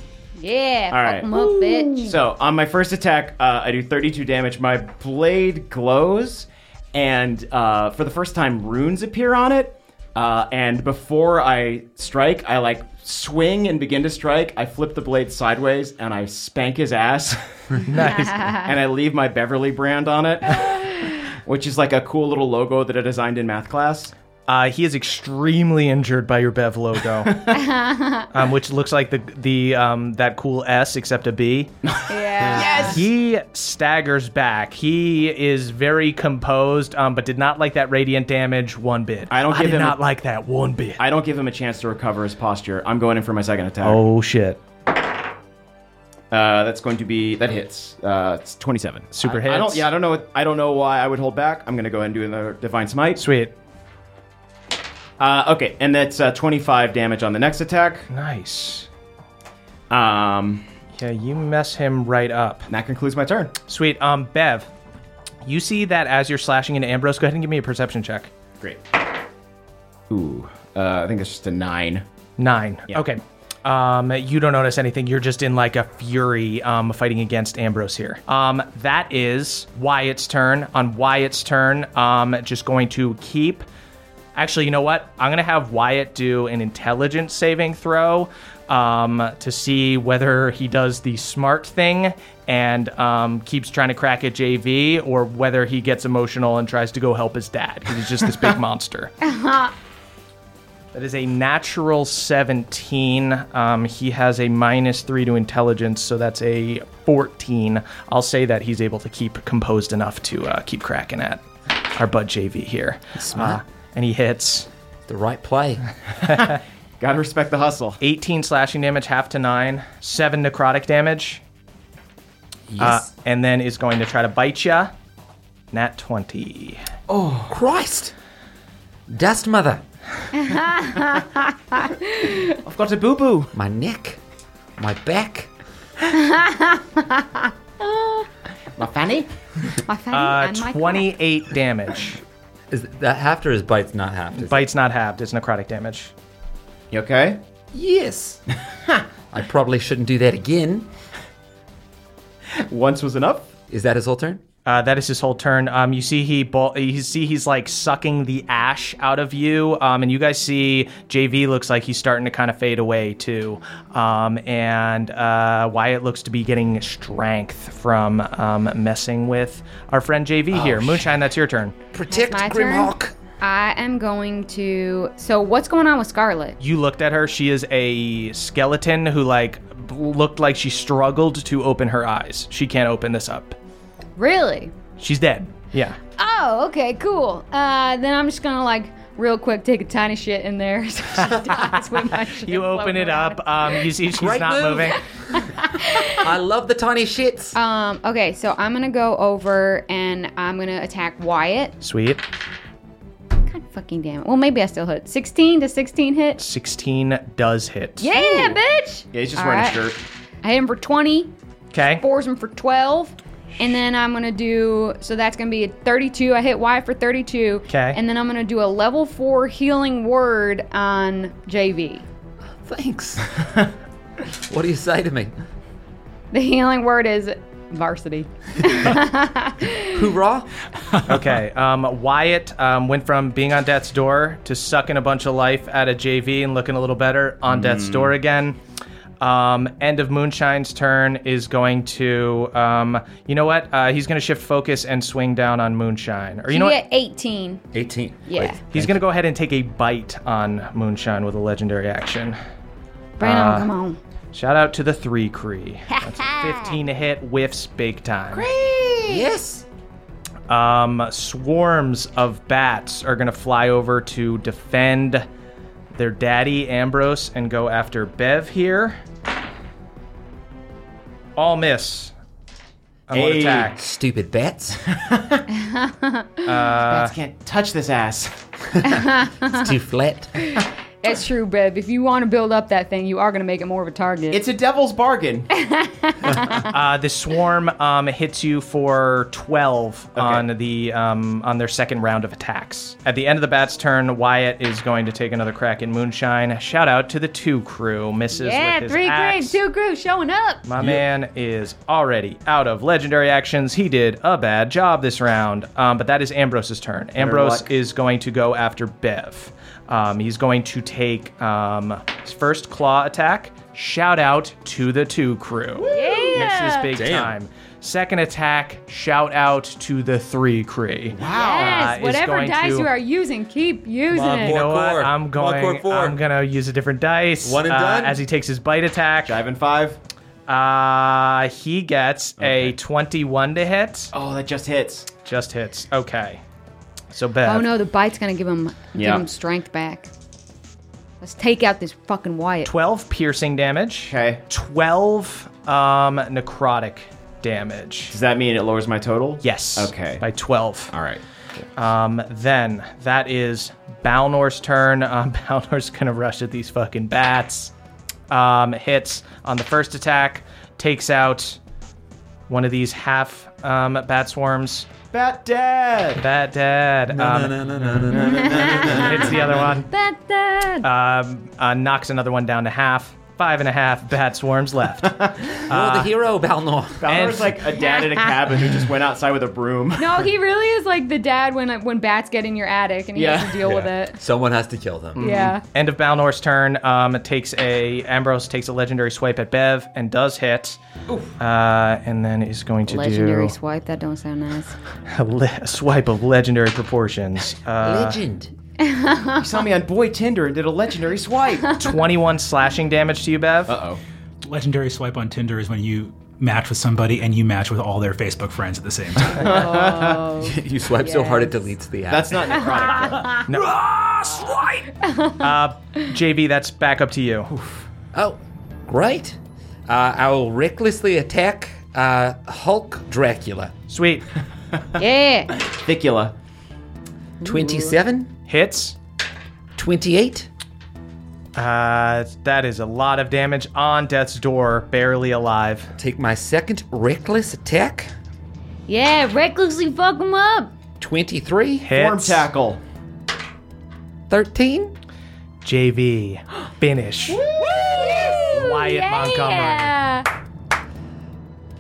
Yeah. All All right. right. Fuck 'em up, bitch. So on my first attack, uh, I do 32 damage. My blade glows, and uh, for the first time, runes appear on it. Uh, and before I strike, I like swing and begin to strike. I flip the blade sideways and I spank his ass. nice. and I leave my Beverly brand on it, which is like a cool little logo that I designed in math class. Uh, he is extremely injured by your Bev logo, um, which looks like the the um, that cool S except a B. Yeah. He staggers back. He is very composed, um, but did not like that radiant damage one bit. I don't give did him a- not like that one bit. I don't give him a chance to recover his posture. I'm going in for my second attack. oh shit! Uh, that's going to be that hits. Uh, it's twenty-seven. Super I, I don't. hits. Yeah, I don't know. What, I don't know why I would hold back. I'm going to go ahead and do another divine smite. Sweet. Uh, okay, and that's uh, twenty-five damage on the next attack. Nice. Um, Yeah, you mess him right up. and that concludes my turn. Sweet. Um, Bev, you see that as you're slashing into Ambrose. Go ahead and give me a perception check. Great. Ooh, uh, I think it's just a nine. Nine. Yeah. Okay. Um, you don't notice anything. You're just in like a fury um, fighting against Ambrose here. Um, that is Wyatt's turn. On Wyatt's turn, um, just going to keep. Actually, you know what? I'm going to have Wyatt do an intelligence saving throw um, to see whether he does the smart thing and um, keeps trying to crack at JV or whether he gets emotional and tries to go help his dad because he's just this big monster. That is a natural 17. Um, he has a minus three to intelligence, so that's a 14. I'll say that he's able to keep composed enough to uh, keep cracking at our bud JV here. Uh, and he hits The right play. Uh, Gotta respect the hustle. 18 slashing damage, half to nine, seven necrotic damage, uh, and then is going to try to bite ya. Nat 20. Christ. Dust mother. I've got a boo Uh, boo. My neck. My back. My fanny. My fanny Uh, and my 28 damage. Is that halved or is bite's not halved? Bite's not halved. It's necrotic damage. You okay? Yes. I probably shouldn't do that again. Once was enough. Is that his whole turn? Uh, that is his whole turn. Um, you see he ball- you see he's like sucking the ash out of you. Um, and you guys see JV looks like he's starting to kind of fade away too. Um, and uh, Wyatt looks to be getting strength from um, messing with our friend JV Oh, here. Moonshine, that's your turn. Protect my turn. I am going to. So what's going on with Scarlet? You looked at her. She is a skeleton who like b- looked like she struggled to open her eyes. She can't open this up. Really? She's dead. Yeah. Oh, okay, cool. Uh, then I'm just gonna like real quick take a tiny shit in there. So she dies with my shit You open it up. Um, you see she's Great not move. moving. I love the tiny shits. Um, okay, so I'm gonna go over and I'm gonna attack Wyatt. Sweet. God fucking damn it. Well, maybe I still hit. 16 to 16 hit. 16 does hit. Yeah, bitch! Yeah, he's All right. I hit him for 20. Okay. Fours him for 12. And then I'm gonna do so that's gonna be a 32. I hit Y for 32. 'Kay. And then I'm gonna do a level four healing word on JV. Thanks. What do you say to me? The healing word is varsity. Hoorah! okay. Um, Wyatt um, went from being on death's door to sucking a bunch of life out of JV and looking a little better on death's Mm. door again. Um, end of Moonshine's turn is going to, um, you know what? Uh, he's going to shift focus and swing down on Moonshine. Or you know you what? get 18. 18. Yeah. Wait, He's going to go ahead and take a bite on Moonshine with a legendary action. Brandon, Uh, come on. Shout out to the three Cree. That's a 15 to hit, whiffs big time. Yes. Um, swarms of bats are going to fly over to defend their daddy, Ambrose, and go after Bev here. All miss. I won't Hey. attack. Stupid bats. Bats can't touch this ass. it's too flat. That's true, Bev. If you want to build up that thing, you are going to make it more of a target. It's a devil's bargain. uh, the swarm um, hits you for 12 on the um, on their second round of attacks. At the end of the bat's turn, Wyatt is going to take another crack in Moonshine. Shout out to the two crew. Misses with yeah, his three axe. grades, two grooves showing up. My man is already out of legendary actions. He did a bad job this round, um, but that is Ambrose's turn. Ambrose luck. is going to go after Bev. Um, he's going to take um, his first claw attack. Shout out to the two crew. Yeah. This is big Damn. time. Second attack. Shout out to the three crew. uh, Yes, whatever dice you are using, keep using it. You know what? I'm going. I'm gonna use a different dice. One and uh, done? As he takes his bite attack. Dive in five. Uh, he gets a 21 to hit. Oh, that just hits. Just hits. Okay. So bad. Oh no, the bite's gonna give him Yeah. give him strength back. Let's take out this fucking Wyatt. 12 piercing damage. Okay. 12 um necrotic damage. Does that mean it lowers my total? Yes. Okay. By 12. All right. Um, then that is Balnor's turn. Um, Balnor's gonna rush at these fucking bats. Um, hits on the first attack, takes out one of these half um, bat swarms. Bat dad. Bat dad. Um, hits the other one. Bat dad. Um, uh, knocks another one down to half. Five and a half bat swarms left. You're the hero, Balnor. Balnor's like a dad in a cabin who just went outside with a broom. No, he really is like the dad when when bats get in your attic and he has to deal with it. Mm-hmm. Someone has to kill them. Yeah. End of Balnor's turn. Um, it takes a Ambrose takes a legendary swipe at Bev and does hit. Uh, and then is going to Legendary do swipe. That don't sound nice. a, le- a swipe of legendary proportions. Uh, he saw me on Boy Tinder and did a legendary swipe. 21 slashing damage to you, Bev. Uh Legendary swipe on Tinder is when you match with somebody and you match with all their Facebook friends at the same time. you swipe so hard it deletes the app. That's not oh. No. Uh, JV, that's back up to you. Oh, great. Uh, I will recklessly attack uh, Hulk Dracula. Sweet. yeah. Vicula. 27? Hits. 28. Uh, that is a lot of damage on death's door, barely alive. Take my second reckless attack. Yeah, recklessly fuck him up. 23. Hits. Form tackle. 13. JV. Finish. Wyatt Montgomery.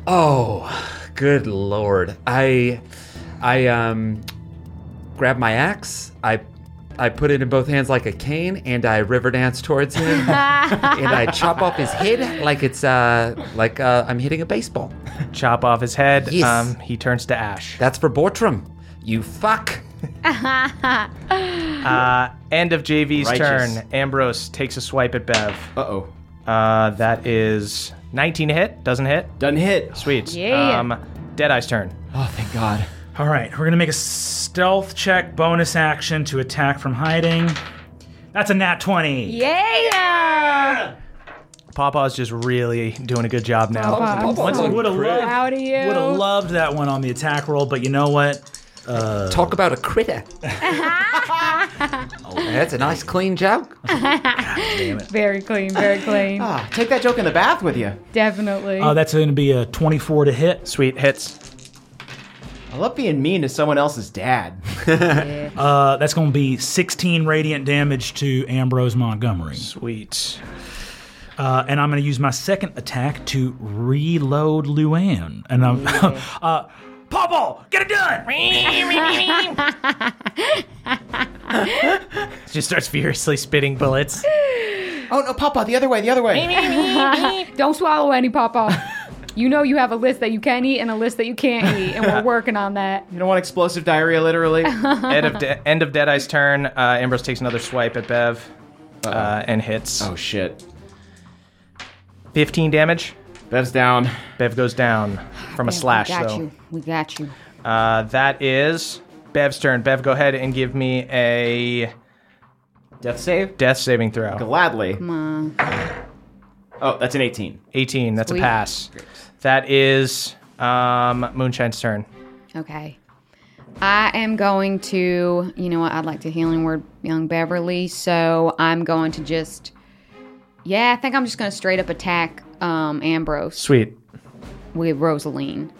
Oh, good lord. I I um grab my axe. I I put it in both hands like a cane and I river dance towards him and I chop off his head like it's uh like uh, I'm hitting a baseball. Chop off his head. Yes. Um, he turns to ash. That's for Bortram. You fuck. Uh, end of JV's Righteous. turn. Ambrose takes a swipe at Bev. Uh-oh. Uh That is 19 to hit. Doesn't hit. Doesn't hit. Sweet. Yeah. Um, Deadeye's turn. Oh, thank God. All right, we're gonna make a stealth check, bonus action to attack from hiding. That's a nat twenty. Yeah. Papa's just really doing a good job now. Oh. would have loved, proud of you. would have loved that one on the attack roll, but you know what? Uh, Talk about a critter. Oh, That's a nice clean joke. very clean, very clean. Ah, take that joke in the bath with you. Definitely. uh, that's gonna be a twenty-four to hit. Sweet hits. I love being mean to someone else's dad. Uh, that's gonna be sixteen radiant damage to Ambrose Montgomery. Sweet. Uh, and I'm gonna use my second attack to reload Luann, and I'm uh, Pawpaw, get it done. Just starts furiously spitting bullets. Oh no, Papa, the other way, the other Don't swallow any papa. You know you have a list that you can eat and a list that you can't eat, and we're working on that. You don't want explosive diarrhea, literally. end, of De- end of Deadeye's turn. Uh, Ambrose takes another swipe at Bev uh, and hits. Oh, shit. 15 damage. Bev's down. Bev goes down from a Yeah, slash, We got though. you. We got you. Uh, that is Bev's turn. Bev, go ahead and give me a death save. Death saving throw. Gladly. Come on. Oh, that's an 18. 18. That's Sweet. a pass. That is um, Moonshine's turn. Okay. I am going to, you know what? I'd like to healing word young Beverly, so I'm going to just, yeah, I think I'm just going to straight up attack um, Ambrose Sweet. with Rosaline.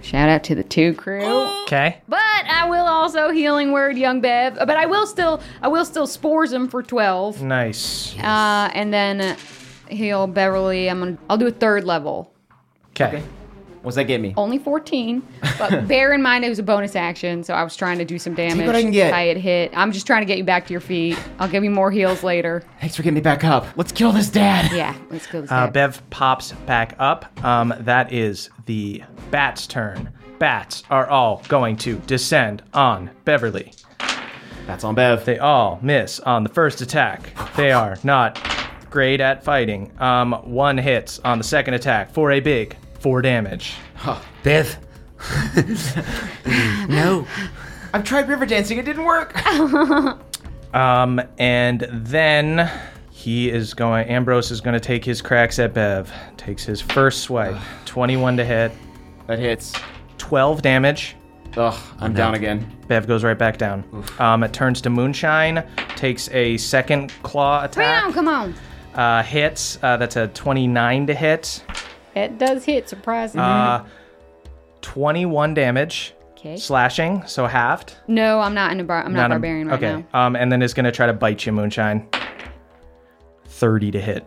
Shout out to the two crew. Okay. But I will also healing word young Bev. Uh, But I will still I will still spores him for twelve. Nice. Uh, and then heal Beverly. I'm gonna. I'll do a third level. Okay. What's that get me? Only fourteen. But bear in mind it was a bonus action, so I was trying to do some damage. what I can get. I had hit. I'm just trying to get you back to your feet. I'll give you more heals later. Thanks for getting me back up. Let's kill this dad. Yeah, let's go. Uh, Bev pops back up. Um, that is the bat's turn. Bats are all going to descend on Beverly. Bats on Bev. They all miss on the first attack. They are not great at fighting. Um, one hits on the second attack for a big four damage. Oh, Bev. no. I've tried river dancing, it didn't work. Um, and then he is going. Ambrose is going to take his cracks at Bev. Takes his first swipe. Twenty-one to hit. That hits. Twelve damage. Ugh, I'm down again. Bev goes right back down. Um, it turns to Moonshine. Takes a second claw Bring it attack. on, come on. Uh, hits. Uh, that's a twenty-nine to hit. It does hit surprisingly. Uh, twenty-one damage. 'Kay. Slashing, so halved. No, I'm not in a bar. I'm not, a- barbarian right okay. now. Um, and then is going to try to bite you, Moonshine. Thirty to hit.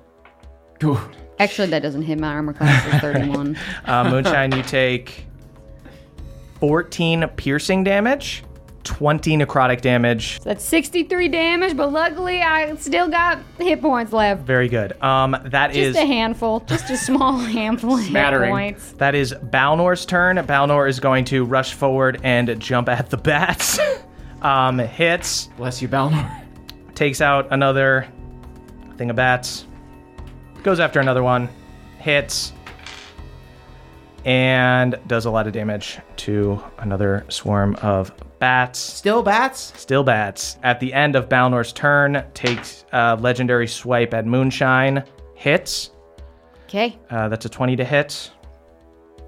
Actually, that doesn't hit my armor class. It's 31. Uh, Moonshine, you take 14 piercing damage, 20 necrotic damage. That's 63 damage, but luckily I still got hit points left. Very good. Um, that Just is a handful, just a small handful of hit points. That is Balnor's turn. Balnor is going to rush forward and jump at the bats. um, hits. Bless you, Balnor. Takes out another thing of bats. Goes after another one. Hits. And does a lot of damage to another swarm of bats. Still bats? Still bats. At the end of Balnor's turn, takes a legendary swipe at Moonshine. Hits. Okay, Uh, that's a 20 to hit.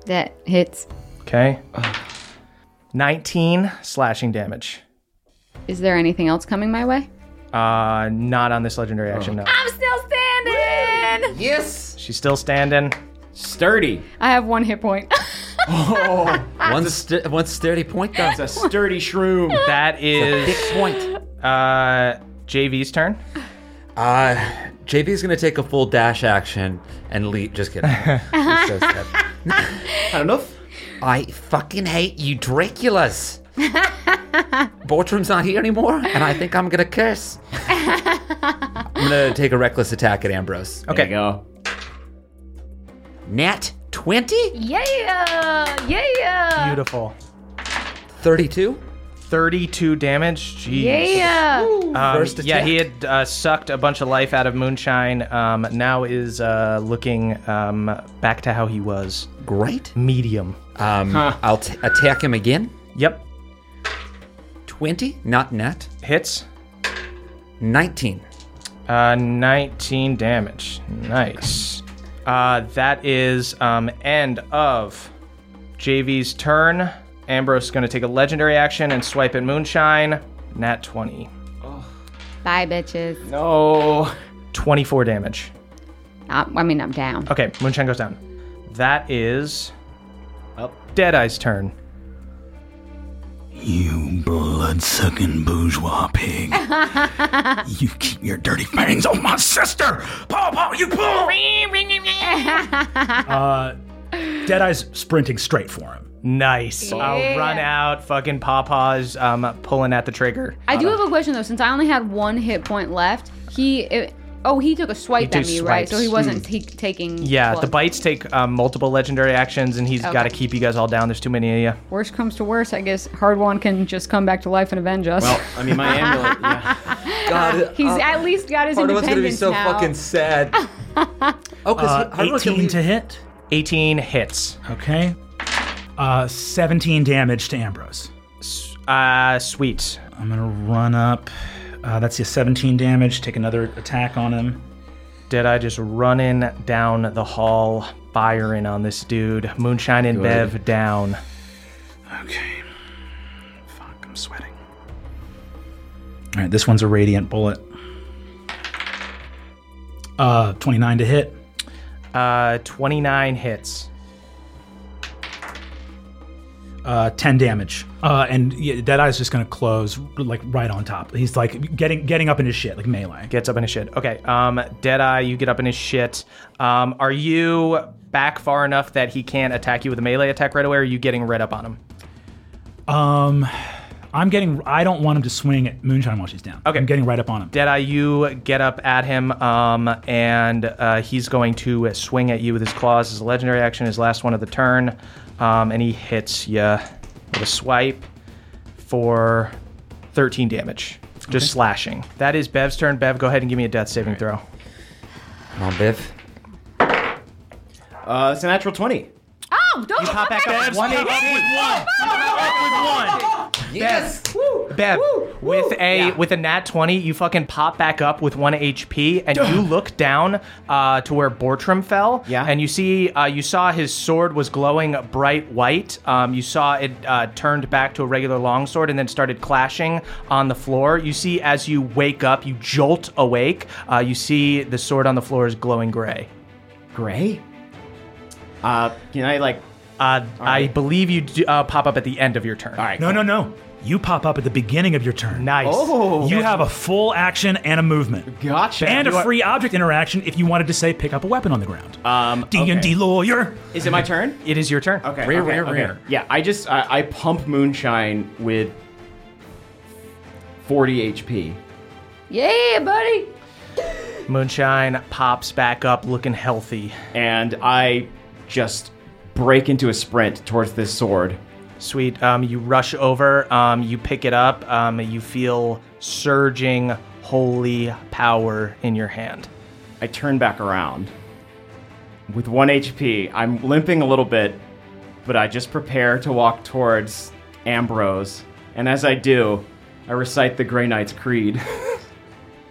that hits. Okay. 19 slashing damage. Is there anything else coming my way? Uh, not on this legendary action. Oh. No, I'm still standing. Yes. she's still standing. Sturdy. I have one hit point. oh, one, st- one sturdy point. That's a sturdy shroom. That is big point. Uh, JV's turn. Uh, JB is going to take a full dash action and leap. Just kidding. He's so sad. I don't know. I fucking hate you, Draculas. Bortrum's not here anymore, and I think I'm gonna curse. I'm gonna take a reckless attack at Ambrose. Okay, go. Nat twenty. yeah, yeah, Beautiful. 32? 32 damage? Jeez. Yeah. Ooh. Um, First yeah, attack. he had uh, sucked a bunch of life out of Moonshine. Um, now is uh, looking um, back to how he was. Great. Medium. Um, I'll t- attack him again. Yep. 20, not net. Hits. 19. Uh, 19 damage. Nice. Uh, that is um, end of JV's turn. Ambrose is going to take a legendary action and swipe at Moonshine. Nat 20. Bye, bitches. No. 24 damage. I, I mean, I'm down. Okay, Moonshine goes down. That is up Deadeye's turn. You blood-sucking bourgeois pig. you keep your dirty fangs on my sister! Paw, paw, you pull! Uh, Deadeye's sprinting straight for him. Nice. I'll Yeah. run out. Fucking Pawpaw's um, pulling at the trigger. I do have a question though, since I only had one hit point left. He, it, oh, he took a swipe He at took me, right? So he swipes. Hmm. wasn't t- taking. Yeah, blood. the bites take um, multiple legendary actions, and he's Okay. got to keep you guys all down. There's too many of you. Worst comes to worst, I guess Hard One can just come back to life and avenge us. Well, Oh, I mean, my amulet. Yeah. God, He's at least got his Hardo's gonna be independence so now. fucking sad. oh, because Uh, 18 to hit. 18 hits. Okay. Uh, 17 damage to Ambrose. Uh, sweet. I'm gonna run up. Uh, that's the 17 damage. Take another attack on him. Deadeye just running down the hall, firing on this dude. Moonshine and Good. Bev down. Okay. Fuck, I'm sweating. All right, this one's a radiant bullet. Uh, 29 to hit. Uh, 29 hits. Uh, 10 damage. Uh, and yeah, Deadeye's just gonna close like right on top. He's like getting getting up in his shit, like melee. Gets up in his shit. Okay. Um, Deadeye, you get up in his shit. Um, are you back far enough that he can't attack you with a melee attack right away, or are you getting right up on him? Um, I'm getting. I don't want him to swing at Moonshine while she's down. Okay, I'm getting right up on him. Deadeye, you get up at him, um, and uh, he's going to swing at you with his claws. His legendary action, his last one of the turn, um, and he hits you with a swipe for 13 damage, just slashing. That is Bev's turn. Bev, go ahead and give me a death saving throw. Come on, Biff. Uh, it's a natural 20. Oh, don't you pop back up with one Yes. Bev, with a with a nat 20, you fucking pop back up with one HP, and you look down uh, to where Bortram fell. Yeah. And you see, uh, you saw his sword was glowing bright white. Um, you saw it uh, turned back to a regular longsword and then started clashing on the floor. You see, as you wake up, you jolt awake. Uh, you see the sword on the floor is glowing gray. Gray? Uh, can I, like. Uh, I believe you do, uh, pop up at the end of your turn. All right. No, no, no. You pop up at the beginning of your turn. Nice. Oh. You have a full action and a movement. Gotcha. And You a are- free object interaction if you wanted to say pick up a weapon on the ground. Um, D and D okay. lawyer. Is it my turn? It is your turn. Okay. Rear, okay, rear, okay. rear. Yeah, I just I, I pump moonshine with 40 HP. Yeah, buddy. Moonshine pops back up looking healthy. and I just break into a sprint towards this sword. Sweet. Um, you rush over, um, you pick it up, um, you feel surging holy power in your hand. I turn back around. With 1 HP, I'm limping a little bit, but I just prepare to walk towards Ambrose. And as I do, I recite the Grey Knight's Creed.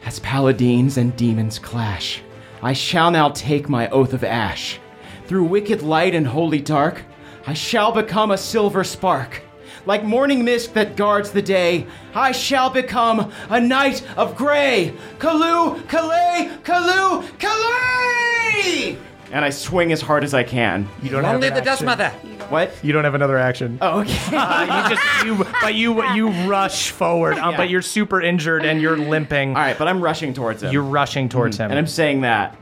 As paladins and demons clash, I shall now take my oath of ash. Through wicked light and holy dark, I shall become a silver spark. like morning mist that guards the day. I shall become a knight of gray. Kalu, Kalay, Kalu, Kalay! And I swing as hard as I can. You don't Long have an live the Dust action. Mother! What? You don't have another action. Oh, okay. you just you, but you you rush forward, uh, Yeah. but you're super injured and you're limping. All right, but I'm rushing towards him. You're rushing towards him, and I'm saying that.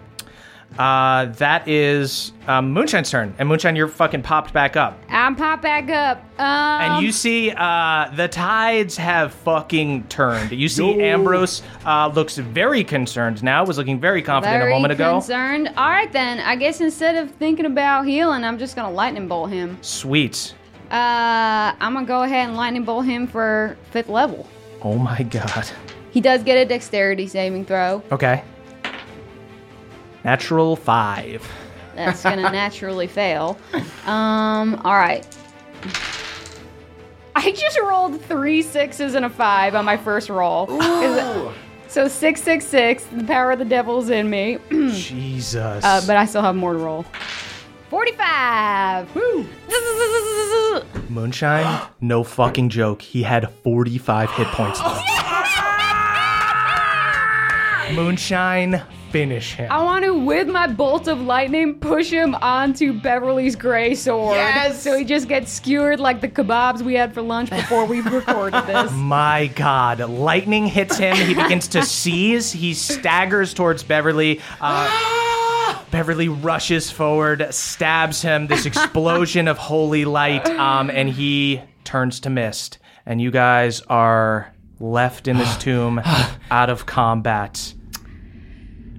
Uh, that is um, Moonshine's turn, and Moonshine, you're fucking popped back up, I'm pop back up. Um, and you see uh, the tides have fucking turned. You see Ambrose uh, looks very concerned now. Was looking very confident Um, very a moment ago. concerned. All right then. I guess instead of thinking about healing, I'm just gonna lightning bolt him. Sweet. Uh, I'm gonna go ahead and lightning bolt him for fifth level. Oh my god. He does get a dexterity saving throw. Okay. Natural five. That's gonna naturally fail. Um, all right. I just rolled three sixes and a five on my first roll. Is- So six, six, six. The power of the devil's in me. Jesus. Uh, but I still have more to roll. 45! Woo! Moonshine, no fucking joke. He had 45 hit points left. Moonshine, finish him. I want to, with my bolt of lightning, push him onto Beverly's gray sword. Yes! So he just gets skewered like the kebabs we had for lunch before we recorded this. My God. Lightning hits him. He begins to seize. He staggers towards Beverly. Uh, Beverly rushes forward, stabs him, this explosion of holy light, um, and he turns to mist. And you guys are left in this tomb out of combat.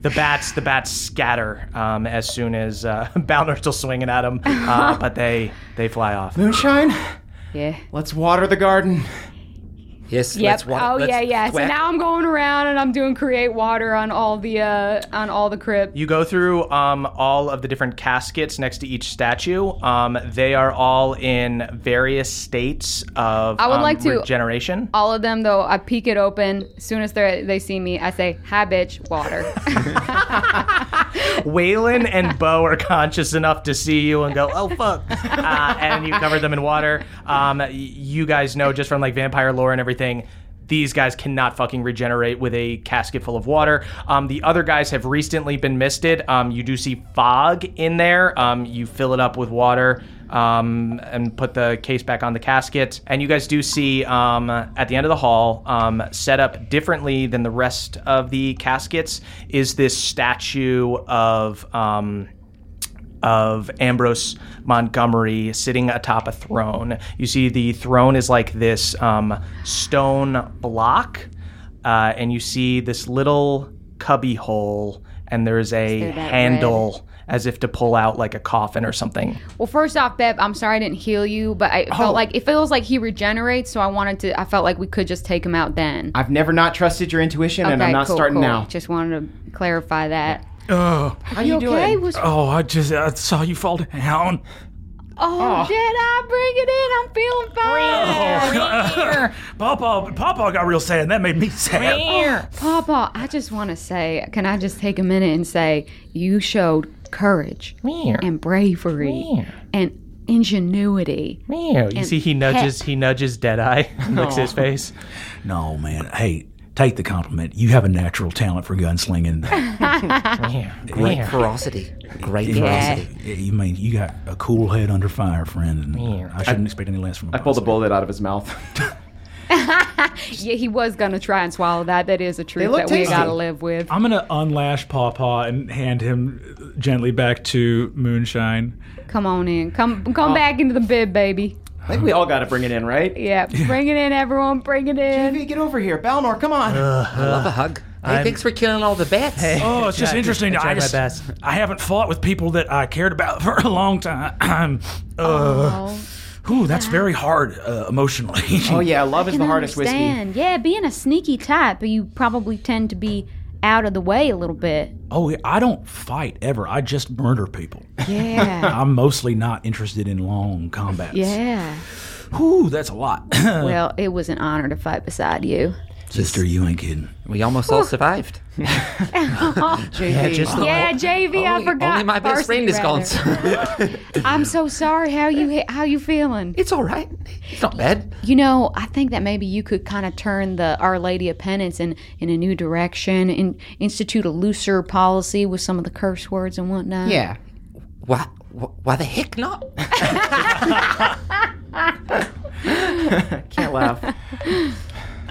The bats, the bats scatter um, as soon as uh, Balnor's still swinging at him, uh, but they they fly off. Moonshine, Yeah. let's water the garden. Yes, Yep. oh yeah, yeah. So now I'm going around and I'm doing create water on all the uh on all the crypt. You go through um, all of the different caskets next to each statue. Um, they are all in various states of I would um, like to- regeneration. All of them though, I peek it open. As soon as they they see me, I say, "Hi, bitch, water." Waylon and Bo are conscious enough to see you and go, "Oh fuck," uh, and you cover them in water. Um, y- you guys know just from like vampire lore and everything. These guys cannot fucking regenerate with a casket full of water. Um, the other guys have recently been misted. Um, you do see fog in there. Um, you fill it up with water um, and put the case back on the casket. And you guys do see um, at the end of the hall, um, set up differently than the rest of the caskets, is this statue of. Um, of Ambrose Montgomery sitting atop a throne. You see, the throne is like this um, stone block, uh, and you see this little cubby hole, and there's a there that red? handle as if to pull out like a coffin or something. well, first off, Bev, I'm sorry I didn't heal you, but I Oh. felt like it feels like he regenerates, so I wanted to. I felt like we could just take him out then. I've never not trusted your intuition, and I'm Okay, not cool, starting cool. now. Just wanted to clarify that. Oh, How you, doing? okay? Was- oh, I just I saw you fall down. Oh, did I bring it in? I'm feeling Oh. fine. Papa, Papa got real sad. and That made me Oh. sad. Papa, I just want to say, can I just take a minute and say, you showed courage and bravery and ingenuity. You and see, he nudges. heck. He nudges Deadeye. and licks his Aw. face. No, man. Hey, take the compliment. You have a natural talent for gunslinging. Great Yeah. ferocity. Great Yeah. ferocity. Yeah, You mean you got a cool head under fire, friend? And Yeah. I shouldn't expect any less from. I pulled a bullet out of his mouth. yeah, he was going to try and swallow that. That is a truth look that we tasty. got to live with. I'm gonna unlash Pawpaw and hand him gently back to Moonshine. Come on in. Come come back into the bib, baby. I think we all got to bring it in, right? Yeah, bring it in, everyone. Bring it in. JV, get over here. Balnor, come on. I love a hug. Hey, I'm- thanks for killing all the bats. oh, it's just interesting. I, just, I haven't fought with people that I cared about for a long time. Um, uh, Ooh, that's very hard uh, emotionally. Oh, yeah, love I can understand. Yeah, being a sneaky type, you probably tend to be out of the way a little bit. Oh, yeah, I don't fight ever. I just murder people. Yeah. I'm mostly not interested in long combats. yeah. Ooh, that's a lot. well, it was an honor to fight beside you. Sister, you ain't kidding. We almost all survived. yeah, just the yeah, whole- JV, I forgot. Only my best friend Varsity, is gone. rather. I'm so sorry. How you how you feeling? It's all right. It's not bad. You know, I think that maybe you could kind of turn the Our Lady of Penance in in a new direction and institute a looser policy with some of the curse words and whatnot. Yeah. Why, wh- why the heck not? Can't laugh.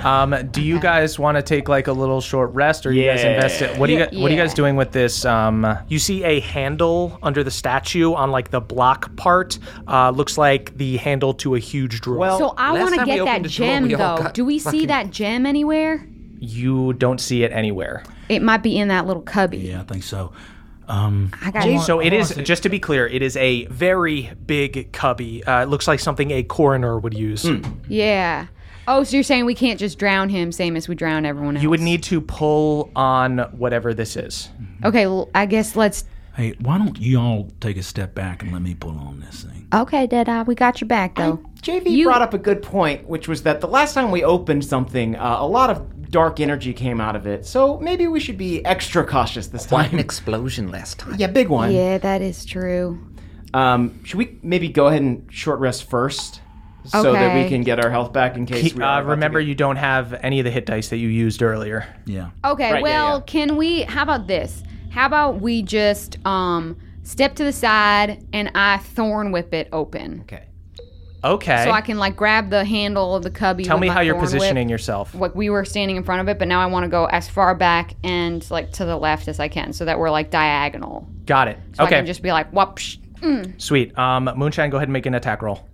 Um, do you guys want to take like a little short rest, or you guys Yeah. invest it? What do you Yeah. guys, What are you guys doing with this? Um, You see a handle under the statue on like the block part. Uh, looks like the handle to a huge drawer. so I want to get that gem though. Do we see that gem anywhere? you don't see it anywhere. It might be in that little cubby. Yeah, I think so. Um, Oh, I got it. So it is just to be clear, it is a very big cubby. Uh, it looks like something a coroner would use. Hmm. Yeah. Oh, so you're saying we can't just drown him, same as we drown everyone else? You would need to pull on whatever this is. Okay, well, I guess let's. hey, why don't you all take a step back and let me pull on this thing? Okay, Deadeye, we got your back though. JV brought up a good point, which was that the last time we opened something, uh, a lot of dark energy came out of it. So maybe we should be extra cautious this time. Quite an explosion last time. Yeah, big one. Yeah, that is true. Um, should we maybe go ahead and short rest first, so that we Okay. can get our health back in case we. Uh, Are remember, you don't have any of the hit dice that you used earlier. Yeah. Okay, Right, yeah, well, can we? How about this? How about we just um step to the side and I thorn whip it open? Okay. Okay. So I can like grab the handle of the cubby. Tell with me my how you're thorn whip. positioning yourself. Like we were standing in front of it, but now I want to go as far back and like to the left as I can, so that we're like diagonal. Got it. So okay. I can just be like, whoopsh. Mm. Sweet. Um, Moonshine, go ahead and make an attack roll.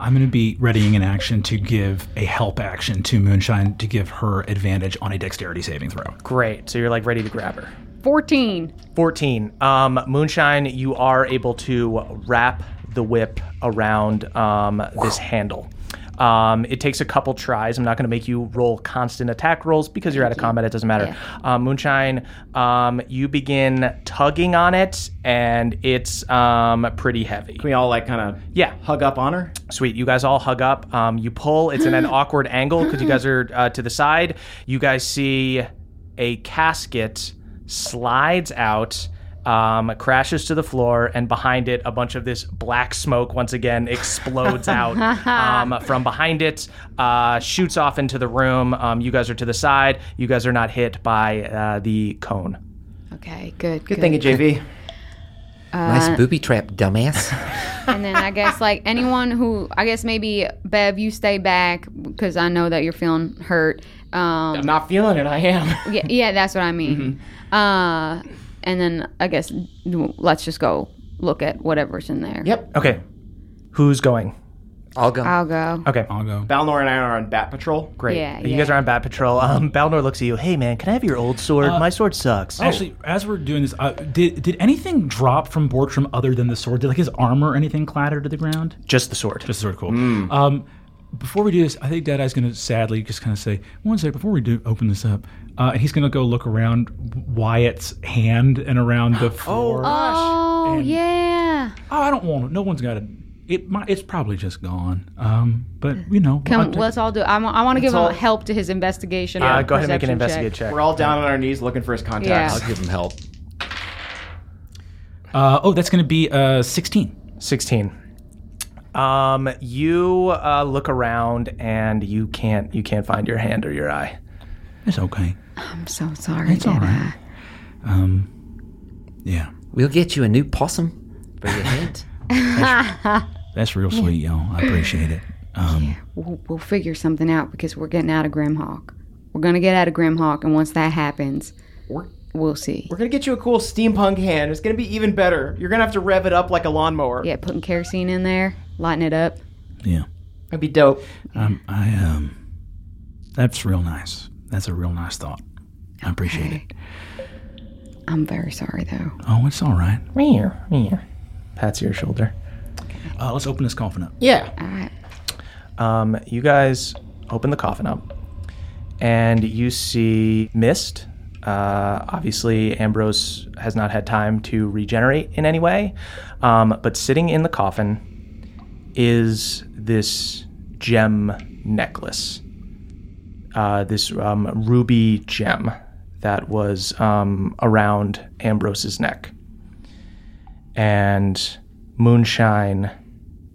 I'm going to be readying an action to give a help action to Moonshine to give her advantage on a dexterity saving throw. Great. So you're like ready to grab her. 14. 14. Um, Moonshine, you are able to wrap the whip around um, this handle. Um, it takes a couple tries. I'm not going to make you roll constant attack rolls because you're out of combat. It doesn't matter. Um, Moonshine, um, you begin tugging on it, and it's um, pretty heavy. Can we all like kind of yeah hug up on her? Sweet. You guys all hug up. Um, you pull. It's in an awkward angle because you guys are uh, to the side. You guys see a casket slides out, um, crashes to the floor, and behind it, a bunch of this black smoke once again explodes out um, from behind it, uh, shoots off into the room. Um, you guys are to the side. You guys are not hit by uh, the cone. Okay, good. Good thinking, JV. nice Uh, booby trap, dumbass. and then I guess like anyone who I guess maybe Bev, you stay back because I know that you're feeling hurt. Um, I'm not feeling it. I am. yeah, yeah, that's what I mean. Mm-hmm. Uh, and then I guess let's just go look at whatever's in there. Yep. Okay. Who's going? I'll go. I'll go. Okay. I'll go. Balnor and I are on Bat Patrol. Great. Yeah, you yeah. guys are on Bat Patrol. Um, Balnor looks at you. Hey, man, can I have your old sword? Uh, My sword sucks. Actually, as we're doing this, uh, did did anything drop from Bortram other than the sword? Did like his armor or anything clatter to the ground? Just the sword. Just the sword. Cool. Um, before we do this, I think Deadeye's going to sadly just kind of say, "One sec." Before we do open this up, uh, and he's going to go look around Wyatt's hand and around the floor. Oh And- yeah. Oh, I don't want it. No one's got it. It might, it's probably just gone. Um, but you know, I'll Come, take- let's all do. I want. I want to give Let's all- him help to his investigation. Uh, or perception We're all down on our knees looking for his contacts. Yeah. I'll give him help. Uh, oh, that's going to be uh, 16. 16. Um, you uh, look around and you can't you can't find your hand or your eye. It's okay. I'm so sorry. It's all right. Um, yeah, We'll get you a new possum for your hand. that's real sweet, y'all. I appreciate it. Um, we'll, we'll figure something out because we're getting out of Grimhawk. We're gonna get out of Grimhawk, and once that happens, We're- we'll see. We're gonna get you a cool steampunk hand. It's gonna be even better. You're gonna have to rev it up like a lawnmower. Yeah, putting kerosene in there, lighting it up. yeah. That'd be dope. Um, I um, that's real nice. That's a real nice thought. I appreciate it. I'm very sorry though. Oh, it's all right. Here, here. Pats your shoulder. Uh, let's open this coffin up. Yeah. All right. Um, you guys open the coffin up and you see mist. Uh, obviously, Ambrose has not had time to regenerate in any way, um, but sitting in the coffin is this gem necklace. uh, this um, ruby gem that was um, around Ambrose's neck. And Moonshine,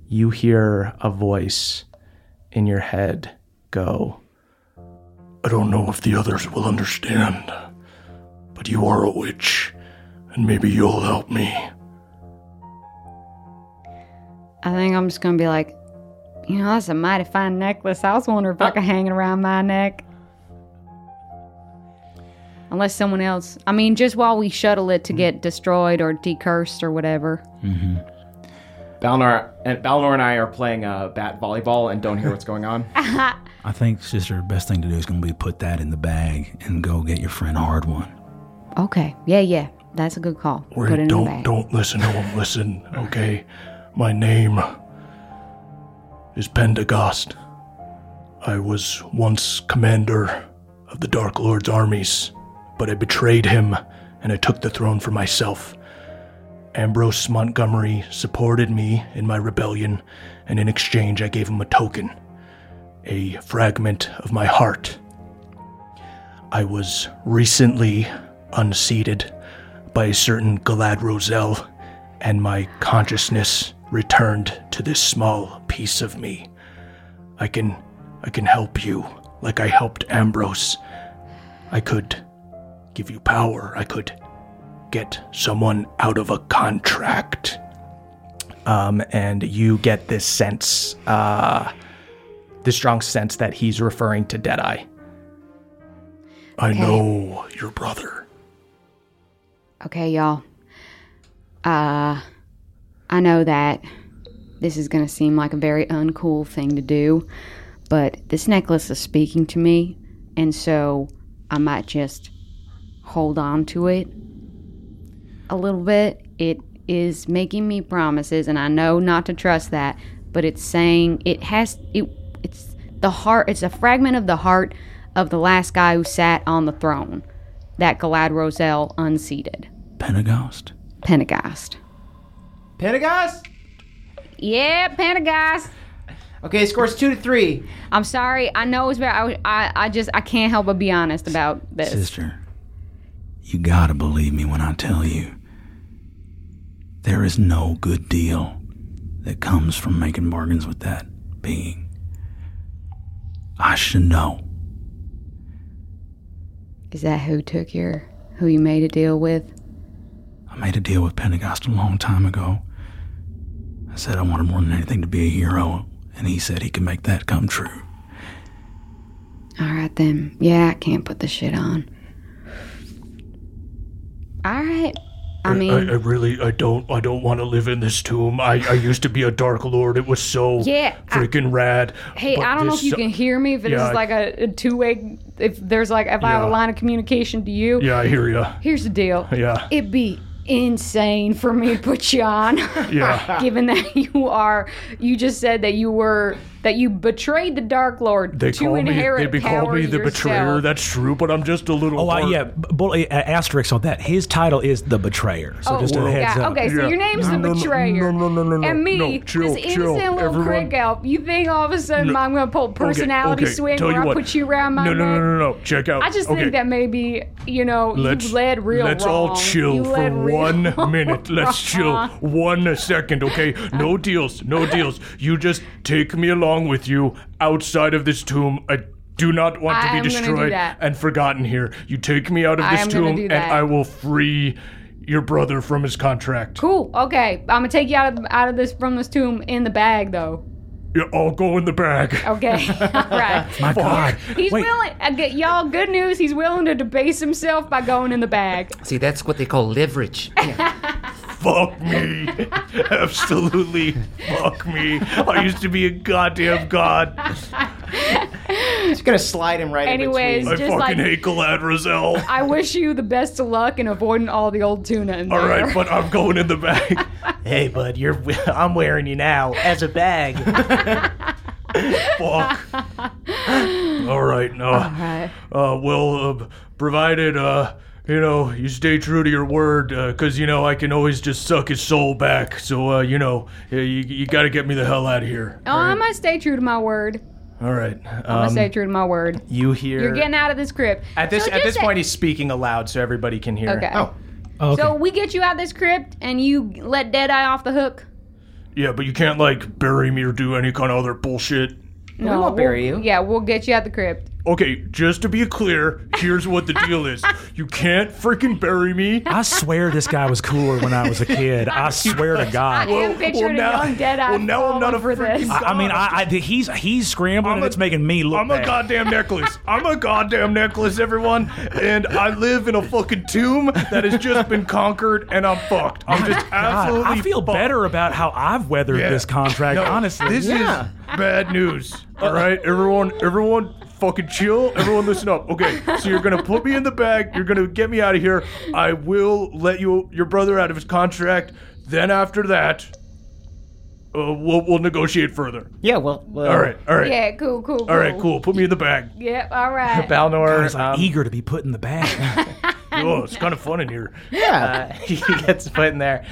you hear a voice in your head go, I don't know if the others will understand, but you are a witch, and maybe you'll help me. I think I'm just gonna be like, you know, that's a mighty fine necklace. I was wondering if I could hang it around my neck. Unless someone else. I mean, just while we shuttle it Hmm. to get destroyed or decursed or whatever. Mm-hmm. Balnor and Balnor and I are playing uh, bat volleyball and don't hear what's going on. I think, sister, best thing to do is going to be put that in the bag and go get your friend a hard one. Okay. Yeah, yeah. That's a good call. Wait, Put it in the don't bag. don't listen to him. Listen, okay. My name is Pendagost. I was once commander of the Dark Lord's armies, but I betrayed him and I took the throne for myself. Ambrose Montgomery supported me in my rebellion, and in exchange, I gave him a token a fragment of my heart. I was recently unseated by a certain Galad Roselle, and my consciousness returned to this small piece of me. I can I can help you like I helped Ambrose. I could give you power. I could get someone out of a contract. um, and you get this sense, uh, this strong sense that he's referring to Deadeye. I know your brother. Okay, y'all. Uh, I know that this is going to seem like a very uncool thing to do, but this necklace is speaking to me, and so I might just hold on to it a little bit. It is making me promises, and I know not to trust that, but it's saying it has it. It's the heart. It's a fragment of the heart of the last guy who sat on the throne, that Galad Roselle unseated. Pentecost. Pentecost. Pentecost? Yeah, Pentecost. Okay, scores two to three. I'm sorry. I know it's very. I, I, I just I can't help but be honest about this. Sister, you gotta believe me when I tell you. There is no good deal that comes from making bargains with that being. I should know. Is that who took your who you made a deal with? I made a deal with Pentecost a long time ago. I said I wanted more than anything to be a hero, and he said he could make that come true. All right then. Yeah, I can't put the shit on. All right. I I, mean, I really I don't I don't want to live in this tomb. I, I used to be a dark lord. It was so Yeah, I- freaking rad. Hey, but I don't know this- if you can hear me. If it's Yeah, I- like a, a two way, if there's like if I have a Yeah. line of communication to you. Yeah, I hear ya. Here's the deal. Yeah. It'd be insane for me to put you on. Yeah. given that you are, you just said that you were that you betrayed the Dark Lord They to call me inherit they be call me power the betrayer. yourself. That's true, but I'm just a little Oh, uh, part- yeah. b- Bull, uh, asterisk on that. His title is The Betrayer. So oh, just a heads yeah. up. Okay, so your name's the betrayer. No, no, no, no. and me, no, chill, this chill, innocent little everyone. crick elf, you think all of a sudden No. I'm going to pull personality okay, swing tell where you I what. put you around my no, no, neck? no, no, no. Check out. I just okay. think that maybe you know Let's you led real let's wrong. all chill You for led real- one minute. Let's chill one second, okay? No deals, no deals. You just take me along with you outside of this tomb. I do not want I to am be gonna do destroyed that. and forgotten here. You take me out of I this am gonna tomb, do and that. I will free your brother from his contract. Cool. Okay, I'm gonna take you out of out of this from this tomb in the bag though. Yeah, I'll go in the bag. Okay, all right. My God. Oh He's willing. I get y'all good news. He's willing to debase himself by going in the bag. See, that's what they call leverage. Fuck me. Absolutely fuck me. I used to be a goddamn god. Just gonna slide him right Anyways, in I just between. fucking like- hate Galad Razel. I wish you the best of luck in avoiding all the old tuna. In All right, there. but I'm going in the bag. Hey, bud, you're I'm wearing you now as a bag. Fuck. All right, no. right. Uh, well, uh, provided, uh, you know, you stay true to your word, because, you know, I can always just suck his soul back. So, uh, you know, uh, you, you got to get me the hell out of here. Oh, I might stay true to my word. All right. uh, I'm gonna stay true to my word. You hear You're getting out of this crypt. at this So at just this say- point he's speaking aloud so everybody can hear. Okay. Oh. So we get you out of this crypt and you let Deadeye off the hook. Yeah, but you can't like bury me or do any kind of other bullshit. No, we'll- Yeah, we'll get you out the crypt. Okay, just to be clear, here's what the deal is. You can't freaking bury me. I swear this guy was cooler when I was a kid. I swear to God. I am picturing a young Deadeye. Well, now I'm not a for this. I, I mean, I, I, he's he's scrambling, and it's making me look. I'm a bad. goddamn necklace. I'm a goddamn necklace, everyone. And I live in a fucking tomb that has just been conquered, and I'm fucked. I'm just God, absolutely. I feel better about how I've weathered Yeah. this contract. No, honestly, this is bad news. All right, everyone, everyone, fucking chill. Everyone, listen up. Okay, so you're gonna put me in the bag. You're gonna get me out of here. I will let you, your brother, out of his contract. Then after that, uh, we'll we'll negotiate further. Yeah. Well. all right. All right. Yeah, cool, cool, cool. All right. Cool. Put me in the bag. Yep, all right. Balnor um, is like eager to be put in the bag. Oh, it's kind of fun in here. Yeah. he gets put in there.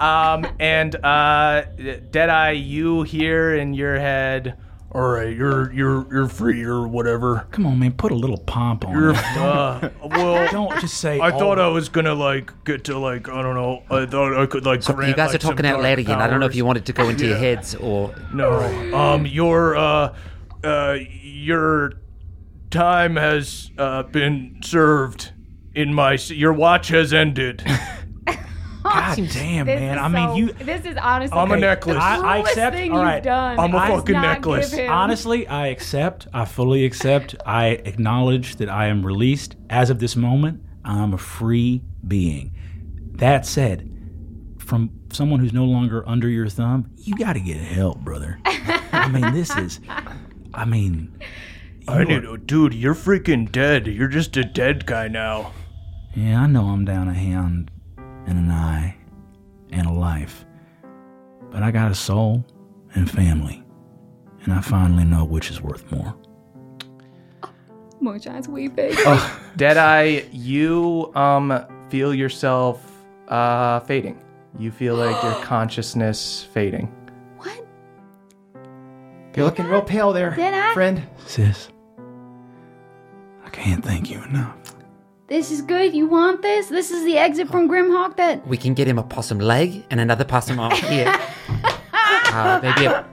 Um, and uh, Deadeye, you hear in your head. All right, you're you're you're free or whatever. Come on, man, put a little pomp on. You're- it. uh, well, don't just say. "Oh, I all thought of I was gonna like get to like I don't know. I thought I could like. You grant, guys are like, some talking out dark loud again. I don't know if you powers. wanted to go into your Yeah. heads or. No. Um, your uh, uh, your time has uh been served in my. s- Your watch has ended. God damn, This man. is I mean, so- you. This is honestly. I'm a the necklace. I, I cruelest accept. Thing all you've right. done. I'm a Let's fucking not give necklace. him- Honestly, I accept. I fully accept. I acknowledge that I am released. As of this moment, I'm a free being. That said, from someone who's no longer under your thumb, you got to get help, brother. I mean, this is. I mean, I you are- need, dude. You're freaking dead. You're just a dead guy now. Yeah, I know I'm down a hand and an eye and a life. But I got a soul and family. And I finally know which is worth more. Moonshine's weeping. Deadeye, you um feel yourself uh fading. You feel like your consciousness fading. You're looking real pale there, Did I? friend. Sis, I can't thank you enough. This is good. You want this? This is the exit from Grimhawk. That We can get him a possum leg and another possum arm here. uh, maybe a,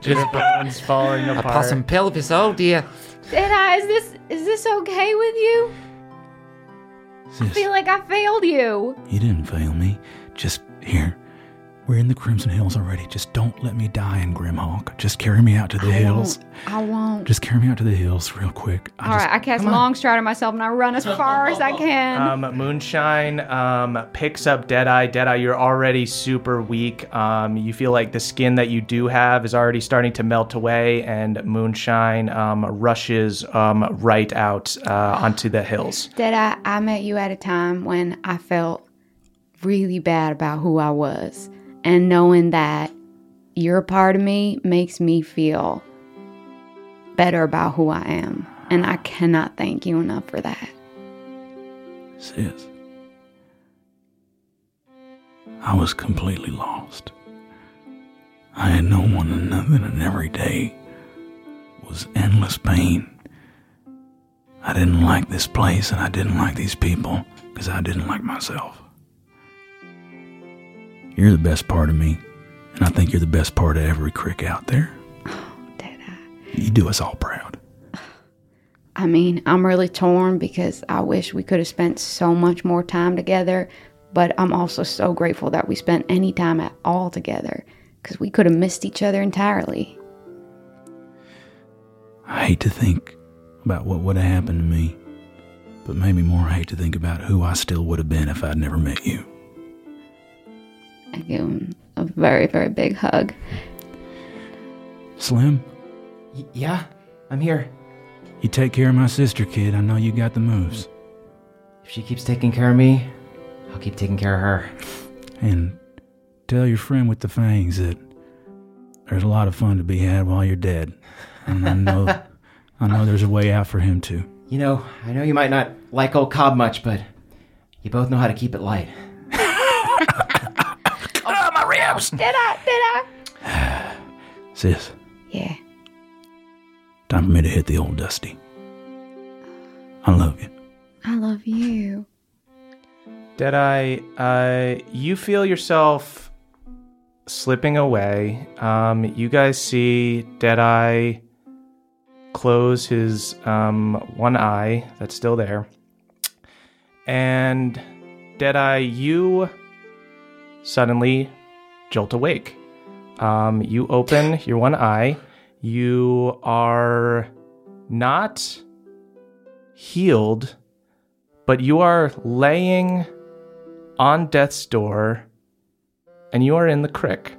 Just bones falling a apart. possum pelvis. Oh dear. Did I? Is this is this okay with you? I feel like I failed you. You didn't fail me. Just here. We're in the Crimson Hills already. Just don't let me die in Grimhawk. Just carry me out to the hills. I won't. Just carry me out to the hills real quick. All right, I cast long stride on myself and I run as far as I can. Um, Moonshine um, picks up Deadeye. Deadeye, you're already super weak. Um, you feel like the skin that you do have is already starting to melt away, and Moonshine um, rushes um, right out uh, onto the hills. Did I? I met you at a time when I felt really bad about who I was, and knowing that you're a part of me makes me feel better about who I am, and I cannot thank you enough for that. Sis, I was completely lost. I had no one and nothing, and every day was endless pain. I didn't like this place, and I didn't like these people because I didn't like myself. You're the best part of me, and I think you're the best part of every crick out there. You do us all proud. I mean, I'm really torn because I wish we could have spent so much more time together, but I'm also so grateful that we spent any time at all together because we could have missed each other entirely. I hate to think about what would have happened to me, but maybe more I hate to think about who I still would have been if I'd never met you. I give him um, a very, very big hug. Slim, Y- yeah, I'm here. you take care of my sister, kid. I know you got the moves. If she keeps taking care of me, I'll keep taking care of her. And tell your friend with the fangs that there's a lot of fun to be had while you're dead. And I know, I know there's a way out for him too. You know, I know you might not like old Cobb much, but you both know how to keep it light. Oh, my ribs! Did I? Did I? Sis, Yeah. Time for me to hit the old dusty. I love you. I love you. Deadeye, uh, you feel yourself slipping away. Um, you guys see Deadeye close his um, one eye that's still there. And Deadeye, you suddenly jolt awake. Um, you open your one eye. You are not healed, but you are laying on death's door and you are in the crick.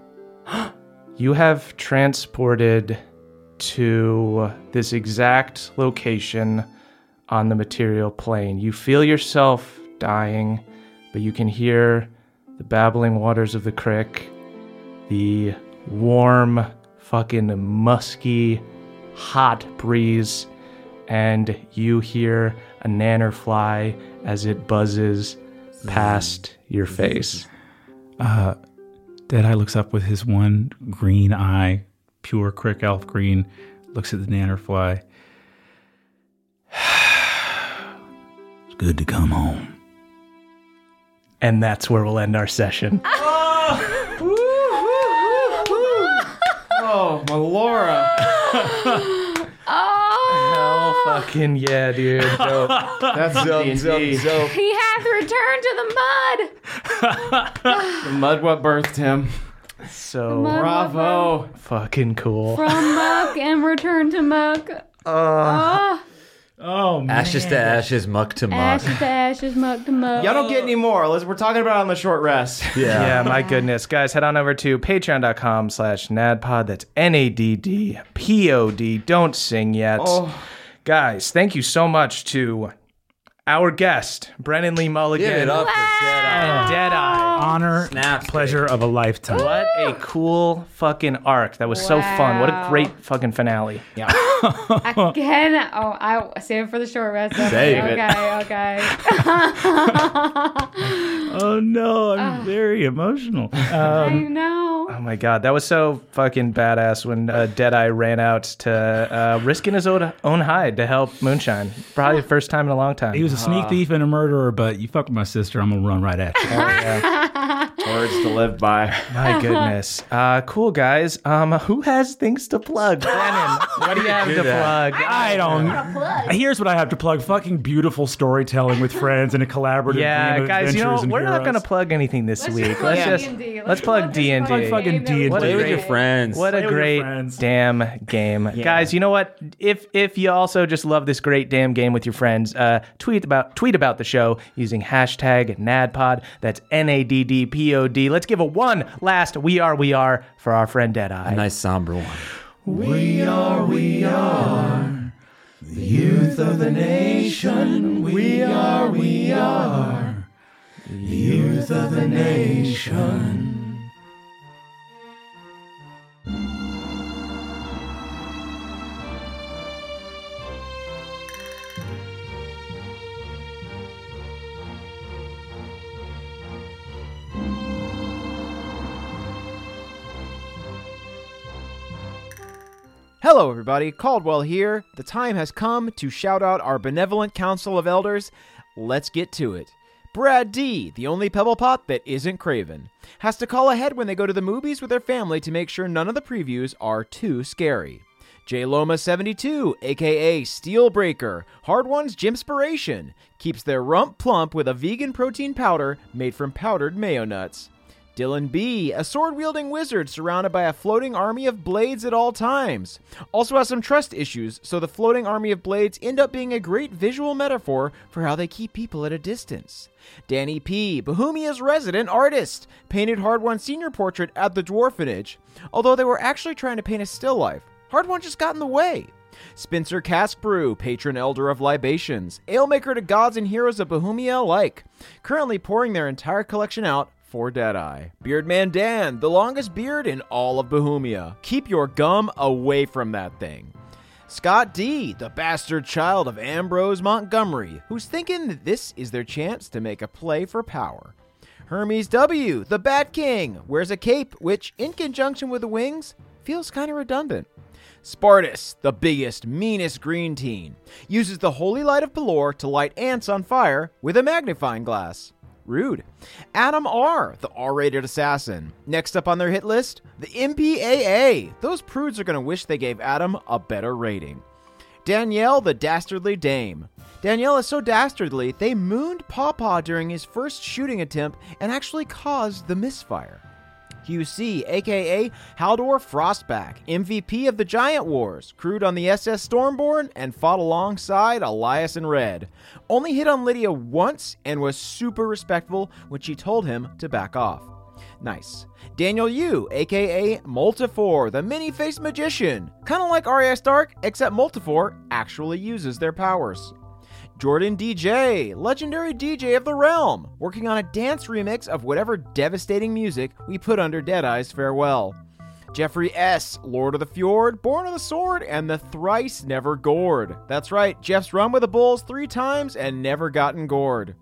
you have transported to this exact location on the material plane. You feel yourself dying, but you can hear the babbling waters of the crick, the warm, fucking musky, hot breeze, and you hear a nanner fly as it buzzes past your Mm-hmm. face. Uh, Deadeye looks up with his one green eye, pure crick elf green, looks at the nanner fly. it's good to come home. And that's where we'll end our session. Ah! Oh, Melora. Oh, Hell fucking yeah, dude. Dope. That's dope, D&D. dope, dope. He hath returned to the mud. the mud what birthed him. So mud what bravo. Fucking cool. From muck and return to muck. Oh, oh Uh. Ashes to ashes, muck to muck. ashes to ashes, muck to muck. Y'all don't get any more. Liz, we're talking about it on the short rest. Yeah. my goodness. Guys, head on over to patreon.com slash nadpod. That's N A D D P O D. Don't sing yet. Oh. Guys, thank you so much to our guest, Brennan Lee Mulligan. Give it up for And Deadeye. Honor, pleasure of a lifetime. What a cool fucking arc. That was so fun. What a Wow. great fucking finale. Yeah. I can. Oh, I save it for the short rest. Save it. okay, okay. Oh no, I'm very emotional. Um, I know. Oh my god, that was so fucking badass when uh, Deadeye ran out to uh, risking his own, own hide to help Moonshine. Probably the first time in a long time. He was a sneak thief and a murderer, but you fuck with my sister, I'm gonna run right at you. Words to live by. My goodness. Uh, cool guys. Um, who has things to plug? Brennan, what do you have do to that. plug? I don't. Here's what I have to plug: fucking beautiful storytelling with friends and a collaborative. Yeah, dream of guys, you know adventures and we're not heroes. gonna plug anything this week. plug Let's just D&D. let's, plug D and D. fucking D and Play D. with your friends. What a Play with your great friends. damn game, guys! You know what? If if you also just love this great damn game with your friends, uh, tweet about tweet about the show using hashtag NADPod. That's N A D D P O D. Let's give a one last we are we are for our friend Deadeye. A nice somber one. We are, we are the youth of the nation. We are, we are the youth of the nation. Hello, everybody. Caldwell here. The time has come to shout out our benevolent Council of Elders. Let's get to it. Brad D., the only pebble pot that isn't craven, has to call ahead when they go to the movies with their family to make sure none of the previews are too scary. J Loma 72, aka Steelbreaker, Hard One's Gymspiration, keeps their rump plump with a vegan protein powder made from powdered mayo nuts. Dylan B, a sword wielding wizard surrounded by a floating army of blades at all times. Also has some trust issues, so the floating army of blades end up being a great visual metaphor for how they keep people at a distance. Danny P, Bohemia's resident artist, painted Hard One's senior portrait at the dwarfenage, although they were actually trying to paint a still life. Hard One just got in the way. Spencer Cask Brew, patron elder of libations, alemaker to gods and heroes of Bohemia alike, currently pouring their entire collection out for Deadeye. Beardman Dan, the longest beard in all of Bohemia. Keep your gum away from that thing. Scott D., the bastard child of Ambrose Montgomery, who's thinking that this is their chance to make a play for power. Hermes W., the Bat King, wears a cape which, in conjunction with the wings, feels kind of redundant. Spartus, the biggest, meanest green teen, uses the holy light of Pelor to light ants on fire with a magnifying glass. Rude. Adam R., the R rated assassin. Next up on their hit list, the MPAA. Those prudes are going to wish they gave Adam a better rating. Danielle, the dastardly dame. Danielle is so dastardly, they mooned Pawpaw during his first shooting attempt and actually caused the misfire. QC, aka Haldor Frostback, MVP of the Giant Wars, crewed on the SS Stormborn and fought alongside Elias in Red. Only hit on Lydia once and was super respectful when she told him to back off. Nice. Daniel Yu, aka Multifor, the mini faced magician. Kind of like Arya Stark, except Multifor actually uses their powers. Jordan DJ, legendary DJ of the realm, working on a dance remix of whatever devastating music we put under Deadeye's farewell. Jeffrey S., Lord of the Fjord, Born of the Sword, and the Thrice Never Gored. That's right, Jeff's run with the Bulls three times and never gotten gored.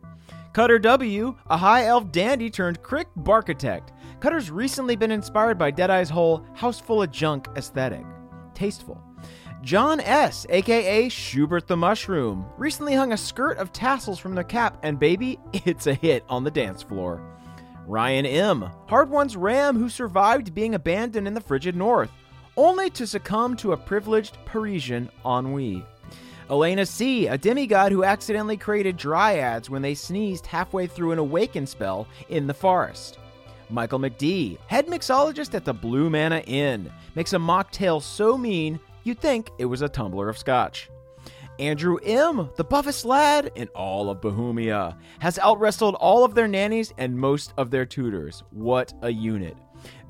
Cutter W, a high elf dandy turned crick barkitect. Cutter's recently been inspired by Deadeye's whole house full of junk aesthetic. Tasteful. John S., aka Schubert the Mushroom, recently hung a skirt of tassels from their cap, and baby, it's a hit on the dance floor. Ryan M., Hard One's ram who survived being abandoned in the frigid north, only to succumb to a privileged Parisian ennui. Elena C., a demigod who accidentally created dryads when they sneezed halfway through an awaken spell in the forest. Michael McD., head mixologist at the Blue Manna Inn, makes a mocktail so mean you'd think it was a tumbler of scotch. Andrew M., the buffest lad in all of Bohemia, has outwrestled all of their nannies and most of their tutors. What a unit.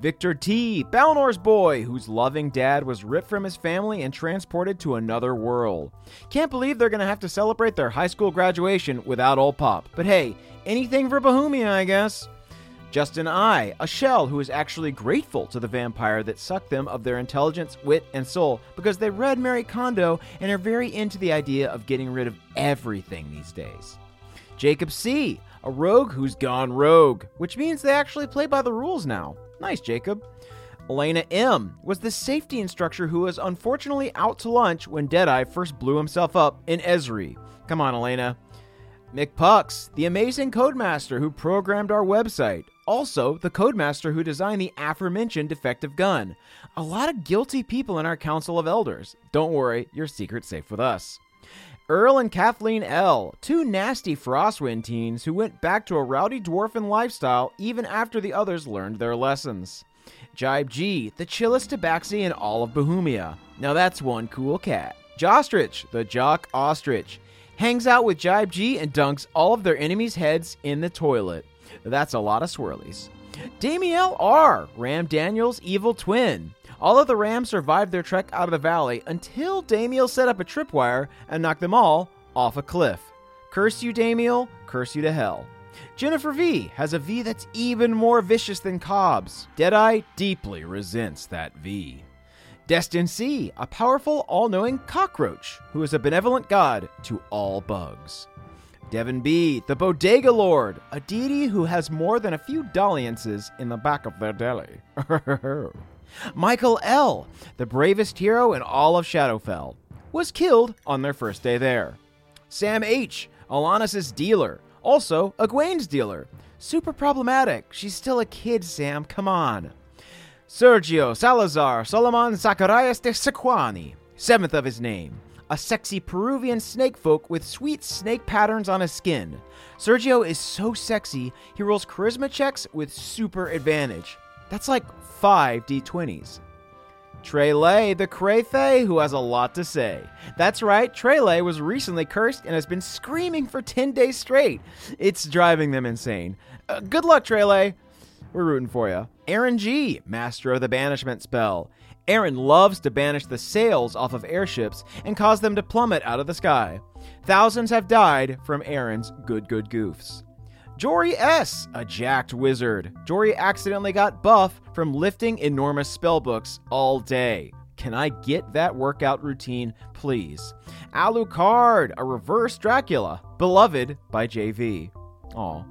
Victor T., Balnor's boy, whose loving dad was ripped from his family and transported to another world. Can't believe they're going to have to celebrate their high school graduation without old Pop. But hey, anything for Bohemia, I guess. Justin I, a shell who is actually grateful to the vampire that sucked them of their intelligence, wit, and soul because they read Mary Kondo and are very into the idea of getting rid of everything these days. Jacob C, a rogue who's gone rogue, which means they actually play by the rules now. Nice, Jacob. Elena M was the safety instructor who was unfortunately out to lunch when Deadeye first blew himself up in Esri. Come on, Elena. Mick Pucks, the amazing codemaster who programmed our website, also the codemaster who designed the aforementioned defective gun. A lot of guilty people in our Council of Elders. Don't worry, your secret's safe with us. Earl and Kathleen L., two nasty Frostwind teens who went back to a rowdy dwarven lifestyle even after the others learned their lessons. Jibe G, the chillest tabaxi in all of Bohemia. Now that's one cool cat. Jostrich, the jock ostrich, hangs out with Jibe G and dunks all of their enemies' heads in the toilet. That's a lot of swirlies. Damiel R., Ram Daniel's evil twin. All of the rams survived their trek out of the valley until Damiel set up a tripwire and knocked them all off a cliff. Curse you, Damiel, curse you to hell. Jennifer V has a V that's even more vicious than Cobb's. Deadeye deeply resents that V. Destin C, a powerful, all knowing cockroach who is a benevolent god to all bugs. Devin B, the Bodega Lord, a deity who has more than a few dalliances in the back of their deli. Michael L, the bravest hero in all of Shadowfell, was killed on their first day there. Sam H, Alanis' dealer, also Egwene's dealer. Super problematic. She's still a kid, Sam. Come on. Sergio Salazar Solomon Zacharias de Sequani, seventh of his name, a sexy Peruvian snake folk with sweet snake patterns on his skin. Sergio is so sexy, he rolls charisma checks with super advantage. That's like 5 d20s. Trele the Crayfay, who has a lot to say. That's right, Trele was recently cursed and has been screaming for 10 days straight. It's driving them insane. Uh, good luck, Trele. We're rooting for you. Aaron G., master of the banishment spell. Aaron loves to banish the sails off of airships and cause them to plummet out of the sky. Thousands have died from Aaron's good, good goofs. Jory S., a jacked wizard. Jory accidentally got buff from lifting enormous spellbooks all day. Can I get that workout routine, please? Alucard, a reverse Dracula, beloved by JV. Aw.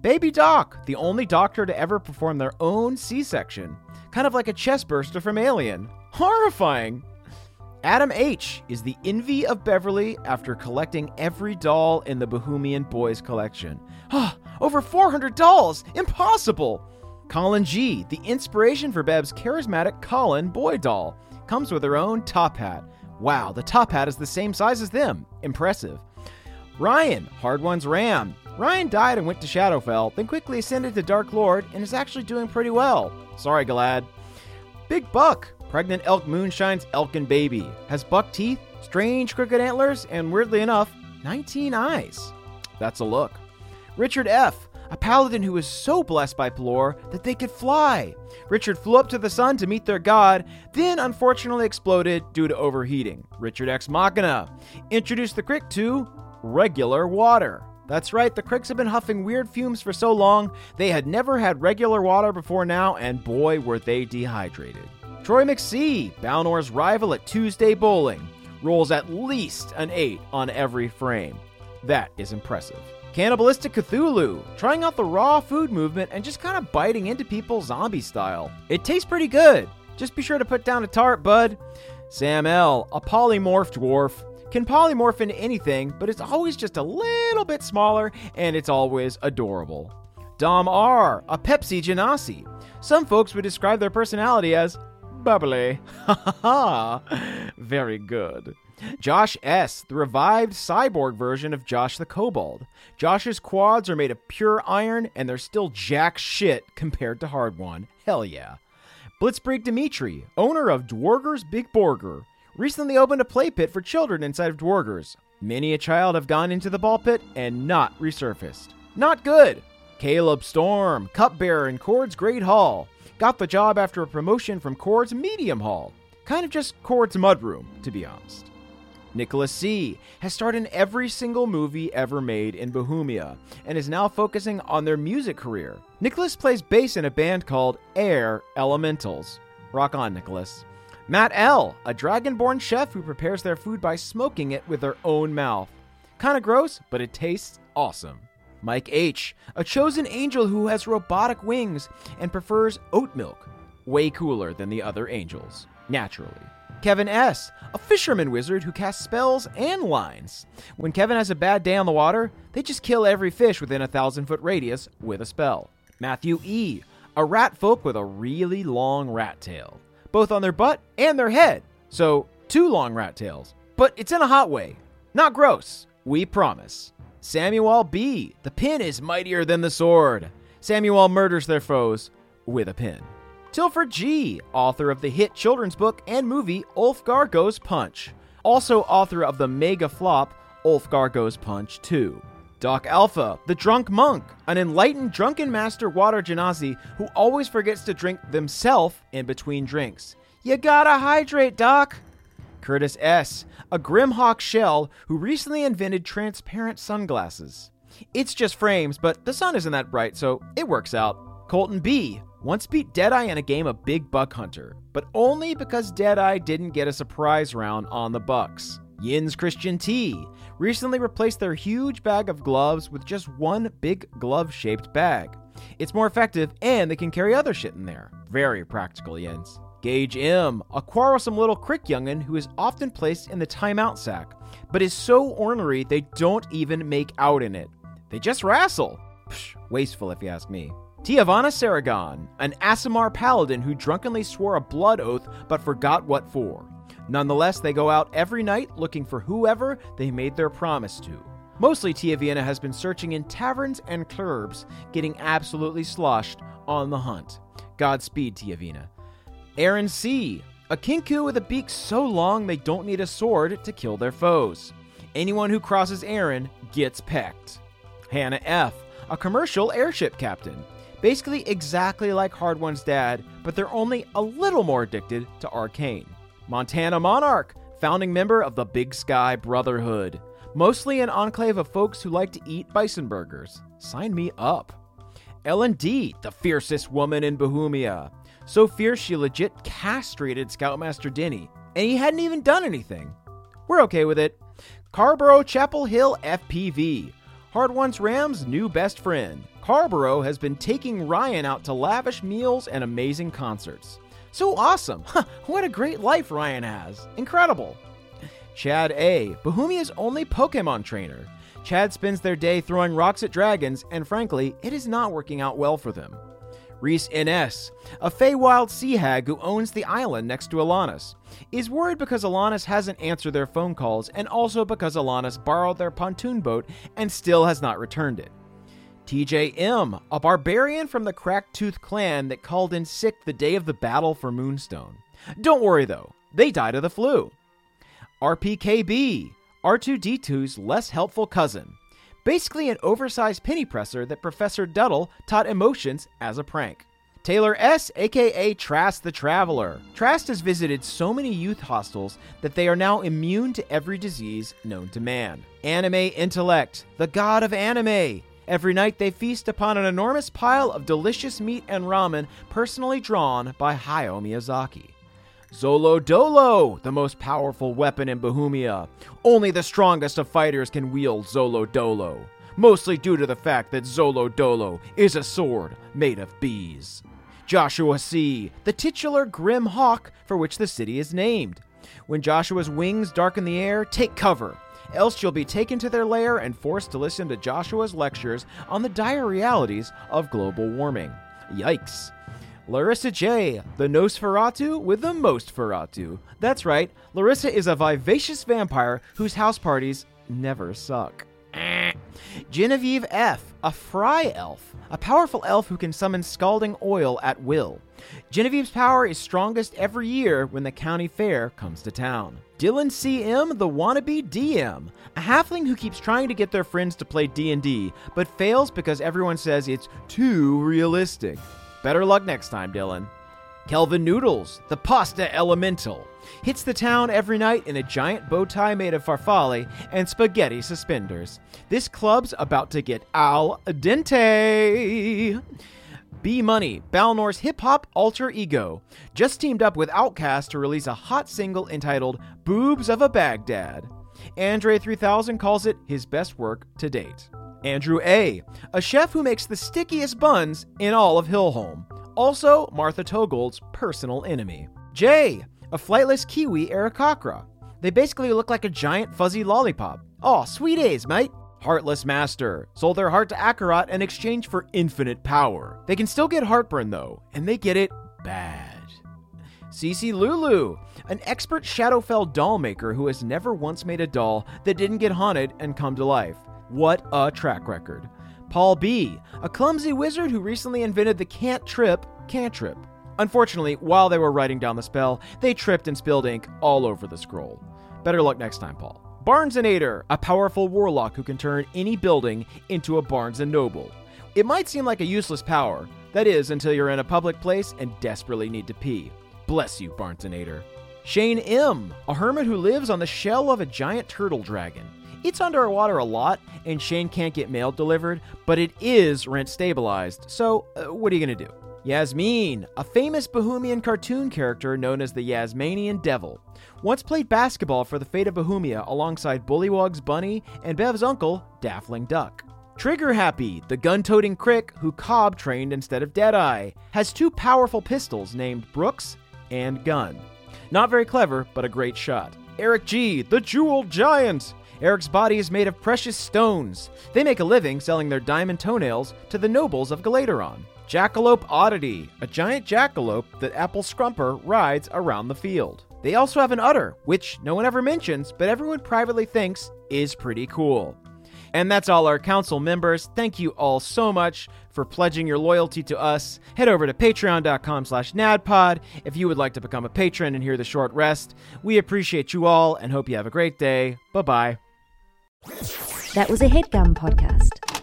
Baby Doc, the only doctor to ever perform their own C section. Kind of like a chest burster from Alien. Horrifying! Adam H. is the envy of Beverly after collecting every doll in the Bohemian Boys collection. Ah, over 400 dolls! Impossible! Colin G., the inspiration for Bev's charismatic Colin boy doll, comes with her own top hat. Wow, the top hat is the same size as them. Impressive. Ryan, Hard One's Ram. Ryan died and went to Shadowfell, then quickly ascended to Dark Lord and is actually doing pretty well. Sorry, Galad. Big Buck, pregnant elk moonshine's elkin baby, has buck teeth, strange crooked antlers, and weirdly enough, 19 eyes. That's a look. Richard F., a paladin who was so blessed by Pelor that they could fly. Richard flew up to the sun to meet their god, then unfortunately exploded due to overheating. Richard Ex Machina introduced the crick to regular water. That's right, the cricks have been huffing weird fumes for so long, they had never had regular water before now, and boy, were they dehydrated. Troy McSee, Balnor's rival at Tuesday Bowling, rolls at least an 8 on every frame. That is impressive. Cannibalistic Cthulhu, trying out the raw food movement and just kind of biting into people zombie style. It tastes pretty good. Just be sure to put down a tart, bud. Sam L, a polymorph dwarf, can polymorph into anything, but it's always just a little bit smaller and it's always adorable. Dom R, a Pepsi Genasi. Some folks would describe their personality as bubbly. Ha ha ha. Very good. Josh S, the revived cyborg version of Josh the Kobold. Josh's quads are made of pure iron and they're still jack shit compared to Hard One. Hell yeah. Blitzkrieg Dimitri, owner of Dwarger's Big Borger, recently opened a play pit for children inside of Dwarger's. Many a child have gone into the ball pit and not resurfaced. Not good. Caleb Storm, cupbearer in Cord's Great Hall, got the job after a promotion from Cord's Medium Hall. Kind of just Cord's mudroom, to be honest. Nicholas C. has starred in every single movie ever made in Bohemia and is now focusing on their music career. Nicholas plays bass in a band called Air Elementals. Rock on, Nicholas. Matt L., a dragonborn chef who prepares their food by smoking it with their own mouth. Kinda gross, but it tastes awesome. Mike H., a chosen angel who has robotic wings and prefers oat milk, way cooler than the other angels, naturally. Kevin S., a fisherman wizard who casts spells and lines. When Kevin has a bad day on the water, they just kill every fish within a thousand foot radius with a spell. Matthew E., a rat folk with a really long rat tail, both on their butt and their head. So, two long rat tails. But it's in a hot way. Not gross. We promise. Samuel B., the pin is mightier than the sword. Samuel murders their foes with a pin. Tilford G., author of the hit children's book and movie Ulfgar Goes Punch, also author of the mega flop Ulfgar Goes Punch 2. Doc Alpha, the drunk monk, an enlightened drunken master water genasi who always forgets to drink themselves in between drinks. You gotta hydrate, Doc! Curtis S., a Grimhawk shell who recently invented transparent sunglasses. It's just frames, but the sun isn't that bright, so it works out. Colton B. once beat Deadeye in a game of Big Buck Hunter, but only because Deadeye didn't get a surprise round on the Bucks. Yin's Christian T. recently replaced their huge bag of gloves with just one big glove shaped bag. It's more effective and they can carry other shit in there. Very practical, Yins. Gage M, a quarrelsome little crick youngin who is often placed in the timeout sack, but is so ornery they don't even make out in it. They just wrestle. Psh, wasteful if you ask me. Tiavana Saragon, an Asimar paladin who drunkenly swore a blood oath but forgot what for. Nonetheless, they go out every night looking for whoever they made their promise to. Mostly, Tia Vienna has been searching in taverns and clubs, getting absolutely sloshed on the hunt. Godspeed, Tia Vienna. Aaron C., a kinku with a beak so long they don't need a sword to kill their foes. Anyone who crosses Aaron gets pecked. Hannah F., a commercial airship captain. Basically, exactly like Hard One's dad, but they're only a little more addicted to arcane. Montana Monarch, founding member of the Big Sky Brotherhood, mostly an enclave of folks who like to eat bison burgers. Sign me up. Ellen D, the fiercest woman in Bohemia. So fierce she legit castrated Scoutmaster Denny, and he hadn't even done anything. We're okay with it. Carborough Chapel Hill FPV, Hard One's Ram's new best friend. Carborough has been taking Ryan out to lavish meals and amazing concerts. So awesome. Huh, what a great life Ryan has. Incredible. Chad A., Bahumia's only Pokemon trainer. Chad spends their day throwing rocks at dragons, and frankly, it is not working out well for them. Reese NS, a Feywild sea hag who owns the island next to Alanis, is worried because Alanis hasn't answered their phone calls and also because Alanis borrowed their pontoon boat and still has not returned it. TJM, a barbarian from the Cracktooth clan that called in sick the day of the battle for Moonstone. Don't worry though, they died of the flu. RPKB, R2D2's less helpful cousin. Basically, an oversized penny presser that Professor Duddle taught emotions as a prank. Taylor S., aka Trast the Traveler. Trast has visited so many youth hostels that they are now immune to every disease known to man. Anime Intellect, the god of anime. Every night they feast upon an enormous pile of delicious meat and ramen personally drawn by Hayao Miyazaki. Zolo Dolo, the most powerful weapon in Bohemia. Only the strongest of fighters can wield Zolo Dolo, mostly due to the fact that Zolo Dolo is a sword made of bees. Joshua C., the titular Grim Hawk for which the city is named. When Joshua's wings darken the air, take cover, else you'll be taken to their lair and forced to listen to Joshua's lectures on the dire realities of global warming. Yikes. Larissa J., the Nosferatu with the most Feratu. That's right, Larissa is a vivacious vampire whose house parties never suck. Genevieve F., a fry elf, a powerful elf who can summon scalding oil at will. Genevieve's power is strongest every year when the county fair comes to town. Dylan CM, the wannabe DM, a halfling who keeps trying to get their friends to play D&D but fails because everyone says it's too realistic. Better luck next time, Dylan. Kelvin Noodles, the pasta elemental, hits the town every night in a giant bow tie made of farfalle and spaghetti suspenders. This club's about to get al dente. B Money, Balnor's hip hop alter ego, just teamed up with Outkast to release a hot single entitled Boobs of a Baghdad. Andre 3000 calls it his best work to date. Andrew A., a chef who makes the stickiest buns in all of Hillholm, also Martha Togold's personal enemy. J., a flightless Kiwi Aerococra. They basically look like a giant fuzzy lollipop. Aw, sweet A's, mate! Heartless Master sold their heart to Akarat in exchange for infinite power. They can still get heartburn though, and they get it bad. CC Lulu, an expert Shadowfell doll maker who has never once made a doll that didn't get haunted and come to life. What a track record. Paul B., a clumsy wizard who recently invented the can't trip cantrip. Unfortunately, while they were writing down the spell, they tripped and spilled ink all over the scroll. Better luck next time, Paul. Barnesonator, a powerful warlock who can turn any building into a Barnes and Noble. It might seem like a useless power, that is, until you're in a public place and desperately need to pee. Bless you, Barnesonator. Shane M., a hermit who lives on the shell of a giant turtle dragon. It's underwater a lot, and Shane can't get mail delivered, but it is rent stabilized, so uh, what are you gonna do? Yasmin, a famous Bohemian cartoon character known as the Yasmanian Devil, once played basketball for the Fate of Bohemia alongside Bullywog's Bunny and Bev's uncle, Daffling Duck. Trigger Happy, the gun toting crick who Cobb trained instead of Deadeye, has two powerful pistols named Brooks and Gun. Not very clever, but a great shot. Eric G., the Jeweled Giant, Eric's body is made of precious stones. They make a living selling their diamond toenails to the nobles of Galateron. Jackalope Oddity, a giant jackalope that Apple Scrumper rides around the field. They also have an udder, which no one ever mentions, but everyone privately thinks is pretty cool. And that's all our council members. Thank you all so much for pledging your loyalty to us. Head over to patreon.com slash nadpod if you would like to become a patron and hear the short rest. We appreciate you all and hope you have a great day. Bye bye. That was a headgum podcast.